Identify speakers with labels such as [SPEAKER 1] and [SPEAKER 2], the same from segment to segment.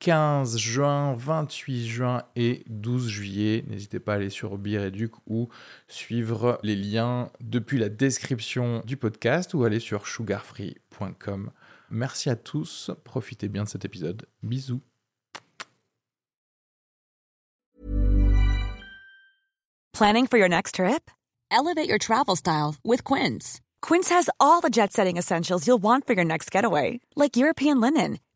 [SPEAKER 1] 15 juin, 28 juin et 12 juillet. N'hésitez pas à aller sur Bireduc ou suivre les liens depuis la description du podcast ou aller sur sugarfree.com. Merci à tous, profitez bien de cet épisode. Bisous.
[SPEAKER 2] Planning for your next trip?
[SPEAKER 3] Elevate your travel style with Quince.
[SPEAKER 2] Quince has all the jet setting essentials you'll want for your next getaway, like European linen,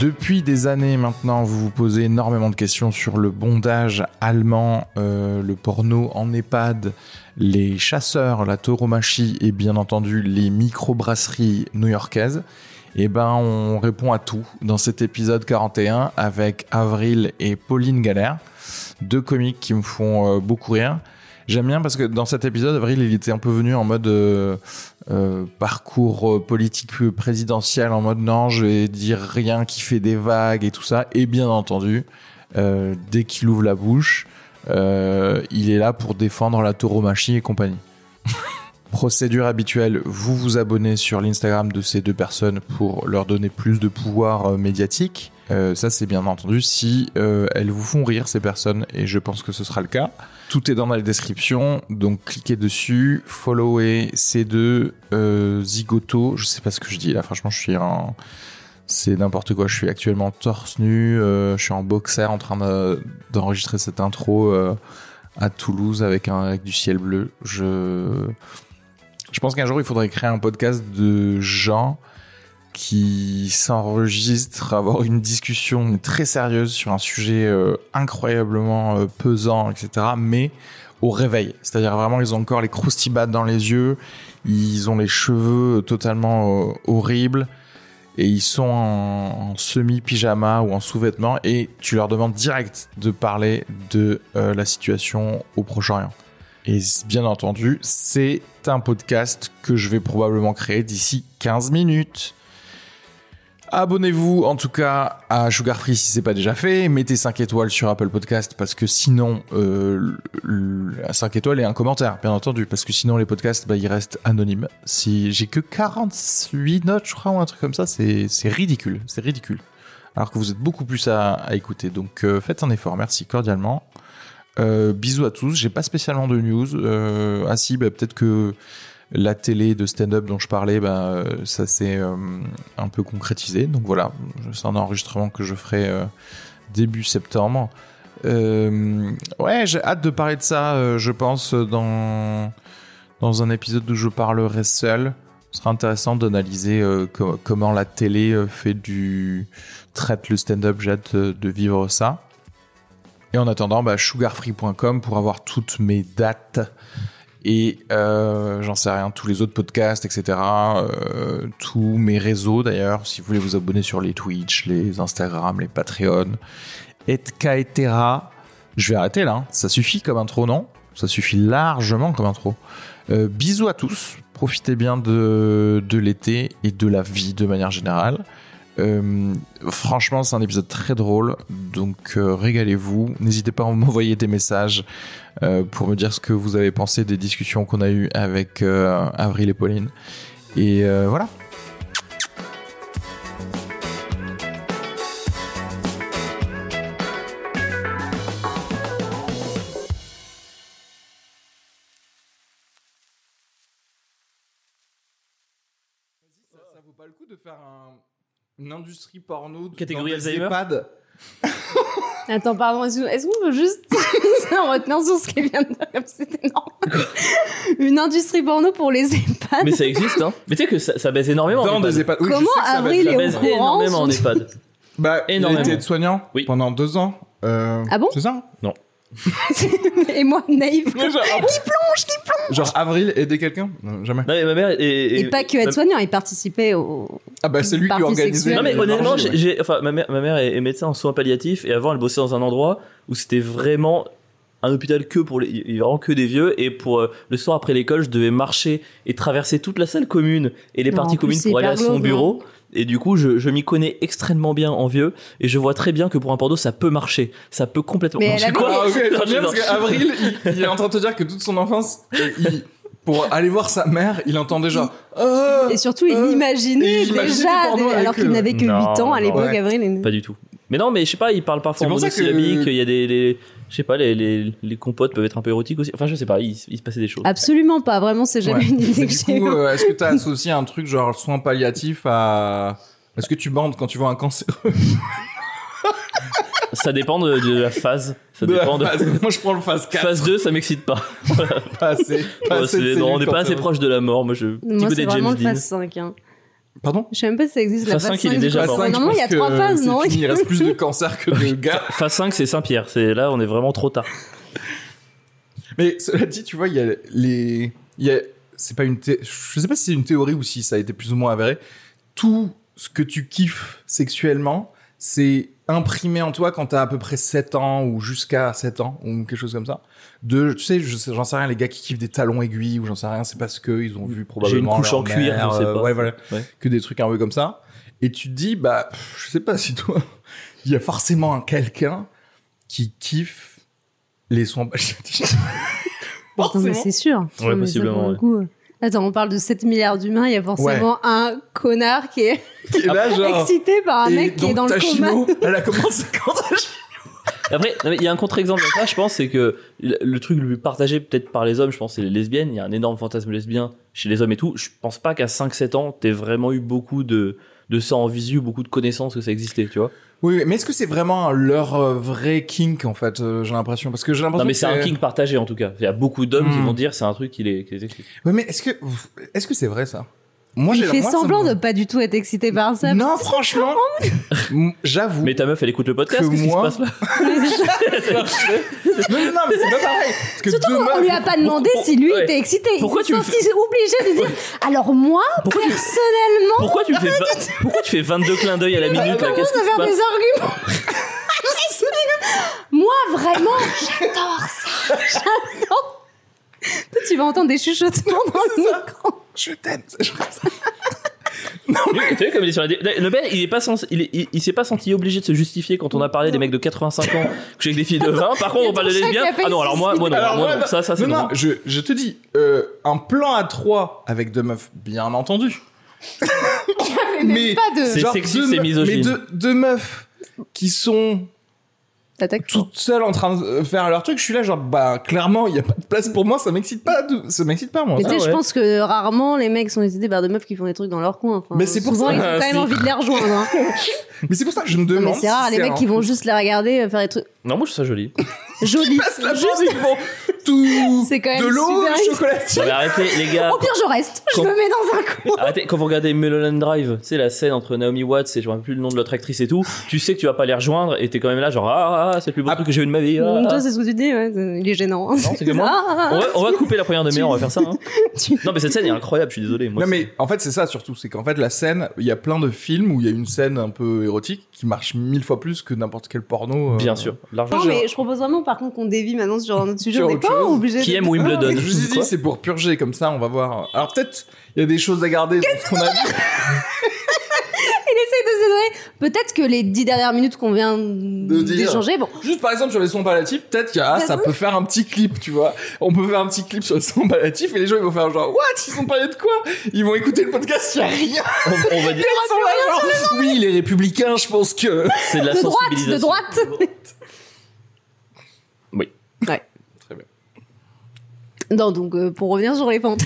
[SPEAKER 1] Depuis des années maintenant, vous vous posez énormément de questions sur le bondage allemand, euh, le porno en EHPAD, les chasseurs, la tauromachie et bien entendu les microbrasseries new-yorkaises. Et ben, on répond à tout dans cet épisode 41 avec Avril et Pauline Galère, deux comiques qui me font euh, beaucoup rire. J'aime bien parce que dans cet épisode, Avril, il était un peu venu en mode euh, euh, parcours euh, politique euh, présidentiel, en mode non, je vais dire rien qui fait des vagues et tout ça. Et bien entendu, euh, dès qu'il ouvre la bouche, euh, il est là pour défendre la tauromachie et compagnie. Procédure habituelle, vous vous abonnez sur l'Instagram de ces deux personnes pour leur donner plus de pouvoir euh, médiatique. Euh, ça, c'est bien entendu si euh, elles vous font rire, ces personnes, et je pense que ce sera le cas. Tout est dans la description, donc cliquez dessus, followez ces deux, euh, Zigoto, je sais pas ce que je dis là, franchement, je suis en. C'est n'importe quoi, je suis actuellement torse nu, euh, je suis en boxer en train de- d'enregistrer cette intro euh, à Toulouse avec, un, avec du ciel bleu. Je. Je pense qu'un jour, il faudrait créer un podcast de gens qui s'enregistrent, avoir une discussion très sérieuse sur un sujet euh, incroyablement euh, pesant, etc. Mais au réveil. C'est-à-dire vraiment, ils ont encore les croustibades dans les yeux, ils ont les cheveux totalement euh, horribles. Et ils sont en, en semi-pyjama ou en sous-vêtements, et tu leur demandes direct de parler de euh, la situation au Proche-Orient. Et c- bien entendu, c'est un podcast que je vais probablement créer d'ici 15 minutes. Abonnez-vous en tout cas à Sugar Free si c'est pas déjà fait. Mettez 5 étoiles sur Apple Podcast parce que sinon, euh, l- l- 5 étoiles et un commentaire, bien entendu, parce que sinon les podcasts, bah, ils restent anonymes. Si j'ai que 48 notes, je crois, ou un truc comme ça, c'est c'est ridicule, c'est ridicule. Alors que vous êtes beaucoup plus à, à écouter, donc euh, faites un effort. Merci cordialement. Euh, bisous à tous. J'ai pas spécialement de news. Euh, ah si, bah, peut-être que la télé de stand-up dont je parlais, bah, euh, ça s'est euh, un peu concrétisé. Donc voilà, c'est un enregistrement que je ferai euh, début septembre. Euh, ouais, j'ai hâte de parler de ça, euh, je pense, dans, dans un épisode où je parlerai seul. Ce sera intéressant d'analyser euh, co- comment la télé euh, fait du traite le stand-up. J'ai hâte euh, de vivre ça. Et en attendant, bah, sugarfree.com pour avoir toutes mes dates et euh, j'en sais rien, tous les autres podcasts, etc. euh, tous mes réseaux d'ailleurs, si vous voulez vous abonner sur les Twitch, les Instagram, les Patreon, etc. Je vais arrêter là, hein. ça suffit comme intro, non Ça suffit largement comme intro. Euh, bisous à tous, profitez bien de, de l'été et de la vie de manière générale. Euh, franchement, c'est un épisode très drôle, donc euh, régalez-vous. N'hésitez pas à m'envoyer des messages euh, pour me dire ce que vous avez pensé des discussions qu'on a eues avec euh, Avril et Pauline. Et euh, voilà. Ça vaut pas le coup de faire une industrie porno
[SPEAKER 4] Catégorie dans des Alzheimer
[SPEAKER 1] EHPAD
[SPEAKER 5] Attends, pardon, est-ce est-ce qu'on peut juste en retenir sur ce qui vient de dire, comme si c'était énorme Une industrie porno pour les EHPAD
[SPEAKER 6] Mais ça existe, hein. Mais tu sais que ça, ça baise énormément. en
[SPEAKER 4] Dans des EHPAD.
[SPEAKER 6] EHPAD.
[SPEAKER 4] Oui, je
[SPEAKER 5] Comment
[SPEAKER 4] sais que ça va
[SPEAKER 5] Avril
[SPEAKER 4] être la
[SPEAKER 6] Ça
[SPEAKER 5] est au
[SPEAKER 6] baise
[SPEAKER 4] baisse.
[SPEAKER 5] courant
[SPEAKER 6] énormément en EHPAD.
[SPEAKER 4] Bah, il
[SPEAKER 6] Énormément.
[SPEAKER 4] était aide-soignant
[SPEAKER 6] Oui.
[SPEAKER 4] pendant deux ans. Euh,
[SPEAKER 5] Ah bon
[SPEAKER 4] C'est ça
[SPEAKER 5] et moi naïve.
[SPEAKER 4] Qui plonge, qui plonge Genre Avril aider quelqu'un Non, Jamais.
[SPEAKER 6] Non, mais ma mère est- est-
[SPEAKER 5] Et pas que être soignant, il participait au.
[SPEAKER 4] Ah bah c'est lui qui
[SPEAKER 5] Partie
[SPEAKER 4] organisait.
[SPEAKER 5] sexuelle.
[SPEAKER 6] Non mais
[SPEAKER 4] les
[SPEAKER 6] honnêtement,
[SPEAKER 4] orgies,
[SPEAKER 6] j'ai,
[SPEAKER 4] ouais.
[SPEAKER 6] j'ai- enfin, ma mère, ma mère est est médecin en soins palliatifs et avant elle bossait dans un endroit où c'était vraiment un hôpital que pour les, il y avait vraiment que des vieux et pour euh, le soir après l'école, je devais marcher et traverser toute la salle commune et les
[SPEAKER 5] Non, en
[SPEAKER 6] parties
[SPEAKER 5] plus,
[SPEAKER 6] communes
[SPEAKER 5] c'est
[SPEAKER 6] pour aller à
[SPEAKER 5] hyper
[SPEAKER 6] son
[SPEAKER 5] glauque,
[SPEAKER 6] bureau. Et du coup, je, je m'y connais extrêmement bien en vieux et je vois très bien que pour un porno, ça peut marcher, ça peut complètement.
[SPEAKER 5] Mais elle
[SPEAKER 6] marcher.
[SPEAKER 5] avait-
[SPEAKER 6] Quoi
[SPEAKER 4] Ah, ok,
[SPEAKER 6] Non,
[SPEAKER 4] j'aime bien
[SPEAKER 6] non.
[SPEAKER 4] parce qu'Avril, il, il est en train de te dire que toute son enfance, euh, il- pour aller voir sa mère, il entend déjà. Ah
[SPEAKER 5] Et surtout, il
[SPEAKER 4] euh, et
[SPEAKER 5] imaginait
[SPEAKER 4] il imaginait
[SPEAKER 5] déjà,
[SPEAKER 4] porno
[SPEAKER 5] des-
[SPEAKER 4] avec
[SPEAKER 5] alors qu'il
[SPEAKER 4] eux.
[SPEAKER 5] n'avait que 8
[SPEAKER 6] Non,
[SPEAKER 5] ans à
[SPEAKER 6] non,
[SPEAKER 5] l'époque,
[SPEAKER 4] ouais.
[SPEAKER 5] Avril. est-
[SPEAKER 6] Pas du tout. Mais non, mais je sais pas, ils parlent parfois
[SPEAKER 4] C'est
[SPEAKER 6] en
[SPEAKER 4] pour ça
[SPEAKER 6] monosyllabique,
[SPEAKER 4] que-
[SPEAKER 6] il y a des, les- je sais pas, les, les, les compotes peuvent être un peu érotiques aussi. Enfin, je sais pas, il, il se passait des choses.
[SPEAKER 5] Ah. Absolument pas, vraiment, c'est jamais
[SPEAKER 4] Ouais.
[SPEAKER 5] une idée
[SPEAKER 4] Mais
[SPEAKER 5] que
[SPEAKER 4] du
[SPEAKER 5] j'ai
[SPEAKER 4] coup,
[SPEAKER 5] eue.
[SPEAKER 4] euh, est-ce que t'as associé un truc genre soins palliatifs à. Est-ce que tu bandes quand tu vois un cancer
[SPEAKER 6] Ça dépend de, de la phase. Ça
[SPEAKER 4] de la
[SPEAKER 6] dépend de.
[SPEAKER 4] phase Moi je prends le phase 4.
[SPEAKER 6] Phase 2, ça m'excite pas.
[SPEAKER 4] Pas assez- pas
[SPEAKER 6] Ouais,
[SPEAKER 4] assez de
[SPEAKER 6] c'est- non, on n'est
[SPEAKER 4] cellules
[SPEAKER 6] pas assez
[SPEAKER 4] cancéreuses.
[SPEAKER 6] proche de la mort. Moi, je. Petit
[SPEAKER 5] Moi,
[SPEAKER 6] peu
[SPEAKER 5] c'est
[SPEAKER 6] des
[SPEAKER 5] vraiment
[SPEAKER 6] James
[SPEAKER 5] le
[SPEAKER 6] Dean.
[SPEAKER 5] phase 5. hein.
[SPEAKER 4] Pardon
[SPEAKER 5] Je sais même pas si ça existe, la
[SPEAKER 6] Phase
[SPEAKER 5] phase
[SPEAKER 6] 5, il est
[SPEAKER 5] 5,
[SPEAKER 6] déjà
[SPEAKER 5] je
[SPEAKER 6] mort.
[SPEAKER 5] crois.
[SPEAKER 6] Phase
[SPEAKER 5] Non, non, il y a trois phases, non
[SPEAKER 4] euh, Il reste plus de cancer que de gars.
[SPEAKER 6] Phase 5, c'est Saint-Pierre. C'est là, on est vraiment trop tard.
[SPEAKER 4] Mais cela dit, tu vois, il y a les. Il y a... C'est pas une. thé- Je sais pas si c'est une théorie ou si ça a été plus ou moins avéré. Tout ce que tu kiffes sexuellement, c'est imprimé en toi quand t'as à peu près 7 ans ou jusqu'à 7 ans ou quelque chose comme ça. De, tu sais, je sais- j'en sais rien, les gars qui kiffent des talons aiguilles ou j'en sais rien, c'est parce que ils ont vu
[SPEAKER 6] J'ai
[SPEAKER 4] probablement.
[SPEAKER 6] une couche
[SPEAKER 4] leur
[SPEAKER 6] en cuir,
[SPEAKER 4] mère,
[SPEAKER 6] je sais
[SPEAKER 4] euh,
[SPEAKER 6] pas.
[SPEAKER 4] ouais, voilà.
[SPEAKER 6] Ouais.
[SPEAKER 4] Que des trucs un peu comme ça. Et tu te dis, bah, pff, je sais pas si toi, il y a forcément un quelqu'un qui kiffe les soins palliatifs.
[SPEAKER 5] Attends, mais
[SPEAKER 4] Forcément.
[SPEAKER 5] c'est sûr. Putain, mais ça,
[SPEAKER 6] possiblement,
[SPEAKER 5] pour le
[SPEAKER 6] ouais.
[SPEAKER 5] coup, euh, Attends, on parle de 7 milliards d'humains, il y a forcément un connard qui est
[SPEAKER 4] Et
[SPEAKER 6] Ah,
[SPEAKER 4] là, genre,
[SPEAKER 5] excité par un
[SPEAKER 4] et
[SPEAKER 5] mec qui
[SPEAKER 4] donc
[SPEAKER 5] est dans le
[SPEAKER 4] Tachimo,
[SPEAKER 5] coma.
[SPEAKER 4] Elle a commencé quand
[SPEAKER 6] Après, non, mais il y a un contre-exemple à ça, je pense, c'est que le, le truc le plus partagé peut-être par les hommes, je pense, c'est les lesbiennes. Il y a un énorme fantasme lesbien chez les hommes et tout. Je pense pas qu'à 5-7 ans, t'aies vraiment eu beaucoup de, de ça en visu, beaucoup de connaissances que ça existait, tu vois.
[SPEAKER 4] Oui, mais est-ce que c'est vraiment leur euh, vrai kink en fait euh, J'ai l'impression parce que j'ai l'impression.
[SPEAKER 6] Non, mais
[SPEAKER 4] que
[SPEAKER 6] c'est un kink partagé en tout cas. Il y a beaucoup d'hommes qui
[SPEAKER 4] Hmm.
[SPEAKER 6] vont dire c'est un truc qui les, qui les excite.
[SPEAKER 4] Ouais, mais est-ce que est-ce que c'est vrai ça Moi,
[SPEAKER 5] Il
[SPEAKER 4] j'ai-
[SPEAKER 5] fait
[SPEAKER 4] moi, ça
[SPEAKER 5] semblant
[SPEAKER 4] me-
[SPEAKER 5] de pas Oh du tout être excité par ça.
[SPEAKER 4] Non, franchement, m- j'avoue.
[SPEAKER 6] Mais ta meuf, elle écoute le podcast,
[SPEAKER 4] Que
[SPEAKER 6] qu'est-ce qui se
[SPEAKER 4] moi-
[SPEAKER 6] passe là
[SPEAKER 5] Mais c'est ça.
[SPEAKER 4] Non, non, non, mais c'est pas pareil. Parce que
[SPEAKER 5] Surtout qu'on
[SPEAKER 4] demain,
[SPEAKER 5] on lui a pas demandé
[SPEAKER 6] Pourquoi-
[SPEAKER 5] si lui
[SPEAKER 6] ouais.
[SPEAKER 5] était excité.
[SPEAKER 6] Pourquoi
[SPEAKER 5] il
[SPEAKER 6] tu
[SPEAKER 5] s'est
[SPEAKER 6] me
[SPEAKER 5] senti obligé de dire Alors moi,
[SPEAKER 6] Pourquoi tu-
[SPEAKER 5] personnellement,
[SPEAKER 6] Pourquoi tu me fais, vingt- pourquoi tu fais 22 clins d'œil à la minute là Qu'est-ce
[SPEAKER 5] commence
[SPEAKER 6] qui
[SPEAKER 5] à
[SPEAKER 6] se
[SPEAKER 5] faire
[SPEAKER 6] passe
[SPEAKER 5] des arguments. Je suis dégueu. moi, vraiment, j'adore ça. J'adore. Toi, tu vas entendre des chuchotements dans le micro.
[SPEAKER 4] je t'aime. c'est genre ça.
[SPEAKER 6] Tu sais, comme il est sur la dé- Le mec, il est pas sens- il, est- il, il s'est pas senti obligé de se justifier quand on a parlé des mecs de 85 ans que j'ai avec des filles de 20. Par contre, on parle de
[SPEAKER 5] ton chat
[SPEAKER 6] lesbiens.
[SPEAKER 5] qui a failli
[SPEAKER 6] Ah non, alors moi, moi non,
[SPEAKER 4] Alors,
[SPEAKER 6] moi
[SPEAKER 4] ouais,
[SPEAKER 6] non.
[SPEAKER 4] bah-
[SPEAKER 6] Ça, ça, c'est
[SPEAKER 4] non, non,
[SPEAKER 6] non.
[SPEAKER 4] je, je te dis, euh, un plan à trois avec deux meufs, bien entendu. mais
[SPEAKER 5] Pas de.
[SPEAKER 6] C'est
[SPEAKER 4] genre
[SPEAKER 6] sexiste,
[SPEAKER 4] deux
[SPEAKER 6] c'est
[SPEAKER 4] me-
[SPEAKER 6] misogyne.
[SPEAKER 4] Mais deux, deux meufs qui sont
[SPEAKER 5] T'attaques tout.
[SPEAKER 4] toutes seules en train de euh, faire leur truc, je suis là genre bah clairement il y a pas de place pour moi, ça m'excite pas, de- ça m'excite pas moi.
[SPEAKER 5] Mais tu sais,
[SPEAKER 6] Ah ouais.
[SPEAKER 5] je pense que euh, rarement les mecs sont excités par des bah, meufs qui font des trucs dans leur coin. Enfin,
[SPEAKER 4] Mais c'est pour
[SPEAKER 5] souvent,
[SPEAKER 4] ça.
[SPEAKER 5] ils ont quand même
[SPEAKER 6] Si.
[SPEAKER 5] envie de les rejoindre. hein.
[SPEAKER 4] Mais c'est pour ça que je me
[SPEAKER 5] Non,
[SPEAKER 4] demande.
[SPEAKER 5] mais c'est rare,
[SPEAKER 4] si
[SPEAKER 5] les mecs
[SPEAKER 4] un-
[SPEAKER 5] qui vont juste les regarder euh, faire des trucs
[SPEAKER 6] Non, moi je trouve ça joli.
[SPEAKER 5] jolis.
[SPEAKER 4] Passe la porte et qui vont tout.
[SPEAKER 5] C'est quand même
[SPEAKER 4] de l'eau,
[SPEAKER 5] super
[SPEAKER 4] du chocolatine.
[SPEAKER 6] Non, mais arrêtez, les gars.
[SPEAKER 4] Ah.
[SPEAKER 5] Au pire, je reste. Je
[SPEAKER 6] Quand-
[SPEAKER 5] me mets dans un coin.
[SPEAKER 6] Arrêtez, quand vous regardez Mulholland Drive, tu sais, la scène entre Naomi Watts et je me rappelle plus le nom de l'autre actrice et tout, tu sais que tu vas pas les rejoindre et t'es quand même là, genre, ah, ah, c'est le plus beau
[SPEAKER 4] Ah.
[SPEAKER 6] truc que j'ai eu de ma vie. ah, ah.
[SPEAKER 5] Toi, c'est ce que tu dis, ouais, c'est- il est gênant. Ah, Non,
[SPEAKER 6] c'est que moi. On va, on va couper la première demi-heure, on va faire ça. hein. Non, mais cette scène est incroyable, je suis désolé. Moi,
[SPEAKER 4] Non mais en fait c'est ça surtout, c'est qu'en fait la scène, il y a plein de films où il y a une scène un peu érotique qui marche mille fois plus que n'importe quel porno. euh,
[SPEAKER 6] Bien sûr, l'argent.
[SPEAKER 5] Non, mais je propose vraiment, par contre, qu'on dévie maintenant sur un autre sujet.
[SPEAKER 4] Sur
[SPEAKER 5] On n'est
[SPEAKER 4] autre
[SPEAKER 5] pas
[SPEAKER 4] chose.
[SPEAKER 5] obligé
[SPEAKER 6] Qui
[SPEAKER 5] de-
[SPEAKER 6] aime Wimbledon
[SPEAKER 4] Ah, Je vous ai dit
[SPEAKER 6] Quoi
[SPEAKER 4] c'est pour purger comme ça, on va voir. Alors peut-être il y a des choses à garder. dans ce qu'on a dit.
[SPEAKER 5] Il essaye de se donner. Peut-être que les dix dernières minutes qu'on vient
[SPEAKER 4] dire.
[SPEAKER 5] d'échanger, bon,
[SPEAKER 4] Juste par exemple sur les sons palliatifs, peut-être qu'il y a ah, ça peut faire un petit clip, tu vois. On peut faire un petit clip sur les sons palliatifs et les gens ils vont faire genre what ils sont parlé de quoi Ils vont écouter le podcast, il y a rien.
[SPEAKER 6] On, on va dire,
[SPEAKER 4] Ils sont là, genre, oui les républicains, je pense que.
[SPEAKER 6] c'est de la
[SPEAKER 5] de droite, de
[SPEAKER 6] sensibilisation.
[SPEAKER 5] droite.
[SPEAKER 6] Oui.
[SPEAKER 5] Ouais.
[SPEAKER 4] Très bien.
[SPEAKER 5] Non, donc euh, pour revenir sur les pentes.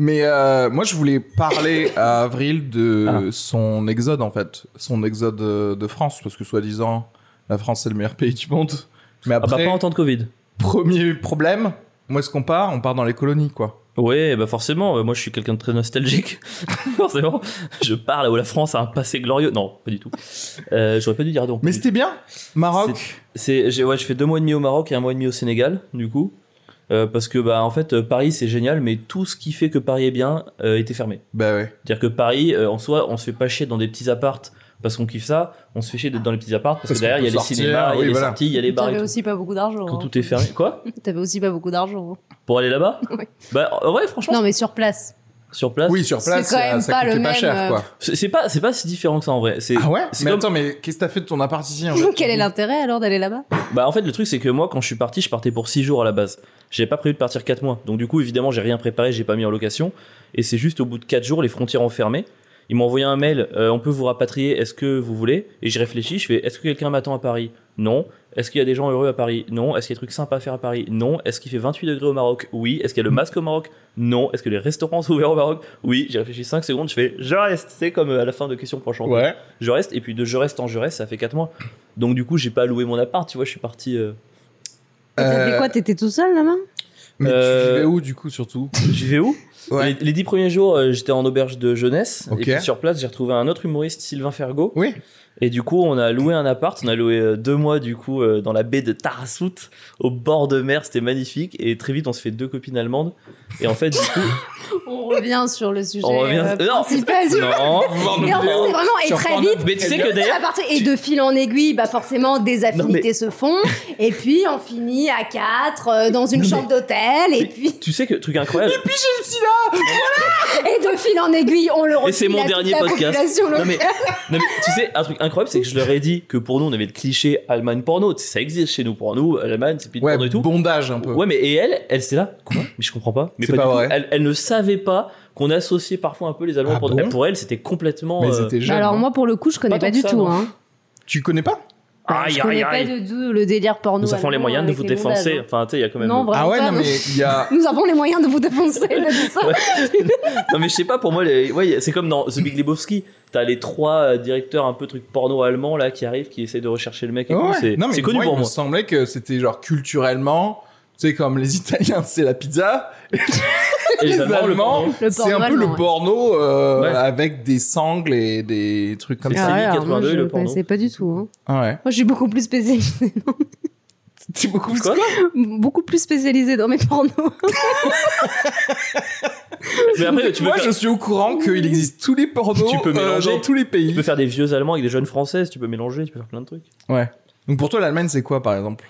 [SPEAKER 4] Mais euh, moi, je voulais parler à Avril de
[SPEAKER 6] Ah.
[SPEAKER 4] son exode, en fait. Son exode euh, de France, parce que soi-disant, la France, c'est le meilleur pays du monde. Mais
[SPEAKER 6] Ah bah
[SPEAKER 4] après,
[SPEAKER 6] pas en temps de Covid.
[SPEAKER 4] premier problème, où est-ce qu'on part On part dans les colonies, quoi.
[SPEAKER 6] Ouais, bah forcément, euh, moi je suis quelqu'un de très nostalgique. forcément, je parle où la France a un passé glorieux. Non, pas du tout. Euh, J'aurais pas dû dire donc.
[SPEAKER 4] Mais c'était bien Maroc
[SPEAKER 6] C'est, j'ai- ouais, je fais deux mois et demi au Maroc et un mois et demi au Sénégal, du coup. Euh, parce que, bah, en fait, euh, Paris, c'est génial, mais tout ce qui fait que Paris est bien euh, était fermé.
[SPEAKER 4] Bah ouais.
[SPEAKER 6] C'est-à-dire que Paris, euh, en soi, on se fait pas chier dans des petits appartes parce qu'on kiffe ça, on se fait chier d'être dans les petits appartes parce,
[SPEAKER 4] Parce
[SPEAKER 6] que derrière, il y a
[SPEAKER 4] qu'on peut
[SPEAKER 6] les
[SPEAKER 4] sortir,
[SPEAKER 6] cinémas, il y a
[SPEAKER 4] oui,
[SPEAKER 6] les
[SPEAKER 4] voilà.
[SPEAKER 6] sorties, il y a les bars et
[SPEAKER 5] T'avais
[SPEAKER 6] tout.
[SPEAKER 5] aussi pas beaucoup d'argent.
[SPEAKER 6] Quand
[SPEAKER 5] hein.
[SPEAKER 6] tout est fermé. Quoi
[SPEAKER 5] T'avais aussi pas beaucoup d'argent. hein.
[SPEAKER 6] Pour aller là-bas
[SPEAKER 5] Oui.
[SPEAKER 6] Bah, en vrai, franchement,
[SPEAKER 5] Non, mais sur place.
[SPEAKER 6] sur place,
[SPEAKER 4] Oui, sur
[SPEAKER 5] Ah, C'est
[SPEAKER 4] place,
[SPEAKER 5] quand
[SPEAKER 4] ça,
[SPEAKER 5] même
[SPEAKER 4] ça
[SPEAKER 5] pas
[SPEAKER 4] coûtait
[SPEAKER 5] le
[SPEAKER 4] pas
[SPEAKER 5] même,
[SPEAKER 4] cher,
[SPEAKER 5] euh,
[SPEAKER 4] quoi.
[SPEAKER 6] c'est c'est pas, c'est pas si différent que ça en vrai. C'est,
[SPEAKER 4] Ah ouais
[SPEAKER 6] c'est
[SPEAKER 4] Mais
[SPEAKER 6] comme-
[SPEAKER 4] attends, mais qu'est-ce que t'as fait de ton appart ici en fait
[SPEAKER 5] Quel est l'intérêt alors d'aller là-bas
[SPEAKER 6] Bah en fait le truc c'est que moi quand je suis parti je partais pour 6 jours à la base. J'avais pas prévu de partir 4 mois. Donc du coup évidemment j'ai rien préparé, j'ai pas mis en location. Et c'est juste au bout de 4 jours les frontières ont fermé. Ils m'ont envoyé un mail, euh, on peut vous rapatrier, est-ce que vous voulez Et j'ai réfléchi, je fais, est-ce que quelqu'un m'attend à Paris Non. Est-ce qu'il y a des gens heureux à Paris Non. Est-ce qu'il y a des trucs sympas à faire à Paris Non. Est-ce qu'il fait 28 degrés au Maroc Oui. Est-ce qu'il y a le masque au Maroc Non. Est-ce que les restaurants sont ouverts au Maroc Oui. J'ai réfléchi 5 secondes, je fais, je reste. C'est comme euh, à la fin de question pour chanter
[SPEAKER 4] Ouais.
[SPEAKER 6] je reste et puis de je reste en je reste ça fait 4 mois donc du coup j'ai pas loué mon appart tu vois je suis parti euh,
[SPEAKER 5] T'as fait quoi T'étais tout seul là-bas
[SPEAKER 4] Mais tu
[SPEAKER 6] Euh,
[SPEAKER 4] vivais où, du coup, surtout
[SPEAKER 6] j'y vais où
[SPEAKER 4] Ouais.
[SPEAKER 6] les, les 10 premiers jours euh, j'étais en auberge de jeunesse
[SPEAKER 4] Ok.
[SPEAKER 6] et puis sur place j'ai retrouvé un autre humoriste Sylvain Fergo
[SPEAKER 4] Oui.
[SPEAKER 6] et du coup on a loué un appart on a loué euh, deux mois du coup euh, dans la baie de Tarasout au bord de mer c'était magnifique et très vite on se fait deux copines allemandes et en fait du coup
[SPEAKER 5] On revient sur le sujet.
[SPEAKER 6] on revient
[SPEAKER 5] euh,
[SPEAKER 6] non
[SPEAKER 5] principal.
[SPEAKER 6] non
[SPEAKER 5] Et en fait, c'est vraiment et
[SPEAKER 4] Sur
[SPEAKER 5] très
[SPEAKER 4] Pornhub.
[SPEAKER 5] vite.
[SPEAKER 6] mais tu sais que
[SPEAKER 5] à
[SPEAKER 6] d'ailleurs
[SPEAKER 5] partir- et de fil en aiguille, bah forcément, des affinités se font. Et puis, on finit à quatre euh, dans une
[SPEAKER 6] Non, mais-
[SPEAKER 5] chambre d'hôtel. Et
[SPEAKER 6] mais-
[SPEAKER 5] puis,
[SPEAKER 6] tu sais que truc incroyable
[SPEAKER 5] et de fil en aiguille, on le refile
[SPEAKER 6] c'est mon
[SPEAKER 5] à toute
[SPEAKER 6] dernier
[SPEAKER 5] la
[SPEAKER 6] podcast.
[SPEAKER 5] population
[SPEAKER 6] Non, mais-
[SPEAKER 5] locale.
[SPEAKER 6] Non, mais tu sais, un truc incroyable, c'est que je leur ai dit que pour nous, on avait le cliché Allemagne porno. Tu sais, ça existe chez nous. Pour nous, Allemagne, c'est pays de
[SPEAKER 4] Ouais,
[SPEAKER 6] porno et tout.
[SPEAKER 4] bondage un peu.
[SPEAKER 6] Ouais, mais et elle, elle c'était là. Quoi Mais je comprends pas. Mais
[SPEAKER 4] C'est pas
[SPEAKER 6] du tout.
[SPEAKER 4] vrai.
[SPEAKER 6] Elle, elle ne savait pas qu'on associait parfois un peu les Allemands
[SPEAKER 4] Ah
[SPEAKER 6] porno.
[SPEAKER 4] bon
[SPEAKER 6] Elle- pour elle, c'était complètement.
[SPEAKER 4] Mais
[SPEAKER 6] euh,
[SPEAKER 4] c'était jeune. hein.
[SPEAKER 5] moi, pour le coup, je
[SPEAKER 6] Pas tant que ça, non.
[SPEAKER 5] hein.
[SPEAKER 4] Tu connais pas
[SPEAKER 5] Euh,
[SPEAKER 6] Aïe, aïe, aïe.
[SPEAKER 5] tout le délire porno.
[SPEAKER 6] Nous avons les moyens de vous défoncer. Enfin, tu sais, il y a quand même.
[SPEAKER 5] Non, vraiment.
[SPEAKER 4] Ah ouais,
[SPEAKER 5] pas,
[SPEAKER 4] non,
[SPEAKER 5] moi.
[SPEAKER 4] mais il y a.
[SPEAKER 5] Nous avons les moyens de vous défoncer. elle a dit ça.
[SPEAKER 6] Ouais. non, mais je sais pas, pour moi, les- ouais, c'est comme dans The Big Lebowski. T'as les trois euh, directeurs un peu truc porno allemands là qui arrivent, qui essaient de rechercher le mec. et tout.
[SPEAKER 4] Ouais.
[SPEAKER 6] C'est
[SPEAKER 4] Non, mais
[SPEAKER 6] c'est connu
[SPEAKER 4] moi,
[SPEAKER 6] pour
[SPEAKER 4] il me
[SPEAKER 6] moi.
[SPEAKER 4] semblait que c'était genre culturellement, tu sais, comme les Italiens, c'est la pizza,
[SPEAKER 6] Et
[SPEAKER 4] les
[SPEAKER 6] Allemands, le
[SPEAKER 4] Allemands,
[SPEAKER 6] porno,
[SPEAKER 5] Le
[SPEAKER 4] c'est
[SPEAKER 5] porno
[SPEAKER 4] un peu le
[SPEAKER 5] allemand, ouais.
[SPEAKER 4] porno euh,
[SPEAKER 6] Ouais.
[SPEAKER 4] avec des sangles et des trucs comme
[SPEAKER 6] C'est
[SPEAKER 4] ça.
[SPEAKER 6] Ah ouais, alors moi, 82, je le porno. connaissais
[SPEAKER 5] pas du tout. hein.
[SPEAKER 4] Ah ouais.
[SPEAKER 5] Moi, je suis beaucoup plus spécialisée,
[SPEAKER 4] C'est beaucoup plus.
[SPEAKER 6] Quoi
[SPEAKER 5] beaucoup plus spécialisée dans mes pornos.
[SPEAKER 6] Ah. Mais après, tu peux
[SPEAKER 4] Moi,
[SPEAKER 6] faire-
[SPEAKER 4] je suis au courant qu'il existe tous les pornos
[SPEAKER 6] Tu peux
[SPEAKER 4] euh,
[SPEAKER 6] mélanger.
[SPEAKER 4] dans tous les
[SPEAKER 6] Tu
[SPEAKER 4] pays.
[SPEAKER 6] peux faire des vieux allemands avec des jeunes françaises, tu peux mélanger, tu peux faire plein de trucs.
[SPEAKER 4] Ouais. Donc pour toi, l'Allemagne, c'est quoi, par exemple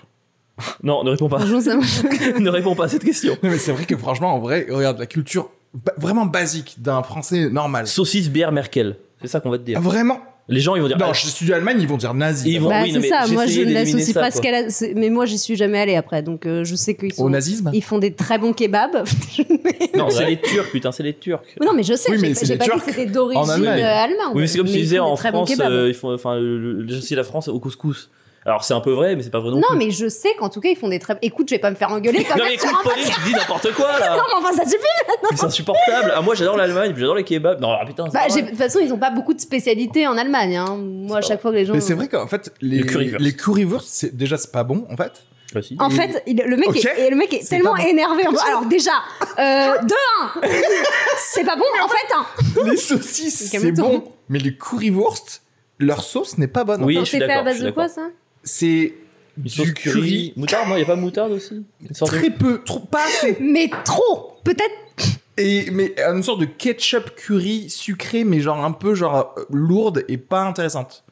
[SPEAKER 6] Non, ne réponds pas.
[SPEAKER 5] Franchement, ça marche.
[SPEAKER 6] ne réponds pas à cette question.
[SPEAKER 4] Non, mais c'est vrai que franchement, en vrai, regarde, la culture ba- vraiment basique d'un Français normal. Ah,
[SPEAKER 6] Saucisse, bière, Merkel. C'est ça qu'on va te
[SPEAKER 5] Ah.
[SPEAKER 6] dire.
[SPEAKER 4] Vraiment
[SPEAKER 6] Les gens, ils vont dire.
[SPEAKER 4] Non,
[SPEAKER 6] ah,
[SPEAKER 4] je suis d'Allemagne, ils vont dire nazi.
[SPEAKER 6] Ils vont-
[SPEAKER 5] Bah,
[SPEAKER 6] oui, non,
[SPEAKER 5] c'est
[SPEAKER 6] mais
[SPEAKER 5] ça, moi je
[SPEAKER 6] j'essayais
[SPEAKER 5] ne
[SPEAKER 6] d'éliminer
[SPEAKER 5] l'associe
[SPEAKER 6] ça,
[SPEAKER 5] pas à
[SPEAKER 6] quoi.
[SPEAKER 5] ce qu'elle a- c'est- Mais moi j'y suis jamais allée après, donc euh, je sais qu'ils
[SPEAKER 4] Au
[SPEAKER 5] sont...
[SPEAKER 4] nazisme
[SPEAKER 5] Ils font des très bons kebabs. Mais-
[SPEAKER 6] non, c'est les Turcs, putain, c'est les Turcs.
[SPEAKER 5] non, mais je sais,
[SPEAKER 4] Oui, mais
[SPEAKER 5] j'ai-
[SPEAKER 4] c'est
[SPEAKER 5] j'ai
[SPEAKER 4] des
[SPEAKER 5] pas dit
[SPEAKER 4] Turcs
[SPEAKER 5] que c'était d'origine
[SPEAKER 4] en Allemagne.
[SPEAKER 5] euh, allemande.
[SPEAKER 6] Oui, mais c'est comme si tu
[SPEAKER 5] ils
[SPEAKER 6] disais
[SPEAKER 5] font des
[SPEAKER 6] en
[SPEAKER 5] très bons
[SPEAKER 6] France,
[SPEAKER 5] kebabs.
[SPEAKER 6] euh, ils font, enfin, le- le- j'associe la France au couscous. Alors c'est un peu vrai, mais c'est pas vrai non,
[SPEAKER 5] Non,
[SPEAKER 6] plus.
[SPEAKER 5] mais je sais qu'en tout cas ils font des très. Écoute, je vais pas me faire engueuler quand
[SPEAKER 6] Non,
[SPEAKER 5] même.
[SPEAKER 6] mais écoute, Pauline, tu dis n'importe quoi là.
[SPEAKER 5] Non, mais enfin ça suffit.
[SPEAKER 6] C'est insupportable. Ah, moi, j'adore l'Allemagne, puis j'adore les kebabs. Non, ah, putain. c'est
[SPEAKER 5] Bah,
[SPEAKER 6] pas
[SPEAKER 5] j'ai-
[SPEAKER 6] vrai.
[SPEAKER 5] de toute façon, ils ont pas beaucoup de spécialités en Allemagne. hein. Moi, à
[SPEAKER 6] pas
[SPEAKER 5] chaque fois que les gens.
[SPEAKER 4] Mais c'est vrai qu'en fait, les,
[SPEAKER 6] Le currywurst.
[SPEAKER 4] les currywurst, c'est déjà, c'est pas bon, en fait.
[SPEAKER 6] Bah, si.
[SPEAKER 5] En fait, il- le mec
[SPEAKER 4] Ok.
[SPEAKER 5] est, et le mec est
[SPEAKER 4] C'est
[SPEAKER 5] tellement
[SPEAKER 4] pas bon.
[SPEAKER 5] énervé. Alors déjà, euh, de un, c'est pas bon. En fait, hein.
[SPEAKER 4] les saucisses, c'est
[SPEAKER 5] Calme-toi.
[SPEAKER 4] bon. Mais les currywurst, leur sauce n'est pas bonne.
[SPEAKER 6] Oui,
[SPEAKER 5] Attends,
[SPEAKER 6] je suis
[SPEAKER 5] c'est fait
[SPEAKER 6] d'accord,
[SPEAKER 5] à
[SPEAKER 6] je
[SPEAKER 5] base
[SPEAKER 6] suis
[SPEAKER 5] de quoi
[SPEAKER 6] d'accord.
[SPEAKER 5] ça
[SPEAKER 4] C'est
[SPEAKER 6] Une
[SPEAKER 4] du
[SPEAKER 6] sauce curry.
[SPEAKER 4] curry.
[SPEAKER 6] Moutarde, non, y a pas moutarde aussi Une sorte de-
[SPEAKER 4] très peu, trop, pas assez.
[SPEAKER 5] Mais trop, peut-être.
[SPEAKER 4] Et, mais une sorte de ketchup curry sucré, mais genre un peu genre euh, lourde et pas intéressante.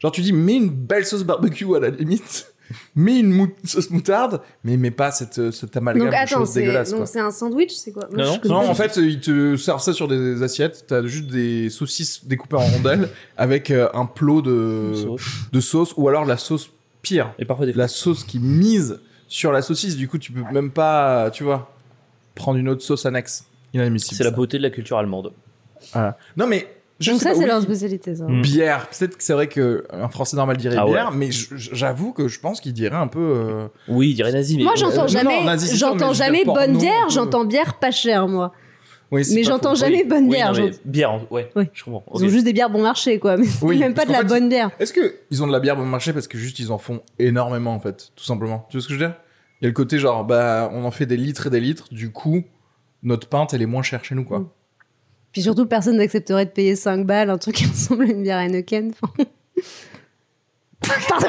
[SPEAKER 4] Genre tu dis, mets une belle sauce barbecue à la limite, mets une mou- sauce moutarde, mais mets pas cette, euh, cette amalgame
[SPEAKER 5] Donc
[SPEAKER 4] de
[SPEAKER 5] attends,
[SPEAKER 4] choses
[SPEAKER 5] c'est
[SPEAKER 4] dégueulasses.
[SPEAKER 5] donc
[SPEAKER 4] quoi.
[SPEAKER 5] c'est un sandwich, c'est quoi
[SPEAKER 6] Non,
[SPEAKER 5] Moi, je
[SPEAKER 6] non,
[SPEAKER 5] connais
[SPEAKER 4] Non,
[SPEAKER 5] pas.
[SPEAKER 4] en fait, ils te servent ça sur des assiettes. T'as juste des saucisses découpées en rondelles avec euh, un plot
[SPEAKER 6] Une
[SPEAKER 4] de,
[SPEAKER 6] sauce.
[SPEAKER 4] de sauce ou alors la sauce pire.
[SPEAKER 6] Et parfois des
[SPEAKER 4] La sauce qui mise sur la saucisse. Du coup, tu peux même pas, tu vois, prendre une autre sauce annexe. Inadmissible.
[SPEAKER 6] C'est la
[SPEAKER 4] ça.
[SPEAKER 6] beauté de la culture allemande.
[SPEAKER 4] Voilà. Non, mais. Je
[SPEAKER 5] Donc
[SPEAKER 4] sais
[SPEAKER 5] ça,
[SPEAKER 4] pas,
[SPEAKER 5] c'est
[SPEAKER 4] oui,
[SPEAKER 5] leur spécialité, ça.
[SPEAKER 6] Mm.
[SPEAKER 4] Bière. Peut-être que c'est vrai qu'un Français normal dirait
[SPEAKER 6] Ah ouais.
[SPEAKER 4] bière, mais je- je- j'avoue que je pense qu'il dirait un peu. euh,
[SPEAKER 6] Oui, il dirait nazi, mais.
[SPEAKER 5] Moi,
[SPEAKER 4] euh,
[SPEAKER 5] j'entends
[SPEAKER 4] non,
[SPEAKER 5] jamais,
[SPEAKER 4] non, nazi, c'est sûr, mais
[SPEAKER 5] j'entends
[SPEAKER 4] je veux dire
[SPEAKER 5] jamais
[SPEAKER 4] porno,
[SPEAKER 5] bonne
[SPEAKER 4] un peu.
[SPEAKER 5] bière, j'entends bière pas chère, moi.
[SPEAKER 4] Oui, c'est
[SPEAKER 5] Mais
[SPEAKER 4] pas
[SPEAKER 5] j'entends
[SPEAKER 4] faux.
[SPEAKER 5] jamais
[SPEAKER 6] Oui,
[SPEAKER 5] bonne
[SPEAKER 6] oui,
[SPEAKER 5] bière.
[SPEAKER 6] non, mais
[SPEAKER 5] j'entends-
[SPEAKER 6] bière, en- ouais.
[SPEAKER 5] Oui.
[SPEAKER 6] Je comprends.
[SPEAKER 5] Ils
[SPEAKER 6] ok.
[SPEAKER 5] ont juste des bières bon marché, quoi. Mais c'est
[SPEAKER 4] Oui,
[SPEAKER 5] même pas
[SPEAKER 4] parce
[SPEAKER 5] de la
[SPEAKER 4] qu'en fait,
[SPEAKER 5] bonne bière.
[SPEAKER 4] Est-ce que ils ont de la bière bon marché parce que juste ils en font énormément en fait, tout simplement. Tu vois ce que je veux dire Il y a le côté genre bah on en fait des litres et des litres, du coup notre pinte elle est moins chère chez nous
[SPEAKER 5] Mm.
[SPEAKER 4] quoi.
[SPEAKER 5] Puis surtout, personne n'accepterait de payer 5 balles un truc qui ressemble à une bière Heineken. Enfin... Pardon.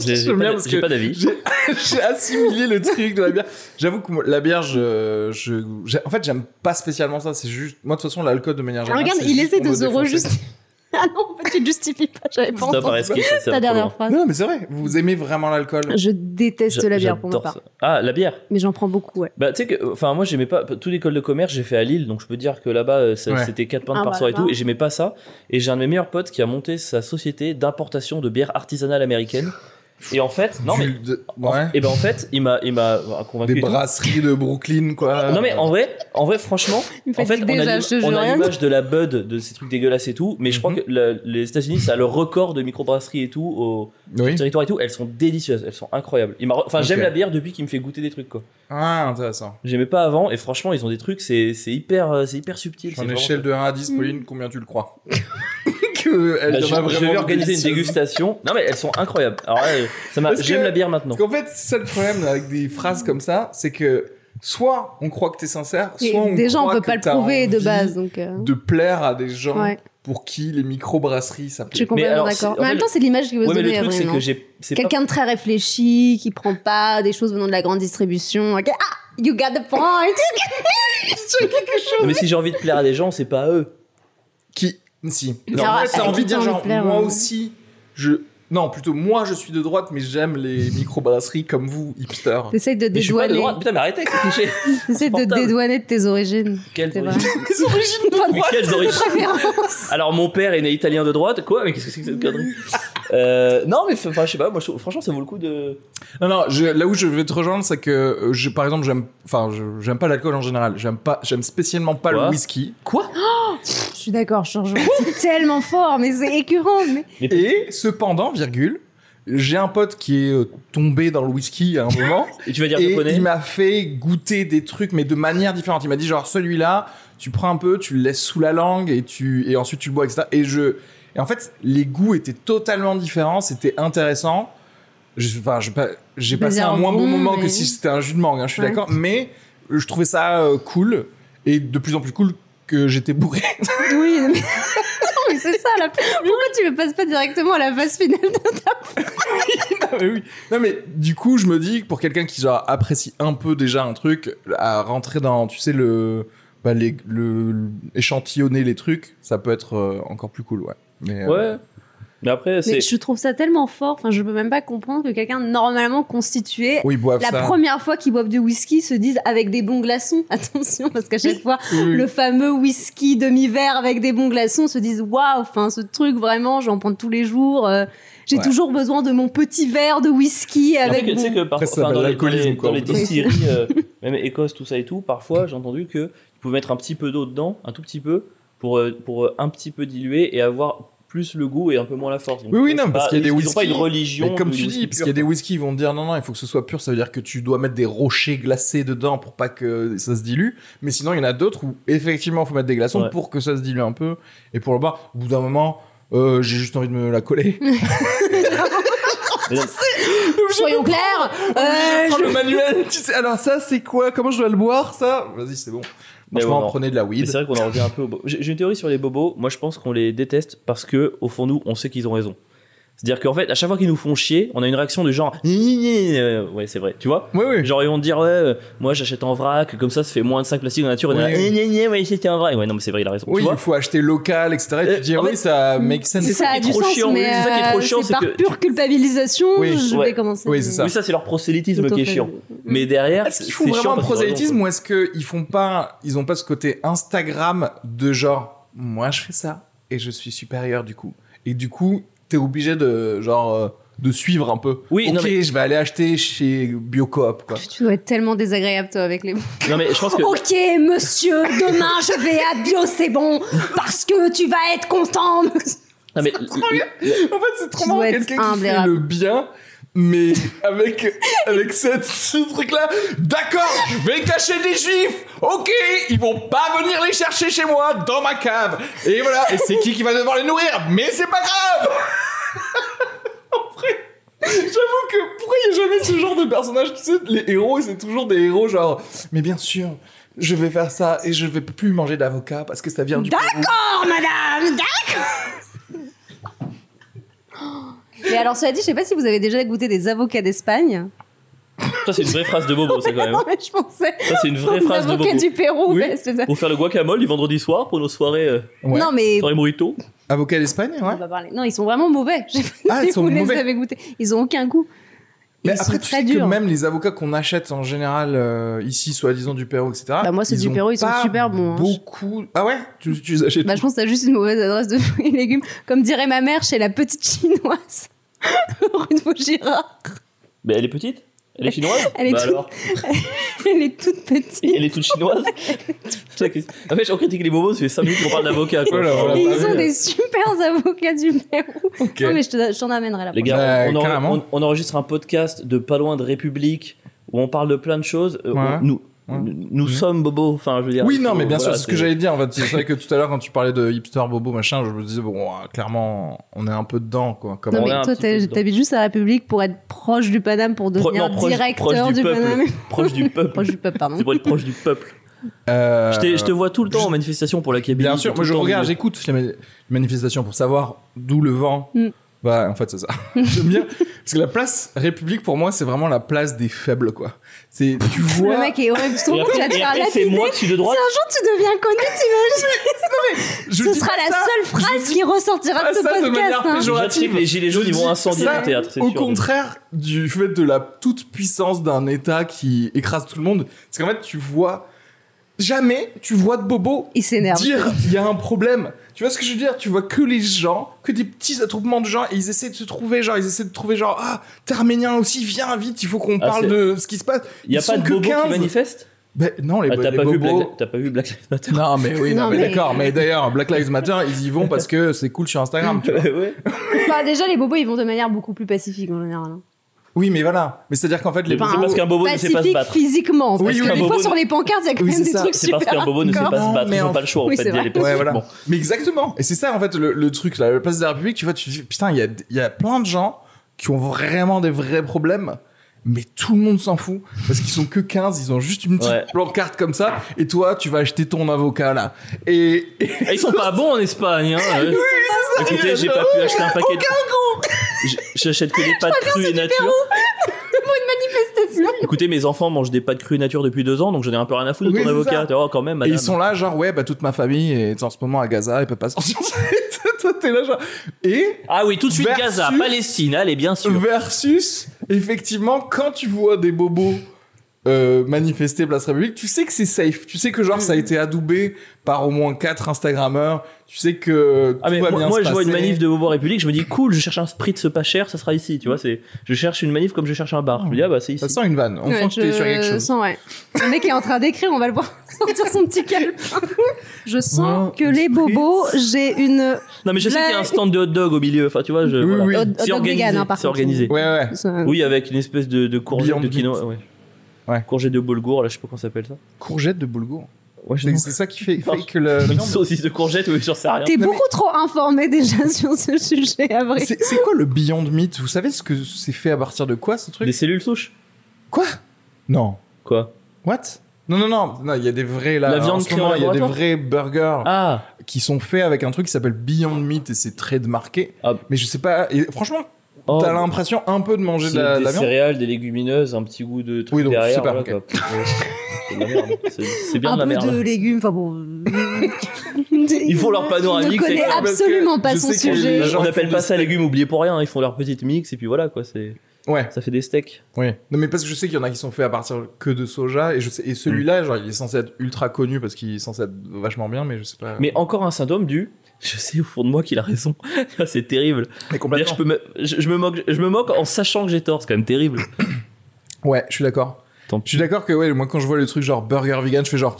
[SPEAKER 6] J'ai- J'ai
[SPEAKER 4] J'aime bien
[SPEAKER 6] pas
[SPEAKER 4] parce
[SPEAKER 6] d'a- j'ai
[SPEAKER 4] que
[SPEAKER 6] pas d'avis.
[SPEAKER 4] J'ai j'ai assimilé le truc de la bière. J'avoue que moi, la bière, je, je- j'ai- en fait, j'aime pas spécialement ça. C'est juste, moi de toute façon, l'alcool de manière générale.
[SPEAKER 5] Ah, Regarde,
[SPEAKER 4] Ah, c'est
[SPEAKER 5] il
[SPEAKER 4] juste
[SPEAKER 5] essaie
[SPEAKER 4] pour
[SPEAKER 5] de
[SPEAKER 4] me
[SPEAKER 5] se
[SPEAKER 4] défoncer.
[SPEAKER 5] rejustifier. Ah non, en fait, tu te justifies pas, j'avais pas
[SPEAKER 6] Ça paraît
[SPEAKER 5] entendu
[SPEAKER 6] esquisse, c'est
[SPEAKER 5] ta
[SPEAKER 6] un peu
[SPEAKER 5] dernière
[SPEAKER 6] long.
[SPEAKER 5] phrase.
[SPEAKER 4] Non, mais c'est vrai. Vous aimez vraiment l'alcool
[SPEAKER 5] Je déteste la bière pour ma
[SPEAKER 6] J'adore
[SPEAKER 5] part.
[SPEAKER 6] ça. Ah, la bière
[SPEAKER 5] Mais j'en prends beaucoup, ouais.
[SPEAKER 6] Bah, tu sais que, enfin, moi, j'aimais pas. Toute l'école de commerce, j'ai fait à Lille, donc je peux dire que là-bas, euh, ça-
[SPEAKER 4] Ouais.
[SPEAKER 6] c'était 4 pintes
[SPEAKER 5] Ah,
[SPEAKER 6] par
[SPEAKER 5] bah,
[SPEAKER 6] soir et
[SPEAKER 5] là-bas.
[SPEAKER 6] tout, et j'aimais pas ça. Et j'ai un de mes meilleurs potes qui a monté sa société d'importation de bière artisanale américaine. Et en fait, non,
[SPEAKER 4] Du-
[SPEAKER 6] mais.
[SPEAKER 4] de-
[SPEAKER 6] en-
[SPEAKER 4] ouais.
[SPEAKER 6] Et ben en fait, il m'a il m'a convaincu.
[SPEAKER 4] Des
[SPEAKER 6] et tout.
[SPEAKER 4] brasseries de Brooklyn, quoi.
[SPEAKER 6] Non mais en vrai, en vrai franchement,
[SPEAKER 5] Il me
[SPEAKER 6] en fait,
[SPEAKER 5] fatigue
[SPEAKER 6] on a
[SPEAKER 5] déjà,
[SPEAKER 6] l'im-
[SPEAKER 5] je te jure
[SPEAKER 6] on a
[SPEAKER 5] rien.
[SPEAKER 6] l'image de la Bud, de ces trucs dégueulasses et tout, mais je crois
[SPEAKER 4] Mhm.
[SPEAKER 6] que le- les États-Unis, ça a le record de microbrasseries et tout au
[SPEAKER 4] Oui.
[SPEAKER 6] territoire et tout. Elles sont délicieuses, elles sont incroyables. Il m'a re- Enfin, j'aime
[SPEAKER 4] Ok.
[SPEAKER 6] la bière depuis qu'il me fait goûter des trucs quoi.
[SPEAKER 4] Ah, intéressant.
[SPEAKER 6] J'aimais pas avant et franchement, ils ont des trucs, c'est c'est hyper, euh, c'est hyper subtil.
[SPEAKER 4] En
[SPEAKER 6] c'est vraiment-
[SPEAKER 4] échelle de 1 à 10, Pauline, combien tu le crois Mm. que elle,
[SPEAKER 6] Bah,
[SPEAKER 4] y en
[SPEAKER 6] je,
[SPEAKER 4] a
[SPEAKER 6] je
[SPEAKER 4] vraiment
[SPEAKER 6] vais organiser une
[SPEAKER 4] délicieuses.
[SPEAKER 6] dégustation. Non mais elles sont incroyables. Alors là, euh, ça m'a-
[SPEAKER 4] Parce que-
[SPEAKER 6] j'aime la bière maintenant.
[SPEAKER 4] Parce qu'en fait, c'est ça le problème là, avec des phrases comme ça, c'est que soit on croit que t'es sincère,
[SPEAKER 5] Et
[SPEAKER 4] soit on
[SPEAKER 5] déjà, on
[SPEAKER 4] croit
[SPEAKER 5] peut
[SPEAKER 4] que
[SPEAKER 5] pas le
[SPEAKER 4] t'as
[SPEAKER 5] prouver de
[SPEAKER 4] envie
[SPEAKER 5] base, donc. euh,
[SPEAKER 4] De plaire à des gens
[SPEAKER 5] Ouais,
[SPEAKER 4] pour qui les microbrasseries ça
[SPEAKER 5] je suis
[SPEAKER 4] plaît.
[SPEAKER 5] complètement
[SPEAKER 6] alors, c'est-
[SPEAKER 5] d'accord.
[SPEAKER 6] en
[SPEAKER 5] Mais en
[SPEAKER 6] fait,
[SPEAKER 5] même temps, c'est l'image qui veut se
[SPEAKER 6] Ouais mais le
[SPEAKER 5] donner,
[SPEAKER 6] truc c'est
[SPEAKER 5] vraiment.
[SPEAKER 6] que j'ai c'est pas-
[SPEAKER 5] Quelqu'un de très réfléchi, qui prend pas des choses venant de la grande distribution. ok. Ah, you got the point. J'ai quelque chose.
[SPEAKER 6] Non, mais si j'ai envie de plaire à des gens, c'est pas à eux.
[SPEAKER 4] Qui Si.
[SPEAKER 5] Ça
[SPEAKER 4] en
[SPEAKER 5] va,
[SPEAKER 4] fait,
[SPEAKER 5] à
[SPEAKER 4] t'as
[SPEAKER 5] qui
[SPEAKER 4] envie de dire
[SPEAKER 5] t'as
[SPEAKER 4] genre,
[SPEAKER 5] envie de plaire,
[SPEAKER 4] moi
[SPEAKER 5] ouais.
[SPEAKER 4] aussi, je. Non, plutôt, moi je suis de droite, mais j'aime les microbrasseries comme vous, hipsters.
[SPEAKER 5] T'essayes de
[SPEAKER 6] Mais je suis pas de
[SPEAKER 5] dédouaner.
[SPEAKER 6] droite. Putain, mais arrêtez avec ce cliché.
[SPEAKER 5] T'essayes de
[SPEAKER 6] Insupportable.
[SPEAKER 5] dédouaner de tes origines.
[SPEAKER 6] Quelles
[SPEAKER 5] C'est vrai.
[SPEAKER 6] origines
[SPEAKER 4] Les origines
[SPEAKER 5] Pas de
[SPEAKER 6] Mais quelles origines
[SPEAKER 5] préférence.
[SPEAKER 6] Alors mon père est né italien de droite, quoi Mais qu'est-ce que c'est que cette connerie euh, Non mais enfin je sais pas, moi je trouve- franchement ça vaut le coup de.
[SPEAKER 4] Non, non, je- là où je vais te rejoindre, c'est que, euh, je, par exemple, j'aime, enfin, je- j'aime pas l'alcool en général. J'aime pas, j'aime spécialement pas
[SPEAKER 6] Quoi
[SPEAKER 4] le whisky.
[SPEAKER 6] Quoi
[SPEAKER 5] Ah, Je suis d'accord, je te rejoins. C'est tellement fort, mais c'est écœurant. Mais...
[SPEAKER 4] Et cependant, virgule, j'ai un pote qui est euh, tombé dans le whisky à un moment.
[SPEAKER 6] Et tu vas dire
[SPEAKER 4] et
[SPEAKER 6] japonais
[SPEAKER 4] il m'a fait goûter des trucs, mais de manière différente. Il m'a dit, genre, celui-là, tu prends un peu, tu le laisses sous la langue et tu, et ensuite tu le bois, etc. Et je, et en fait, les goûts étaient totalement différents. C'était intéressant. Je- Enfin, j'ai pas- j'ai
[SPEAKER 5] Mais
[SPEAKER 4] passé
[SPEAKER 5] il y a
[SPEAKER 4] un
[SPEAKER 5] un
[SPEAKER 4] moins bon
[SPEAKER 5] goût,
[SPEAKER 4] moment que
[SPEAKER 5] mais-
[SPEAKER 4] si c'était un jus de mangue, hein, je suis
[SPEAKER 5] Ouais.
[SPEAKER 4] d'accord. Mais euh, je trouvais ça euh, cool et de plus en plus cool que j'étais bourré.
[SPEAKER 5] Oui, non, mais, Non, mais c'est ça. La... Pourquoi tu ne passes pas directement à la phase finale de ta
[SPEAKER 4] Ah, mais oui. Non mais du coup, je me dis que pour quelqu'un qui genre, apprécie un peu déjà un truc, à rentrer dans, tu sais le, bah, les, le, le- échantillonner les trucs, ça peut être euh, encore plus cool, ouais. Mais, euh,
[SPEAKER 6] Ouais. Mais après c'est.
[SPEAKER 5] Mais je trouve ça tellement fort. Enfin, je peux même pas comprendre que quelqu'un de normalement constitué.
[SPEAKER 4] oui, ils boivent
[SPEAKER 5] La
[SPEAKER 4] ça.
[SPEAKER 5] première fois qu'ils boivent du whisky, se disent avec des bons glaçons. Attention, parce qu'à chaque fois,
[SPEAKER 4] Oui.
[SPEAKER 5] le fameux whisky demi-verre avec des bons glaçons se disent waouh, enfin ce truc vraiment, j'en prends tous les jours. euh, J'ai
[SPEAKER 4] Ouais.
[SPEAKER 5] toujours besoin de mon petit verre de whisky
[SPEAKER 6] En fait,
[SPEAKER 5] avec.
[SPEAKER 6] tu sais
[SPEAKER 5] bon-
[SPEAKER 6] que par,
[SPEAKER 4] Après, ça
[SPEAKER 6] enfin, dans, les,
[SPEAKER 4] s'appelle
[SPEAKER 6] dans les-
[SPEAKER 4] l'alcoolisme, quoi,
[SPEAKER 6] dans les
[SPEAKER 4] au bout d'un
[SPEAKER 6] distilleries, euh, même Écosse, tout ça et tout, parfois j'ai entendu que ils pouvaient mettre un petit peu d'eau dedans, un tout petit peu, pour, euh, pour euh, un petit peu diluer et avoir plus le goût et un peu moins la force. Donc,
[SPEAKER 4] Oui, oui,
[SPEAKER 6] c'est
[SPEAKER 4] non,
[SPEAKER 6] pas-
[SPEAKER 4] parce qu'il y a
[SPEAKER 6] ils-
[SPEAKER 4] des
[SPEAKER 6] Ils ont pas une
[SPEAKER 4] whisky,
[SPEAKER 6] religion.
[SPEAKER 4] Mais comme
[SPEAKER 6] de
[SPEAKER 4] tu
[SPEAKER 6] whisky
[SPEAKER 4] dis, parce
[SPEAKER 6] pur,
[SPEAKER 4] qu'il y a des
[SPEAKER 6] quoi.
[SPEAKER 4] whisky qui vont te dire non, non, il faut que ce soit pur, ça veut dire que tu dois mettre des rochers glacés dedans pour pas que ça se dilue. Mais sinon, il y en a d'autres où effectivement, il faut mettre des glaçons
[SPEAKER 6] Ouais.
[SPEAKER 4] pour que ça se dilue un peu. Et pour le bar, au bout d'un moment, euh, j'ai juste envie de me la coller.
[SPEAKER 6] Mais non,
[SPEAKER 5] Soyons clairs. euh,
[SPEAKER 4] Prends le manuel, tu sais. Alors ça, c'est quoi Comment je dois le boire Ça Vas-y, c'est bon.
[SPEAKER 6] Mais
[SPEAKER 4] Franchement,
[SPEAKER 6] bon, non.
[SPEAKER 4] prenez de la
[SPEAKER 6] Mais
[SPEAKER 4] weed.
[SPEAKER 6] c'est vrai qu'on en revient un peu au bo- J'ai j'ai une théorie sur les bobos. Moi, je pense qu'on les déteste parce que, au fond, de nous, on sait qu'ils ont raison. C'est-à-dire qu'en fait, à chaque fois qu'ils nous font chier, on a une réaction du genre, Gni, gni, gni. Euh, ouais, c'est vrai, tu vois.
[SPEAKER 4] Oui, oui.
[SPEAKER 6] Genre, ils vont te dire, ouais, euh, moi j'achète en vrac, comme ça, ça fait moins de 5 plastiques dans la nature. Et on est là,
[SPEAKER 4] Oui, oui.
[SPEAKER 6] Gni, gni, gni, ouais, c'était en vrac. Ouais, non, mais c'est vrai, il a raison.
[SPEAKER 4] Oui,
[SPEAKER 6] tu vois
[SPEAKER 4] il faut acheter local, etc. Et
[SPEAKER 6] Euh,
[SPEAKER 4] tu dis,
[SPEAKER 6] en
[SPEAKER 4] oui,
[SPEAKER 6] fait,
[SPEAKER 4] ça make
[SPEAKER 5] c'est
[SPEAKER 4] sense.
[SPEAKER 5] ça
[SPEAKER 6] qui
[SPEAKER 5] a
[SPEAKER 6] est
[SPEAKER 5] du
[SPEAKER 6] trop
[SPEAKER 5] sens,
[SPEAKER 6] chiant,
[SPEAKER 5] mais
[SPEAKER 6] mais c'est ça qui est trop
[SPEAKER 5] euh,
[SPEAKER 6] chiant,
[SPEAKER 5] c'est
[SPEAKER 6] c'est
[SPEAKER 5] par
[SPEAKER 6] que-
[SPEAKER 5] pure culpabilisation,
[SPEAKER 4] Oui,
[SPEAKER 5] je
[SPEAKER 6] ouais.
[SPEAKER 5] vais commencer.
[SPEAKER 4] Oui, c'est ça.
[SPEAKER 6] Oui, ça, c'est leur prosélytisme qui est chiant. Mais derrière,
[SPEAKER 4] Est-ce
[SPEAKER 6] c'est
[SPEAKER 4] qu'il faut
[SPEAKER 6] c'est
[SPEAKER 4] vraiment
[SPEAKER 6] chiant
[SPEAKER 4] un
[SPEAKER 6] parce qu'ils ont raison,
[SPEAKER 4] prosélytisme
[SPEAKER 6] quoi.
[SPEAKER 4] ou est-ce qu'ils font pas, ils ont pas ce côté Instagram de genre, moi je fais ça et je suis supérieur du coup. Et du coup, t'es obligé de genre euh, de suivre un peu.
[SPEAKER 6] Oui,
[SPEAKER 4] ok,
[SPEAKER 6] non, mais-
[SPEAKER 4] je vais aller acheter chez Biocoop quoi.
[SPEAKER 5] Tu dois être tellement désagréable, toi, avec les
[SPEAKER 6] Non, mais je pense que.
[SPEAKER 5] Ok, monsieur, demain je vais à Bio, c'est bon, parce que tu vas être content.
[SPEAKER 6] Non, mais,
[SPEAKER 4] En fait, c'est
[SPEAKER 5] Tu
[SPEAKER 4] trop marrant
[SPEAKER 5] dois être
[SPEAKER 4] quelqu'un qui
[SPEAKER 5] humble et
[SPEAKER 4] fait
[SPEAKER 5] rap-
[SPEAKER 4] le bien Mais avec, avec cette, ce truc-là, d'accord, je vais cacher des juifs, ok, ils vont pas venir les chercher chez moi, dans ma cave. Et voilà, et c'est qui qui va devoir les nourrir Mais c'est pas grave En vrai, j'avoue que pourquoi il y a jamais ce genre de personnage Tu sais, les héros, c'est toujours des héros genre, mais bien sûr, je vais faire ça et je vais plus manger d'avocat parce que ça vient du Pérou.
[SPEAKER 5] D'accord, madame, d'accord Mais alors, cela dit, je sais pas si vous avez déjà goûté des avocats d'Espagne.
[SPEAKER 6] Ça, c'est une vraie phrase de Bobo, ça quand même.
[SPEAKER 5] Non, mais je pensais.
[SPEAKER 6] Ah Ça, c'est une vraie
[SPEAKER 5] aux
[SPEAKER 6] phrase de
[SPEAKER 5] avocats
[SPEAKER 6] Bobo.
[SPEAKER 5] du Pérou,
[SPEAKER 6] Oui.
[SPEAKER 5] ouais, c'est ça.
[SPEAKER 6] Pour faire le guacamole du vendredi soir pour nos soirées, euh,
[SPEAKER 4] Ouais.
[SPEAKER 5] Non, mais.
[SPEAKER 6] soirées mojito.
[SPEAKER 4] Avocat d'Espagne,
[SPEAKER 5] on va parler. Non, ils sont vraiment mauvais. Je sais pas
[SPEAKER 4] Ah,
[SPEAKER 5] si
[SPEAKER 4] ils sont
[SPEAKER 5] vous
[SPEAKER 4] mauvais.
[SPEAKER 5] les avez goûtés. Ils ont aucun goût.
[SPEAKER 4] Mais
[SPEAKER 5] Ils
[SPEAKER 4] après,
[SPEAKER 5] sont
[SPEAKER 4] tu
[SPEAKER 5] très
[SPEAKER 4] sais que
[SPEAKER 5] durs.
[SPEAKER 4] même les avocats qu'on achète en général euh, ici, soi-disant du Pérou, etc.
[SPEAKER 5] Bah, moi, ceux du
[SPEAKER 4] ont
[SPEAKER 5] Pérou, ils sont
[SPEAKER 4] pas
[SPEAKER 5] super bons, hein.
[SPEAKER 4] Beaucoup. Ah ouais tu, tu les achètes
[SPEAKER 5] Bah, je pense que t'as juste une mauvaise adresse de fruits et légumes. Comme dirait ma mère chez la petite chinoise. Rue de Vaugirard.
[SPEAKER 6] Mais Bah, elle est petite Elle est chinoise
[SPEAKER 5] Elle est
[SPEAKER 6] Bah
[SPEAKER 5] toute-
[SPEAKER 6] alors,
[SPEAKER 5] Elle est toute petite.
[SPEAKER 6] elle est toute chinoise C'est la question. En fait, on critique les bobos, ça fait 5 minutes qu'on parle d'avocat. quoi.
[SPEAKER 4] Oh là, voilà.
[SPEAKER 5] Et
[SPEAKER 4] pas
[SPEAKER 5] ils ont
[SPEAKER 4] vu.
[SPEAKER 5] des super avocats du Pérou.
[SPEAKER 4] Ok.
[SPEAKER 5] Non, mais je te- je t'en amènerai là.
[SPEAKER 6] Les gars,
[SPEAKER 4] Bah,
[SPEAKER 6] on, on-
[SPEAKER 4] carrément.
[SPEAKER 6] on- on enregistre un podcast de pas loin de République où on parle de plein de choses. Euh,
[SPEAKER 4] Ouais.
[SPEAKER 6] on- nous,
[SPEAKER 4] Ouais. Mmh.
[SPEAKER 6] nous, nous sommes bobos. Enfin, je veux dire.
[SPEAKER 4] Oui,
[SPEAKER 6] il
[SPEAKER 4] non,
[SPEAKER 6] faut-
[SPEAKER 4] mais bien
[SPEAKER 6] voilà,
[SPEAKER 4] sûr, c'est ce que j'allais dire. En fait, c'est vrai que tout à l'heure, quand tu parlais de hipster, bobo, machin, je me disais, bon, ah, clairement, on est un peu dedans, quoi. Comme
[SPEAKER 5] Non,
[SPEAKER 6] on est
[SPEAKER 5] mais
[SPEAKER 6] un
[SPEAKER 5] toi,
[SPEAKER 6] petit peu
[SPEAKER 5] t'as-
[SPEAKER 6] dedans.
[SPEAKER 5] t'habites juste à la République pour être proche du Paname, pour
[SPEAKER 6] Pro-
[SPEAKER 5] devenir
[SPEAKER 6] non, proche-
[SPEAKER 5] directeur
[SPEAKER 6] proche du
[SPEAKER 5] du,
[SPEAKER 6] peuple.
[SPEAKER 5] Paname.
[SPEAKER 6] Proche du peuple.
[SPEAKER 5] proche du peuple, pardon.
[SPEAKER 6] C'est pour être proche du peuple.
[SPEAKER 4] Euh,
[SPEAKER 6] Je t'ai- je te vois tout le temps
[SPEAKER 4] juste-
[SPEAKER 6] en manifestation pour la Kabylie.
[SPEAKER 4] Bien sûr,
[SPEAKER 6] tout
[SPEAKER 4] moi,
[SPEAKER 6] le
[SPEAKER 4] je
[SPEAKER 6] temps,
[SPEAKER 4] regarde,
[SPEAKER 6] mais-
[SPEAKER 4] j'écoute les ma- les manifestations pour savoir d'où le vent.
[SPEAKER 5] Mm.
[SPEAKER 4] Bah, en fait, c'est ça. J'aime bien. Parce que la place République, pour moi, c'est vraiment la place des faibles, quoi. C'est, tu vois.
[SPEAKER 5] Le mec est horrible. Son
[SPEAKER 6] Et
[SPEAKER 5] coup, tu vas
[SPEAKER 6] après,
[SPEAKER 5] te
[SPEAKER 6] et
[SPEAKER 5] faire
[SPEAKER 6] après, c'est
[SPEAKER 5] lapider.
[SPEAKER 6] moi qui suis de
[SPEAKER 5] Si un
[SPEAKER 6] droite.
[SPEAKER 5] jour tu deviens connu, t'imagines
[SPEAKER 4] je
[SPEAKER 5] Ce
[SPEAKER 4] dis
[SPEAKER 5] sera
[SPEAKER 4] pas
[SPEAKER 5] la
[SPEAKER 4] ça.
[SPEAKER 5] seule phrase qui ressortira
[SPEAKER 4] pas
[SPEAKER 5] de ce
[SPEAKER 4] ça de
[SPEAKER 5] podcast.
[SPEAKER 4] manière
[SPEAKER 5] hein.
[SPEAKER 4] péjorative.
[SPEAKER 6] Déjà, tu sais que les gilets jaunes, ils vont incendier
[SPEAKER 4] Ça,
[SPEAKER 6] le théâtre, c'est
[SPEAKER 4] Au
[SPEAKER 6] sûr.
[SPEAKER 4] contraire du fait de la toute puissance d'un État qui écrase tout le monde, c'est qu'en fait tu vois jamais, tu vois de Bobo
[SPEAKER 5] Il s'énerve.
[SPEAKER 4] dire il y a un problème. Tu vois ce que je veux dire Tu vois que les gens, que des petits attroupements de gens, et ils essaient de se trouver, genre ils essaient de trouver genre ah t'es arménien aussi, viens vite, il faut qu'on
[SPEAKER 6] Ah,
[SPEAKER 4] parle
[SPEAKER 6] c'est-
[SPEAKER 4] de ce qui se passe.
[SPEAKER 6] Il n'y a
[SPEAKER 4] Ils
[SPEAKER 6] pas
[SPEAKER 4] sont
[SPEAKER 6] de
[SPEAKER 4] que
[SPEAKER 6] bobos
[SPEAKER 4] 15.
[SPEAKER 6] qui manifestent
[SPEAKER 4] Ben, non les,
[SPEAKER 6] Ah,
[SPEAKER 4] bo-
[SPEAKER 6] T'as
[SPEAKER 4] les
[SPEAKER 6] pas, vu
[SPEAKER 4] bobos.
[SPEAKER 6] Black- t'as pas vu Black Lives Matter
[SPEAKER 4] Non mais oui, non,
[SPEAKER 5] Non,
[SPEAKER 4] mais,
[SPEAKER 5] mais-
[SPEAKER 4] d'accord. Mais d'ailleurs, Black Lives Matter, ils y vont parce que c'est cool sur Instagram. Tu vois.
[SPEAKER 6] Ouais.
[SPEAKER 5] Enfin, Bah, déjà, les bobos, ils vont de manière beaucoup plus pacifique en général. hein.
[SPEAKER 4] Oui, mais voilà. Mais c'est à dire qu'en fait les
[SPEAKER 6] C'est parce qu'un bobo ne sait pas se
[SPEAKER 5] Pacifique
[SPEAKER 6] battre.
[SPEAKER 5] physiquement.
[SPEAKER 4] Oui,
[SPEAKER 5] parce
[SPEAKER 4] oui,
[SPEAKER 5] que
[SPEAKER 4] oui.
[SPEAKER 5] des
[SPEAKER 6] Un
[SPEAKER 5] fois,
[SPEAKER 6] bobo
[SPEAKER 5] sur les pancartes, il y a quand
[SPEAKER 4] Oui,
[SPEAKER 5] même
[SPEAKER 4] c'est
[SPEAKER 5] des
[SPEAKER 4] ça.
[SPEAKER 5] trucs
[SPEAKER 6] C'est
[SPEAKER 5] super
[SPEAKER 6] parce qu'un bobo ne sait pas
[SPEAKER 4] hardcore.
[SPEAKER 6] se
[SPEAKER 4] Non,
[SPEAKER 6] battre, ils
[SPEAKER 4] mais
[SPEAKER 6] n'ont
[SPEAKER 4] en-
[SPEAKER 6] pas le choix en
[SPEAKER 5] Oui,
[SPEAKER 6] fait
[SPEAKER 5] c'est
[SPEAKER 6] d'y
[SPEAKER 5] vrai.
[SPEAKER 6] aller
[SPEAKER 4] Ouais,
[SPEAKER 6] pacifiquement.
[SPEAKER 4] voilà. Mais exactement. Et c'est ça, en fait, le, le truc, la place de la République, tu vois, tu te dis, putain, il y a, il y a plein de gens qui ont vraiment des vrais problèmes, mais tout le monde s'en fout, parce qu'ils sont que 15, ils ont juste une petite
[SPEAKER 6] Ouais.
[SPEAKER 4] pancarte comme ça, et toi, tu vas acheter ton avocat, là. Et... et-
[SPEAKER 6] Ah, Ils sont pas bons en Espagne. Hein. euh. Écoutez, j'ai pas pu acheter un paquet. de- J- J'achète que des pâtes crues et nature.
[SPEAKER 5] manifestations.
[SPEAKER 6] Écoutez, mes enfants mangent des pâtes crues et nature depuis deux ans, donc j'en ai un peu rien à foutre de
[SPEAKER 4] Oui,
[SPEAKER 6] ton
[SPEAKER 4] c'est ça.
[SPEAKER 6] avocat. Tu vois, quand même, madame.
[SPEAKER 4] Et ils sont là, genre, ouais, bah, toute ma famille est en ce moment à Gaza, elle peut pas sortir. toi, t'es là, genre... Et...
[SPEAKER 6] Ah oui, tout de suite
[SPEAKER 4] Versus-
[SPEAKER 6] Gaza, Palestine, allez bien sûr.
[SPEAKER 4] Versus, effectivement, quand tu vois des bobos euh, manifester Place République, tu sais que c'est safe. Tu sais que genre
[SPEAKER 6] Mm.
[SPEAKER 4] ça a été adoubé par au moins quatre Instagrammeurs. Tu sais que
[SPEAKER 6] Ah
[SPEAKER 4] tout
[SPEAKER 6] mais
[SPEAKER 4] va
[SPEAKER 6] moi,
[SPEAKER 4] bien
[SPEAKER 6] moi,
[SPEAKER 4] se
[SPEAKER 6] je vois une
[SPEAKER 4] passer.
[SPEAKER 6] manif de Bobo République, je me dis cool, je cherche un spritz pas cher, ça sera ici, tu vois, c'est je cherche une manif comme je cherche un bar. Je me dis ah bah c'est ici.
[SPEAKER 4] Ça sent une vanne. On
[SPEAKER 5] Ouais,
[SPEAKER 4] sent que t'es sur quelque
[SPEAKER 5] je
[SPEAKER 4] chose.
[SPEAKER 5] sens, ouais. Le mec est en train d'écrire, on va le voir sortir son petit calepin. Je sens
[SPEAKER 4] Non,
[SPEAKER 5] que les bobos, j'ai une.
[SPEAKER 6] Non mais je sais
[SPEAKER 5] Là-
[SPEAKER 6] qu'il y a un stand de hot dog au milieu, enfin tu vois, je
[SPEAKER 4] Oui,
[SPEAKER 6] voilà.
[SPEAKER 4] oui. Hot-
[SPEAKER 5] hot
[SPEAKER 6] c'est
[SPEAKER 5] dog
[SPEAKER 6] organisé,
[SPEAKER 5] vegan, hein, par
[SPEAKER 6] c'est
[SPEAKER 5] contre.
[SPEAKER 6] organisé.
[SPEAKER 4] Ouais, ouais.
[SPEAKER 6] Oui, avec une espèce de, de courgette
[SPEAKER 4] Beyond
[SPEAKER 6] de
[SPEAKER 4] Meat.
[SPEAKER 6] quinoa, ouais.
[SPEAKER 4] Ouais.
[SPEAKER 6] Courgette de boulgour, là je sais pas comment ça s'appelle ça.
[SPEAKER 4] Courgette de boulgour.
[SPEAKER 6] Ouais, je
[SPEAKER 4] C'est
[SPEAKER 6] sais
[SPEAKER 4] c'est ça qui fait,
[SPEAKER 6] Non.
[SPEAKER 4] fait que le.
[SPEAKER 6] pas. Une saucisse de courgette, oui, j'en sais rien.
[SPEAKER 5] T'es
[SPEAKER 4] Non,
[SPEAKER 5] beaucoup trop informé déjà sur ce sujet, à vrai.
[SPEAKER 4] C'est c'est quoi le Beyond Meat Vous savez ce que c'est fait à partir de quoi ce truc
[SPEAKER 6] Des cellules souches
[SPEAKER 4] Quoi Non.
[SPEAKER 6] Quoi
[SPEAKER 4] What Non, non, non. Non, il y a des vrais là.
[SPEAKER 6] La viande
[SPEAKER 4] en ce
[SPEAKER 6] créée en
[SPEAKER 4] moment, il y a des
[SPEAKER 6] laboratoire
[SPEAKER 4] vrais burgers.
[SPEAKER 6] Ah
[SPEAKER 4] qui sont faits avec un truc qui s'appelle Beyond Meat et c'est très marqué.
[SPEAKER 6] Ah.
[SPEAKER 4] Mais je sais pas. Et franchement,
[SPEAKER 6] oh,
[SPEAKER 4] t'as l'impression un peu de manger
[SPEAKER 6] c'est
[SPEAKER 4] de la,
[SPEAKER 6] des
[SPEAKER 4] de la viande.
[SPEAKER 6] céréales, des légumineuses, un petit goût de truc
[SPEAKER 4] Oui, donc,
[SPEAKER 6] derrière,
[SPEAKER 4] c'est pas
[SPEAKER 6] voilà,
[SPEAKER 4] ok.
[SPEAKER 6] quoi. Ouais, C'est de la merde. C'est- C'est bien
[SPEAKER 5] un
[SPEAKER 6] de la
[SPEAKER 5] peu
[SPEAKER 6] merde.
[SPEAKER 5] de légumes, enfin bon. Ils
[SPEAKER 6] font leur panoramique,
[SPEAKER 5] Je
[SPEAKER 6] c'est
[SPEAKER 5] connais
[SPEAKER 6] clair.
[SPEAKER 5] absolument
[SPEAKER 4] Parce
[SPEAKER 5] pas
[SPEAKER 4] que
[SPEAKER 5] son
[SPEAKER 4] je sais que
[SPEAKER 5] sujet.
[SPEAKER 4] les gens
[SPEAKER 6] on
[SPEAKER 4] qui
[SPEAKER 6] appelle
[SPEAKER 4] font
[SPEAKER 6] pas
[SPEAKER 4] des
[SPEAKER 6] ça
[SPEAKER 4] steaks.
[SPEAKER 6] légumes, oubliez pour rien, ils font leur petite mix et puis voilà quoi, c'est
[SPEAKER 4] Ouais,
[SPEAKER 6] ça fait des steaks.
[SPEAKER 4] oui. Non, mais parce que je sais qu'il y en a qui sont faits à partir que de soja et je sais. Et celui-là, genre, il est censé être ultra connu parce qu'il est censé être vachement bien, mais je sais pas.
[SPEAKER 6] Mais encore un syndrome du je sais au fond de moi qu'il a raison. c'est terrible.
[SPEAKER 4] Mais
[SPEAKER 6] D'ailleurs, je, peux me, je, je me moque, je me moque en sachant que j'ai tort, c'est quand même terrible.
[SPEAKER 4] Ouais, je suis d'accord.
[SPEAKER 6] Tant
[SPEAKER 4] Je suis d'accord que ouais, moi quand je vois le truc genre burger vegan, je fais genre.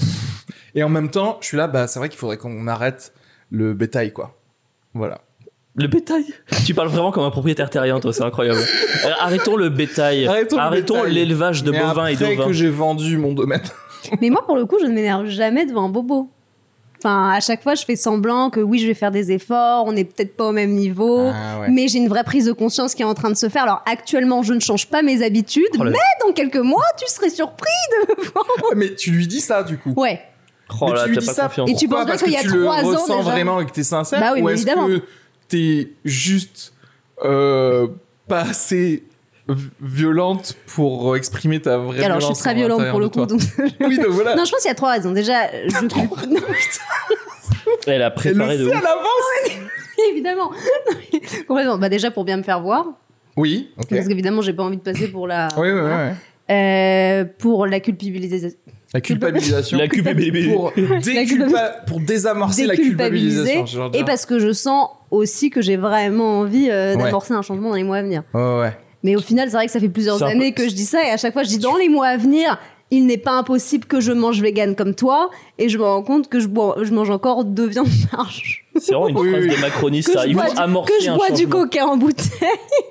[SPEAKER 4] Et en même temps, je suis là, bah c'est vrai qu'il faudrait qu'on arrête le bétail quoi. Voilà.
[SPEAKER 6] Le bétail Tu parles vraiment comme un propriétaire terrien, toi, c'est incroyable. Euh, Arrêtons le bétail.
[SPEAKER 4] Arrêtons le bétail.
[SPEAKER 6] l'élevage de
[SPEAKER 4] Mais
[SPEAKER 6] bovins et
[SPEAKER 4] après
[SPEAKER 6] d'ovins.
[SPEAKER 4] que j'ai vendu mon domaine.
[SPEAKER 5] Mais moi, pour le coup, je ne m'énerve jamais devant un bobo. Enfin, à chaque fois, je fais semblant que oui, je vais faire des efforts, on n'est peut-être pas au même niveau,
[SPEAKER 4] Ah ouais.
[SPEAKER 5] mais j'ai une vraie prise de conscience qui est en train de se faire. Alors actuellement, je ne change pas mes habitudes,
[SPEAKER 6] Oh là là.
[SPEAKER 5] mais dans quelques mois, tu serais surpris de me voir.
[SPEAKER 4] Mais tu lui dis ça, du coup.
[SPEAKER 5] Ouais,
[SPEAKER 6] Oh
[SPEAKER 4] Mais
[SPEAKER 6] là,
[SPEAKER 4] tu lui
[SPEAKER 6] t'as
[SPEAKER 4] dis
[SPEAKER 6] pas
[SPEAKER 4] ça
[SPEAKER 6] confiance.
[SPEAKER 5] Et tu
[SPEAKER 4] pourquoi
[SPEAKER 5] penses bien
[SPEAKER 4] Parce
[SPEAKER 5] qu'il y
[SPEAKER 4] que
[SPEAKER 5] a
[SPEAKER 4] tu le
[SPEAKER 5] trois ans
[SPEAKER 4] ressens
[SPEAKER 5] déjà.
[SPEAKER 4] vraiment et que t'es sincère
[SPEAKER 5] Bah oui,
[SPEAKER 4] Ou
[SPEAKER 5] mais
[SPEAKER 4] est-ce
[SPEAKER 5] évidemment.
[SPEAKER 4] que t'es juste euh, pas assez v- violente pour exprimer ta vraie
[SPEAKER 5] alors je suis
[SPEAKER 4] violence
[SPEAKER 5] très
[SPEAKER 4] en
[SPEAKER 5] violente
[SPEAKER 4] intérieur
[SPEAKER 5] pour le
[SPEAKER 4] de toi
[SPEAKER 5] coup. donc-
[SPEAKER 4] Oui, donc voilà.
[SPEAKER 5] Non, je pense qu'il y a trois raisons. Déjà, je culpabilise.
[SPEAKER 6] Elle a
[SPEAKER 4] Elle
[SPEAKER 6] préparé
[SPEAKER 4] le
[SPEAKER 6] de
[SPEAKER 4] sait
[SPEAKER 6] ouf.
[SPEAKER 4] à l'avance
[SPEAKER 5] évidemment. Complètement. Bah, déjà, pour bien me faire voir,
[SPEAKER 4] Oui, ok.
[SPEAKER 5] parce qu'évidemment, j'ai pas envie de passer pour la.
[SPEAKER 4] Oui, oui, oui. oui.
[SPEAKER 5] Euh, pour la culpabilisation.
[SPEAKER 4] La culpabilisation.
[SPEAKER 6] La QPBB.
[SPEAKER 4] Pour, déculpa...
[SPEAKER 5] culpabilis-
[SPEAKER 4] pour désamorcer Ah, la
[SPEAKER 5] déculpabiliser
[SPEAKER 4] culpabilisation. j'ai envie de
[SPEAKER 5] et
[SPEAKER 4] dire.
[SPEAKER 5] parce que je sens aussi que j'ai vraiment envie euh,
[SPEAKER 4] Ouais.
[SPEAKER 5] d'amorcer un changement dans les mois à venir.
[SPEAKER 4] Ouais, ouais.
[SPEAKER 5] Mais au final, c'est vrai que ça fait
[SPEAKER 6] C'est
[SPEAKER 5] plusieurs
[SPEAKER 6] un peu-
[SPEAKER 5] années que je dis ça et à chaque fois je dis dans les mois à venir, il n'est pas impossible que je mange vegan comme toi et je me rends compte que je, bois- je mange encore deux viandes par jour.
[SPEAKER 6] C'est vraiment une
[SPEAKER 4] Oui,
[SPEAKER 6] phrase
[SPEAKER 4] oui.
[SPEAKER 6] de macroniste,
[SPEAKER 5] Que
[SPEAKER 6] ça.
[SPEAKER 5] je
[SPEAKER 6] Il
[SPEAKER 5] bois
[SPEAKER 6] faut
[SPEAKER 5] du-
[SPEAKER 6] amorcer
[SPEAKER 5] que je
[SPEAKER 6] un
[SPEAKER 5] bois du
[SPEAKER 6] changement.
[SPEAKER 5] coca en bouteille.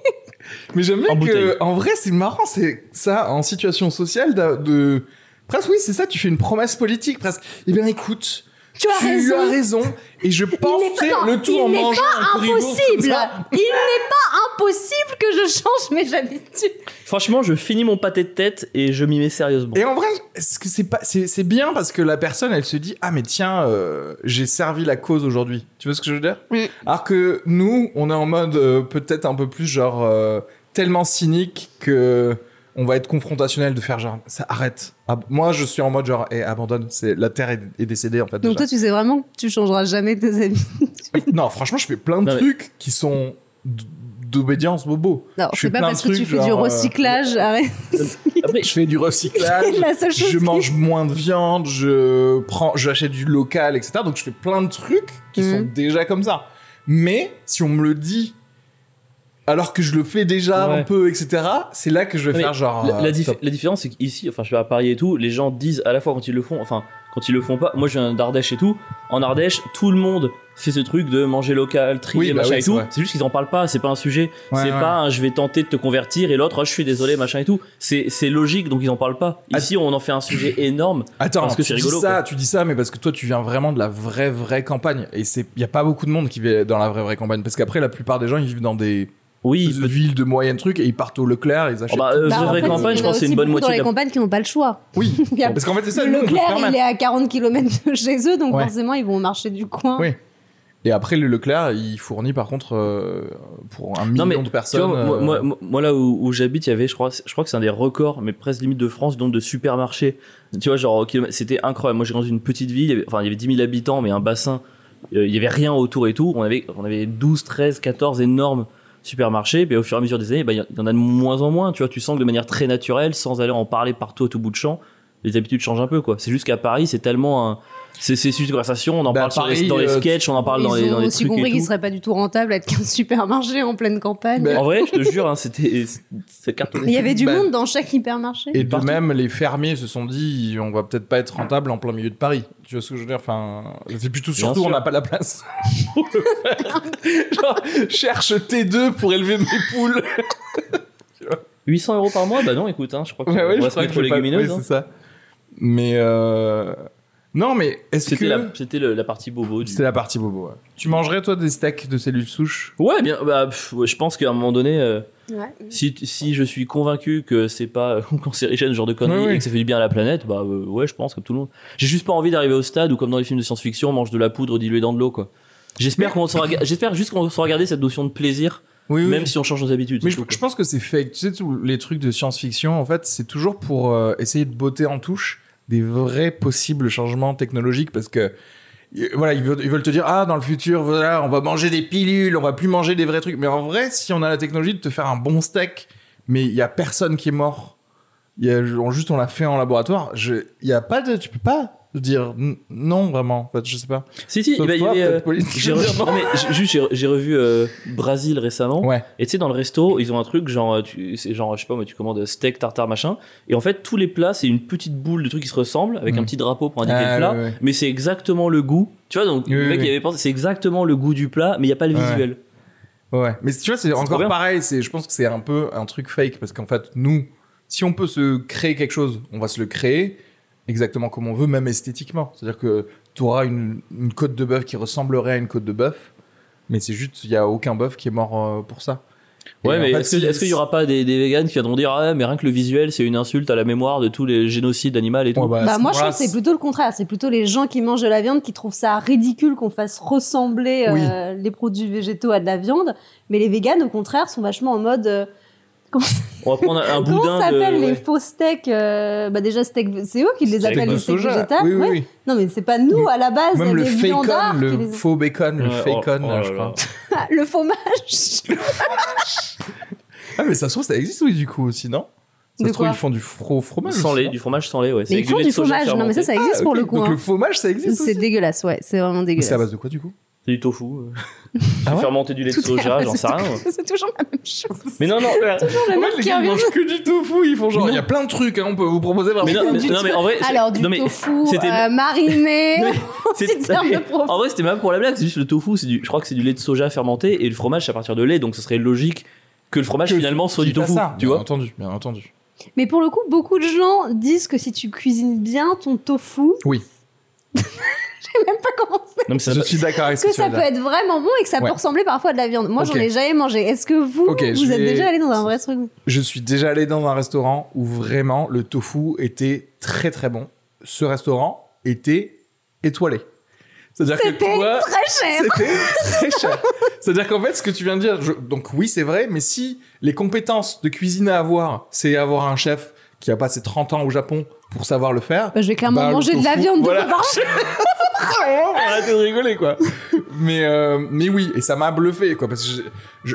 [SPEAKER 4] Mais j'aime bien
[SPEAKER 6] En bouteille.
[SPEAKER 4] que, en vrai, c'est marrant, c'est ça, en situation sociale, d'a- de, presque, oui, c'est ça, tu fais une promesse politique, presque. Eh bien, écoute,
[SPEAKER 5] Tu as raison.
[SPEAKER 4] et je pense
[SPEAKER 5] n'est
[SPEAKER 4] que
[SPEAKER 5] pas-
[SPEAKER 4] le tout
[SPEAKER 5] il
[SPEAKER 4] en
[SPEAKER 5] n'est
[SPEAKER 4] mangeant un currywurst comme
[SPEAKER 5] Impossible.
[SPEAKER 4] ça.
[SPEAKER 5] Il n'est pas impossible que je change mes habitudes.
[SPEAKER 6] Franchement, je finis mon pâté de tête et je m'y mets sérieusement.
[SPEAKER 4] Et en vrai, est-ce que c'est pas, c'est c'est bien parce que la personne, elle se dit, ah mais tiens, euh, j'ai servi la cause aujourd'hui. Tu vois ce que je veux dire
[SPEAKER 5] Mm.
[SPEAKER 4] Alors que nous, on est en mode euh, peut-être un peu plus genre euh, tellement cynique que on va être confrontationnel de faire genre, ça arrête. Ah, moi, je suis en mode genre, eh, abandonne. C'est la terre est, est décédée en fait.
[SPEAKER 5] Donc
[SPEAKER 4] déjà.
[SPEAKER 5] toi, tu sais vraiment que tu changeras jamais tes habitudes.
[SPEAKER 4] non, franchement, je fais plein de
[SPEAKER 6] Non, mais-
[SPEAKER 4] trucs qui sont d- d'obédience bobo.
[SPEAKER 5] Non,
[SPEAKER 4] Je fais
[SPEAKER 5] c'est pas
[SPEAKER 4] plein de
[SPEAKER 5] parce que tu
[SPEAKER 4] trucs,
[SPEAKER 5] fais du
[SPEAKER 4] genre, euh,
[SPEAKER 5] recyclage. Arrête.
[SPEAKER 6] Après,
[SPEAKER 4] Je fais du recyclage.
[SPEAKER 5] C'est la seule chose
[SPEAKER 4] je
[SPEAKER 5] qui-
[SPEAKER 4] mange moins de viande, je prends, j'achète du local, etc. Donc je fais plein de trucs qui
[SPEAKER 5] Mhm.
[SPEAKER 4] sont déjà comme ça. Mais si on me le dit, alors que je le fais déjà
[SPEAKER 6] Ouais.
[SPEAKER 4] un peu, etc. C'est là que je vais
[SPEAKER 6] Mais
[SPEAKER 4] faire genre.
[SPEAKER 6] La, la
[SPEAKER 4] euh,
[SPEAKER 6] dif-
[SPEAKER 4] stop.
[SPEAKER 6] la différence, c'est qu'ici, enfin, je vais à Paris et tout, les gens disent à la fois quand ils le font, enfin, quand ils le font pas. Moi, je viens d'Ardèche et tout. En Ardèche, tout le monde fait ce truc de manger local, trier,
[SPEAKER 4] Oui, bah
[SPEAKER 6] machin
[SPEAKER 4] oui,
[SPEAKER 6] et
[SPEAKER 4] c'est
[SPEAKER 6] tout.
[SPEAKER 4] vrai.
[SPEAKER 6] C'est juste qu'ils en parlent pas, c'est pas un sujet.
[SPEAKER 4] Ouais,
[SPEAKER 6] c'est
[SPEAKER 4] ouais.
[SPEAKER 6] pas un je vais tenter de te convertir et l'autre, ah, je suis désolé, machin et tout. C'est c'est logique, donc ils en parlent pas.
[SPEAKER 4] Ah.
[SPEAKER 6] Ici, on en fait un sujet énorme.
[SPEAKER 4] Attends,
[SPEAKER 6] parce que
[SPEAKER 4] tu
[SPEAKER 6] c'est
[SPEAKER 4] dis
[SPEAKER 6] rigolo,
[SPEAKER 4] ça,
[SPEAKER 6] quoi.
[SPEAKER 4] tu dis ça, mais parce que toi tu viens vraiment de la vraie vraie campagne et c'est, y a pas beaucoup de monde qui vit dans la vraie vraie campagne parce qu'après la plupart des gens ils vivent dans des
[SPEAKER 6] Oui, peut-
[SPEAKER 4] villes de moyenne trucs et ils partent au Leclerc, ils achètent.
[SPEAKER 6] bah, euh,
[SPEAKER 4] tout.
[SPEAKER 6] Bah, vraie en fait, campagne, je
[SPEAKER 5] il y en a
[SPEAKER 6] pense que c'est une
[SPEAKER 5] aussi
[SPEAKER 6] bonne
[SPEAKER 5] beaucoup
[SPEAKER 6] moitié
[SPEAKER 5] dans
[SPEAKER 6] de
[SPEAKER 5] les
[SPEAKER 6] la-
[SPEAKER 5] campagnes qui n'ont pas le choix.
[SPEAKER 4] Oui,
[SPEAKER 5] Il y a-
[SPEAKER 4] parce qu'en fait c'est ça.
[SPEAKER 5] le
[SPEAKER 4] nous, on peut se
[SPEAKER 5] Leclerc,
[SPEAKER 4] permettre.
[SPEAKER 5] il est à 40 km de chez eux, donc
[SPEAKER 4] Ouais.
[SPEAKER 5] forcément, ils vont au marché du coin.
[SPEAKER 4] Oui. Et après, le Leclerc, il fournit par contre euh, pour un million
[SPEAKER 6] Non, mais,
[SPEAKER 4] de
[SPEAKER 6] tu
[SPEAKER 4] personnes.
[SPEAKER 6] vois, moi,
[SPEAKER 4] euh,
[SPEAKER 6] moi- moi- moi, là où, où j'habite, il y avait, je crois, je crois que c'est un des records, mais presque limite de France, du nombre de supermarchés. Tu vois, genre, au kilomètre- c'était incroyable. Moi, j'ai grandi dans une petite ville, il y avait- enfin, il y avait 10 000 habitants, mais un bassin, euh, il y avait rien autour et tout. On avait, on avait 12, 13, 14 énormes supermarchés, puis au fur et à mesure des années, bah, il y en- il y en a de moins en moins. Tu vois, tu sens que de manière très naturelle, sans aller en parler partout à tout bout de champ, les habitudes changent un peu, quoi. C'est juste qu'à Paris, c'est tellement un. C'est c'est juste une conversation, on en
[SPEAKER 4] Bah,
[SPEAKER 6] parle sur les-
[SPEAKER 4] Paris,
[SPEAKER 6] dans les
[SPEAKER 4] euh,
[SPEAKER 6] sketchs, on en parle
[SPEAKER 5] Ils
[SPEAKER 6] dans les,
[SPEAKER 5] ont
[SPEAKER 6] dans les
[SPEAKER 5] aussi
[SPEAKER 6] trucs et
[SPEAKER 5] compris qu'il
[SPEAKER 6] tout.
[SPEAKER 5] serait pas du tout rentable être qu'un supermarché en pleine campagne.
[SPEAKER 4] Ben,
[SPEAKER 6] En vrai, je te jure, hein, c'était c'est cartonné.
[SPEAKER 5] il y avait du
[SPEAKER 4] ben-
[SPEAKER 5] monde dans chaque hypermarché.
[SPEAKER 4] Et de
[SPEAKER 6] partout.
[SPEAKER 4] même, les fermiers se sont dit, on va peut-être pas être rentable en plein milieu de Paris. Tu vois ce que je veux dire Enfin, c'est plutôt
[SPEAKER 6] Bien
[SPEAKER 4] surtout,
[SPEAKER 6] sûr.
[SPEAKER 4] on n'a pas la place. pour le faire. Genre, cherche T2 pour élever mes poules.
[SPEAKER 6] 800 euros par mois Bah non, écoute, hein, je crois que
[SPEAKER 4] Ouais, ouais,
[SPEAKER 6] on
[SPEAKER 4] je
[SPEAKER 6] va se
[SPEAKER 4] crois
[SPEAKER 6] mettre
[SPEAKER 4] que
[SPEAKER 6] aux
[SPEAKER 4] j'ai pas-
[SPEAKER 6] légumineuses.
[SPEAKER 4] ouais,
[SPEAKER 6] hein.
[SPEAKER 4] c'est ça. Mais euh, non, mais est-ce que
[SPEAKER 6] C'était la, c'était le- la partie bobo du.
[SPEAKER 4] c'était la partie bobo ouais. Tu mangerais toi des steaks de cellules souches
[SPEAKER 6] Ouais, bien, bah, pff, ouais, je pense qu'à un moment donné, euh,
[SPEAKER 5] Ouais.
[SPEAKER 6] si, si je suis convaincu que c'est pas euh, cancérigène, ce genre de conneries,
[SPEAKER 4] Ouais, ouais.
[SPEAKER 6] et que ça fait du bien à la planète, bah euh, ouais, je pense, comme tout le monde. J'ai juste pas envie d'arriver au stade où, comme dans les films de science-fiction, on mange de la poudre diluée dans de l'eau, quoi. J'espère
[SPEAKER 4] Mais-
[SPEAKER 6] qu'on saura, j'espère juste qu'on saura garder cette notion de plaisir,
[SPEAKER 4] Oui,
[SPEAKER 6] même si on change nos habitudes.
[SPEAKER 4] Mais
[SPEAKER 6] c'est
[SPEAKER 4] je,
[SPEAKER 6] tout, quoi.
[SPEAKER 4] je pense que c'est fake. Tu sais, tous les trucs de science-fiction, en fait, c'est toujours pour euh, essayer de botter en touche des vrais possibles changements technologiques parce que. euh, Voilà, ils veulent, ils veulent te dire ah dans le futur voilà on va manger des pilules, on va plus manger des vrais trucs. Mais en vrai, si on a la technologie de te faire un bon steak, mais il y a personne qui est mort, il y a on- juste on l'a fait en laboratoire. Je, il y a pas de, tu peux pas dire n- non vraiment. En fait, je sais pas.
[SPEAKER 6] Si, si,
[SPEAKER 4] Sauf
[SPEAKER 6] bah, il y
[SPEAKER 4] toi,
[SPEAKER 6] avait,
[SPEAKER 4] peut-être
[SPEAKER 6] euh,
[SPEAKER 4] politiquement.
[SPEAKER 6] j'ai revu, non, mais j'ai- juste, j'ai- j'ai revu euh, Brasil récemment.
[SPEAKER 4] Ouais.
[SPEAKER 6] Et tu sais, dans le resto, ils ont un truc genre, euh, tu, c'est genre, je sais pas, mais tu commandes euh, steak, tartare, machin. Et en fait, tous les plats, c'est une petite boule de trucs qui se ressemblent avec
[SPEAKER 4] Mm.
[SPEAKER 6] un petit drapeau pour indiquer
[SPEAKER 4] Ah,
[SPEAKER 6] le plat.
[SPEAKER 4] ouais, ouais.
[SPEAKER 6] Mais c'est exactement le goût. Tu vois, donc,
[SPEAKER 4] Oui,
[SPEAKER 6] le
[SPEAKER 4] oui,
[SPEAKER 6] mec,
[SPEAKER 4] oui.
[SPEAKER 6] il avait pensé, c'est exactement le goût du plat, mais il n'y a pas le
[SPEAKER 4] Ouais.
[SPEAKER 6] visuel.
[SPEAKER 4] Ouais. Mais tu vois, c'est
[SPEAKER 6] trop
[SPEAKER 4] encore
[SPEAKER 6] bien.
[SPEAKER 4] pareil. C'est, je pense que c'est un peu un truc fake parce qu'en fait, nous, si on peut se créer quelque chose, on va se le créer exactement comme on veut, même esthétiquement. C'est-à-dire que tu auras une, une côte de bœuf qui ressemblerait à une côte de bœuf, mais c'est juste, il y a aucun bœuf qui est mort euh, pour ça. Et
[SPEAKER 6] Ouais,
[SPEAKER 4] en
[SPEAKER 6] mais
[SPEAKER 4] fait,
[SPEAKER 6] est-ce que-
[SPEAKER 4] si-
[SPEAKER 6] est-ce qu'il y aura pas des, des véganes qui viendront dire ah ouais, mais rien que le visuel c'est une insulte à la mémoire de tous les génocides animaux et tout.
[SPEAKER 4] Ouais, bah, à ce
[SPEAKER 5] Bah, moi, je
[SPEAKER 4] moment-là,
[SPEAKER 5] trouve que c'est plutôt le contraire. C'est plutôt les gens qui mangent de la viande qui trouvent ça ridicule qu'on fasse ressembler euh, les produits végétaux à de la viande. Mais les véganes, au contraire, sont vachement en mode. euh, comment
[SPEAKER 6] On va prendre un boudin
[SPEAKER 5] comment s'appellent
[SPEAKER 6] de.
[SPEAKER 5] les
[SPEAKER 6] ouais.
[SPEAKER 5] faux steaks euh, Bah, déjà, steak, c'est eux qui les
[SPEAKER 6] Steak
[SPEAKER 5] appellent
[SPEAKER 6] de
[SPEAKER 5] les steaks
[SPEAKER 4] soja.
[SPEAKER 5] végétales.
[SPEAKER 4] Oui, oui,
[SPEAKER 5] ouais.
[SPEAKER 4] oui.
[SPEAKER 5] Non, mais c'est pas nous à la base,
[SPEAKER 4] Même le
[SPEAKER 5] les viandards.
[SPEAKER 4] bacon,
[SPEAKER 5] qui
[SPEAKER 4] le
[SPEAKER 5] les-
[SPEAKER 4] faux bacon, le
[SPEAKER 6] Ouais,
[SPEAKER 4] fake
[SPEAKER 6] oh, oh là
[SPEAKER 4] je
[SPEAKER 6] là.
[SPEAKER 4] crois.
[SPEAKER 5] Ah, le fromage.
[SPEAKER 4] Ah, mais ça se trouve, ça existe, oui, du coup, aussi, non Ça
[SPEAKER 5] De
[SPEAKER 4] se trouve,
[SPEAKER 5] quoi
[SPEAKER 4] ils font du fro- fromage.
[SPEAKER 6] Sans
[SPEAKER 4] aussi,
[SPEAKER 6] lait,
[SPEAKER 4] non
[SPEAKER 6] du fromage sans lait, ouais. c'est
[SPEAKER 5] Mais
[SPEAKER 6] avec
[SPEAKER 5] ils font
[SPEAKER 6] lait
[SPEAKER 5] du
[SPEAKER 6] de soja
[SPEAKER 5] fromage. Non, mais ça, ça
[SPEAKER 6] fermenté.
[SPEAKER 5] existe
[SPEAKER 4] Ah,
[SPEAKER 5] pour
[SPEAKER 4] ok.
[SPEAKER 5] le coup.
[SPEAKER 4] Donc
[SPEAKER 5] hein.
[SPEAKER 4] le fromage, ça existe
[SPEAKER 5] C'est
[SPEAKER 4] aussi
[SPEAKER 5] dégueulasse, ouais, c'est vraiment
[SPEAKER 4] Mais
[SPEAKER 5] dégueulasse.
[SPEAKER 4] c'est à base de quoi, du coup
[SPEAKER 6] C'est du tofu. euh.
[SPEAKER 4] Ah ouais
[SPEAKER 6] Fermenté du lait de
[SPEAKER 5] Tout est-
[SPEAKER 6] soja, j'en
[SPEAKER 5] c'est
[SPEAKER 6] sais rien.
[SPEAKER 5] tout- C'est toujours la même chose.
[SPEAKER 6] Mais non, non.
[SPEAKER 5] Toujours le
[SPEAKER 4] En
[SPEAKER 5] mec
[SPEAKER 4] fait, les
[SPEAKER 5] qui
[SPEAKER 4] gars, ils
[SPEAKER 5] revient.
[SPEAKER 4] mangent que du tofu. Ils font genre,
[SPEAKER 6] Mais
[SPEAKER 4] il y a
[SPEAKER 6] non.
[SPEAKER 4] plein de trucs, hein, on peut vous proposer. par-
[SPEAKER 6] Mais non, mais,
[SPEAKER 5] Du
[SPEAKER 6] non, mais en vrai. c'est-
[SPEAKER 5] Alors, du
[SPEAKER 6] non, mais
[SPEAKER 5] tofu
[SPEAKER 6] c'était-
[SPEAKER 5] euh, mariné.
[SPEAKER 6] Non, mais
[SPEAKER 5] C'est
[SPEAKER 6] c'est-
[SPEAKER 5] terme de prof.
[SPEAKER 6] En vrai, c'était même pour la blague, c'est juste le tofu, c'est du, je crois que c'est du lait de soja fermenté et le fromage c'est à partir de lait, donc ce serait logique que le fromage
[SPEAKER 4] Que-
[SPEAKER 6] finalement soit du
[SPEAKER 4] Quitte à
[SPEAKER 6] tofu,
[SPEAKER 4] ça,
[SPEAKER 6] tu
[SPEAKER 4] bien
[SPEAKER 6] vois.
[SPEAKER 4] entendu, bien entendu.
[SPEAKER 5] Mais pour le coup, beaucoup de gens disent que si tu cuisines bien ton tofu,
[SPEAKER 4] Oui,
[SPEAKER 5] je sais même pas comment c'est,
[SPEAKER 6] Non, mais ça-
[SPEAKER 4] je suis d'accord avec ce que
[SPEAKER 5] que
[SPEAKER 4] tu
[SPEAKER 5] ça
[SPEAKER 4] as
[SPEAKER 5] peut être vraiment bon et que ça
[SPEAKER 4] Ouais.
[SPEAKER 5] peut ressembler parfois à de la viande. Moi,
[SPEAKER 4] Ok.
[SPEAKER 5] j'en ai jamais mangé. Est-ce que vous,
[SPEAKER 4] Ok, je
[SPEAKER 5] vous êtes
[SPEAKER 4] vais-
[SPEAKER 5] déjà allé dans un vrai truc
[SPEAKER 4] Je suis déjà allé dans un restaurant où vraiment le tofu était très très bon. Ce restaurant était étoilé. C'est-à-dire que
[SPEAKER 5] C'était
[SPEAKER 4] toi,
[SPEAKER 5] très cher.
[SPEAKER 4] C'était très cher. C'est-à-dire qu'en fait, ce que tu viens de dire, je- donc oui, c'est vrai, mais si les compétences de cuisine à avoir, c'est avoir un chef qui a passé 30 ans au Japon pour savoir le faire.
[SPEAKER 5] Bah, je vais clairement
[SPEAKER 4] bah, le
[SPEAKER 5] manger de la
[SPEAKER 4] tofu,
[SPEAKER 5] viande
[SPEAKER 4] voilà.
[SPEAKER 5] deux fois par jour.
[SPEAKER 4] Vraiment, on arrêtait de rigoler, quoi. Mais, euh, mais oui, et ça m'a bluffé, quoi, parce que je,